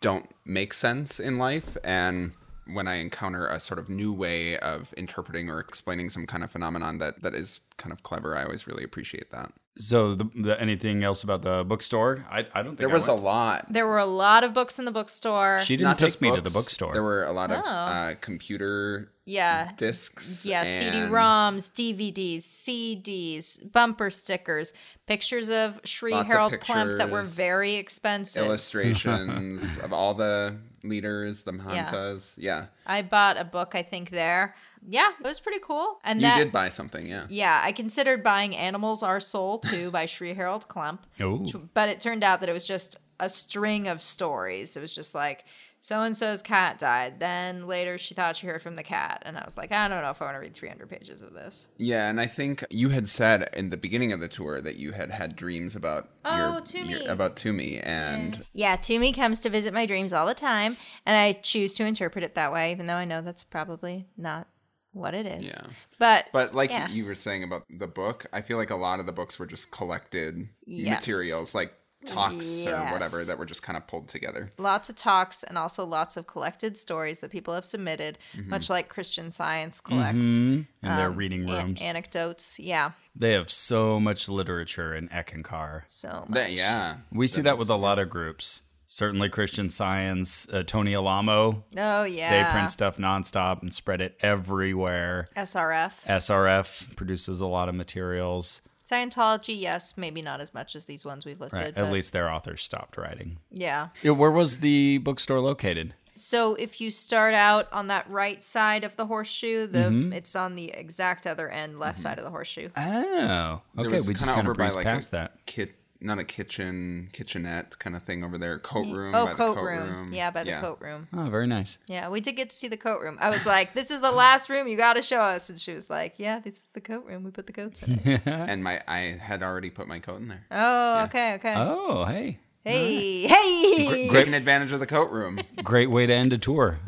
don't make sense in life. And when I encounter a sort of new way of interpreting or explaining some kind of phenomenon that, that is kind of clever, I always really appreciate that.
So, the, the, anything else about the bookstore? I, I don't think
There was
a.
a lot.
There were a lot of books in the bookstore.
She didn't
just
take me to the
books,
bookstore.
There were a lot of
Oh.
uh, computer
yeah.
discs.
Yeah, CD-ROMs, DVDs, CDs, bumper stickers, pictures of Sri
Lots of
Harold Klemp that were
pictures.
very expensive.
(laughs) illustrations of all the leaders, the Mahantas. Yeah.
I bought a book, I think there. Yeah, it was pretty cool. And
You
that,
did buy something, yeah.
yeah, I considered buying "Animals Are Soul" too by Sri Harold Klemp.
Ooh.
but it turned out that it was just a string of stories. It was just like so and so's cat died. Then later she thought she heard from the cat, and I was like, I don't know if I want to read 300 pages of this.
Yeah, and I think you had said in the beginning of the tour that you had had dreams about
Oh,
your,
Toomey.
your about Toomey and
Yeah, Toomey comes to visit my dreams all the time, and I choose to interpret it that way, even though I know that's probably not what it is.
Yeah.
But
But like
Yeah.
you were saying about the book, I feel like a lot of the books were just collected
Yes.
materials like talks or whatever
Yes.
that were just kind of pulled together.
lots of talks and also lots of collected stories that people have submitted,
Mm-hmm.
much like Christian Science collects
Mhm. And their
um,
reading
an-
rooms.
anecdotes. Yeah,
they have so much literature in Ekankar.
so much.
That, yeah.
We see that with a lot of groups. Certainly, Christian Science, uh, Tony Alamo,
Oh yeah,
they print stuff nonstop and spread it everywhere.
SRF
SRF produces a lot of materials.
Scientology. Yes, maybe not as much as these ones we've listed.
Right,
but
at least their authors stopped writing.
yeah.
Yeah, where was the bookstore located?
So if you start out on that right side of the horseshoe, the
Mm-hmm.
it's on the exact other end, left side of the horseshoe.
Oh,
There
okay.
was
We just
kinda
kind of breezed past
a
that.
Kit not a kitchen, kitchenette kind of thing over there. Coat room.
Oh,
by the
coat, room. Yeah, by the coat room.
Oh, very nice.
Yeah, we did get to see the coat room. I was like, "This is the last room you got to show us," and she was like, "Yeah, this is the coat room. We put the coats in it."
And my I had already put my coat in there.
oh, okay, okay.
Oh, hey,
hey, hey.
Taking advantage of the
(laughs)
coat room.
great way to end a tour.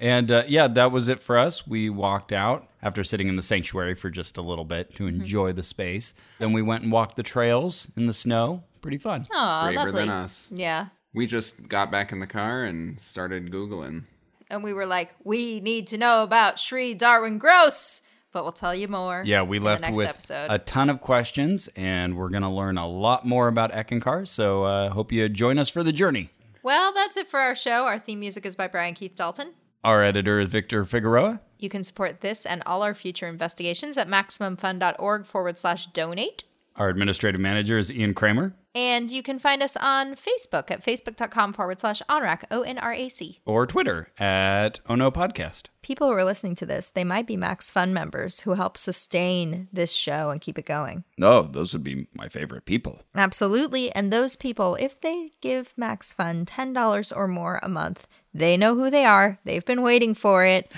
and uh, yeah, that was it for us. We walked out after sitting in the sanctuary for just a little bit to
Mm-hmm.
enjoy the space. Then we went and walked the trails in the snow. Pretty fun.
Aw,
braver
lovely.
than us.
Yeah.
We just got back in the car and started Googling.
And we were like, "We need to know about Sri Darwin Gross," but we'll tell you more.
Yeah, we
in
left
the next
with
episode.
a ton of questions, and we're going to learn a lot more about Ekankar. So uh, hope you join us for the journey.
Well, that's it for our show. Our theme music is by Brian Keith Dalton.
Our editor is Victor Figueroa.
You can support this and all our future investigations at MaximumFun.org forward slash donate.
Our administrative manager is Ian Kramer.
And you can find us on Facebook at facebook.com forward slash onrac, O N R A C.
Or Twitter at Ono Podcast.
People who are listening to this, they might be Max Fun members who help sustain this show and keep it going.
No, those would be my favorite people.
Absolutely. And those people, if they give Max Fun $10 or more a month, they know who they are. They've been waiting for (gasps) it.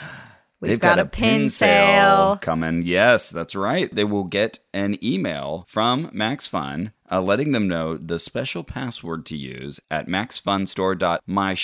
We've
They've
got, a pin sale.
coming. Yes, that's right. They will get an email from Max Fun uh, letting them know the special password to use at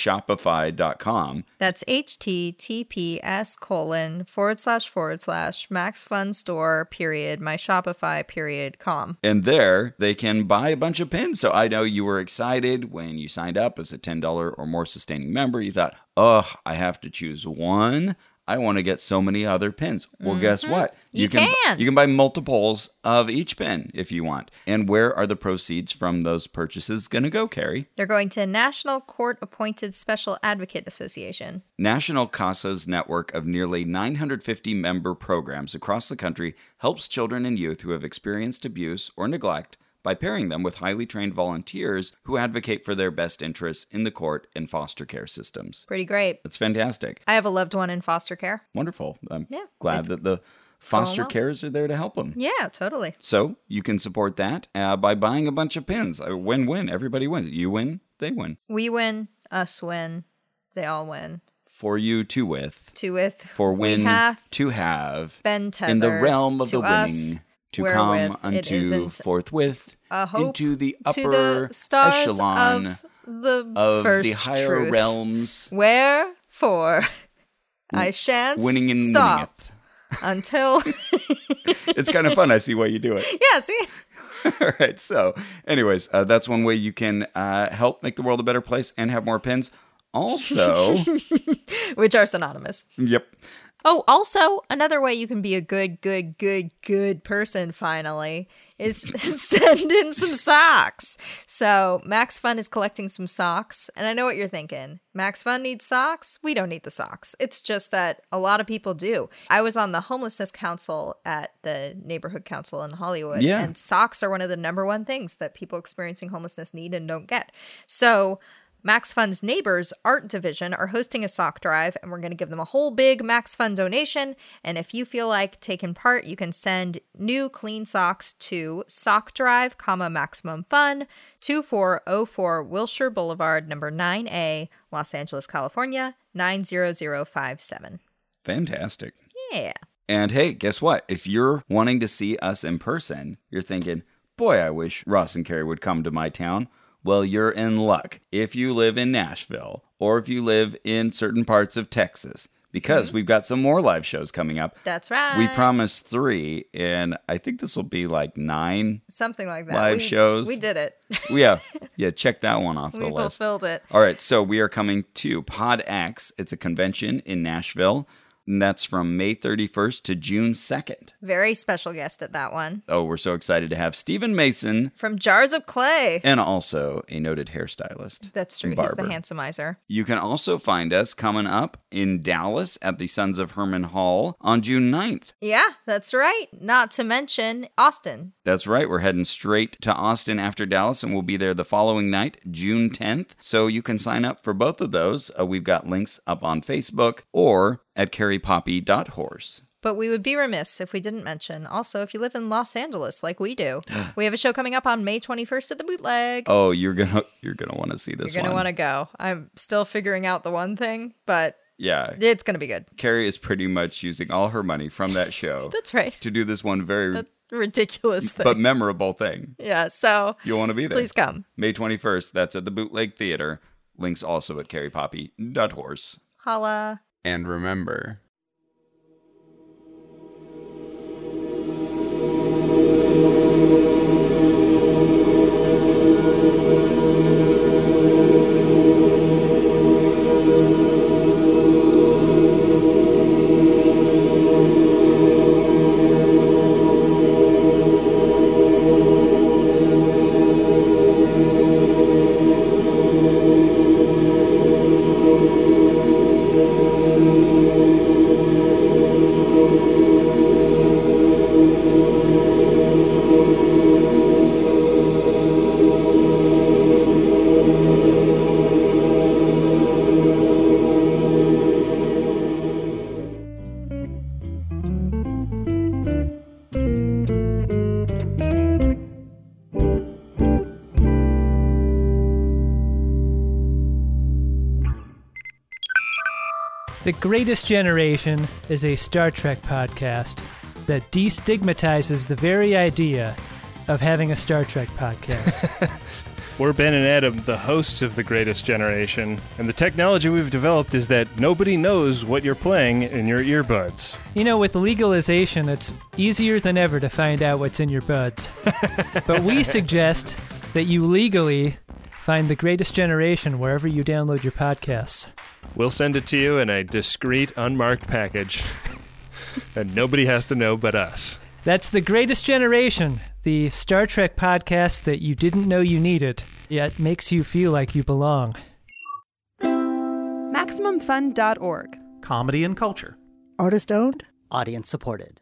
maxfunstore.myshopify.com.
That's https colon forward slash forward slash max fun store period my Shopify period com.
And there they can buy a bunch of pins. So I know you were excited when you signed up as a $10 or more sustaining member. You thought, oh, I have to choose one. I want to get so many other pins. Well, guess what?
Mm-hmm. You can.
You can buy multiples of each pin if you want. And where are the proceeds from those purchases going to go, Carrie?
They're going to National Court Appointed Special Advocate Association.
National CASA's network of nearly 950 member programs across the country helps children and youth who have experienced abuse or neglect by pairing them with highly trained volunteers who advocate for their best interests in the court and foster care systems.
Pretty great.
That's fantastic.
I have a loved one in foster care.
Wonderful. I'm
Yeah,
glad
it's-
that the
foster
well.
cares are there to help them.
Yeah, totally.
So you can support that uh, by buying a bunch of pins. A win-win. Everybody wins. You win. They win.
We win, us win, they all win.
For you to with.
To with
For win
we have
to have.
been tethered
in the realm of
to
the
us,
winning to
wherewith
come
it
unto
isn't
forthwith
a hope
into the upper
to the stars
echelon
of the
of
first
the higher
truth.
realms
Wherefore I shan't
winning and
stop
(laughs)
until (laughs)
winningeth. It's kind of fun. I see why you do it.
yeah. See,
All right. So, anyways, uh, that's one way you can uh, help make the world a better place and have more pins.
(laughs)
Also,
which are synonymous.
yep.
Oh, also another way you can be a good, good, good, good person finally is (laughs) send in some socks. So Max Fun is collecting some socks, and I know what you're thinking. Max Fun needs socks. We don't need the socks. It's just that a lot of people do. I was on the homelessness council at the neighborhood council in Hollywood,
Yeah.
and socks are one of the number one things that people experiencing homelessness need and don't get. So Max Fund's neighbors art division are hosting a sock drive and we're going to give them a whole big Max Fund donation and if you feel like taking part you can send new clean socks to sock drive comma maximum fun 2404 Wilshire Boulevard number 9A Los Angeles California 90057
Fantastic.
yeah
And hey, guess what? If you're wanting to see us in person, you're thinking, boy, I wish Ross and Carrie would come to my town. Well, you're in luck if you live in Nashville or if you live in certain parts of Texas because we've got some more live shows coming up.
that's right
We promised three, and I think this will be like nine.
something like that
live
We-
shows.
we did it
yeah, yeah, check that one off the
(laughs) we
list.
fulfilled it
All right, so we are coming to PodX. It's a convention in Nashville, and that's from May 31st to June 2nd.
very special guest at that one
Oh, we're so excited to have Stephen Mason
from Jars of Clay
and also a noted hairstylist.
that's true he's the
Barber.
handsomizer
You can also find us coming up in Dallas at the Sons of Herman Hall on June 9th.
Yeah, that's right. Not to mention Austin.
That's right. We're heading straight to Austin after Dallas, and we'll be there the following night, June 10th. So you can sign up for both of those. Uh, we've got links up on Facebook or at carrypoppy.horse.
But we would be remiss if we didn't mention also if you live in Los Angeles like we
(gasps)
do. we have a show coming up on May 21st at the Bootleg.
Oh, you're gonna (laughs) you're gonna want to see this
You're going to
one.
want to go. I'm still figuring out the one thing, but
yeah,
it's going to be good.
Carrie is pretty much using all her money from that show
(laughs) That's right.
to do this one very
Ridiculous (laughs) thing.
but memorable thing.
yeah, so
You'll want to be there.
please come.
May 21st. That's at the Bootleg Theater. Links also at carrypoppy.horse.
Holla.
And remember,
The Greatest Generation is a Star Trek podcast that destigmatizes the very idea of having a Star Trek podcast.
We're Ben and Adam, the hosts of The Greatest Generation, and the technology we've developed is that nobody knows what you're playing in your earbuds.
you know, with legalization, it's easier than ever to find out what's in your buds. but we suggest that you legally find The Greatest Generation wherever you download your podcasts.
We'll send it to you in a discreet, unmarked package, (laughs) and nobody has to know but us.
That's The Greatest Generation, the Star Trek podcast that you didn't know you needed, yet makes you feel like you belong.
MaximumFun.org.
Comedy and culture.
Artist owned?
Audience supported.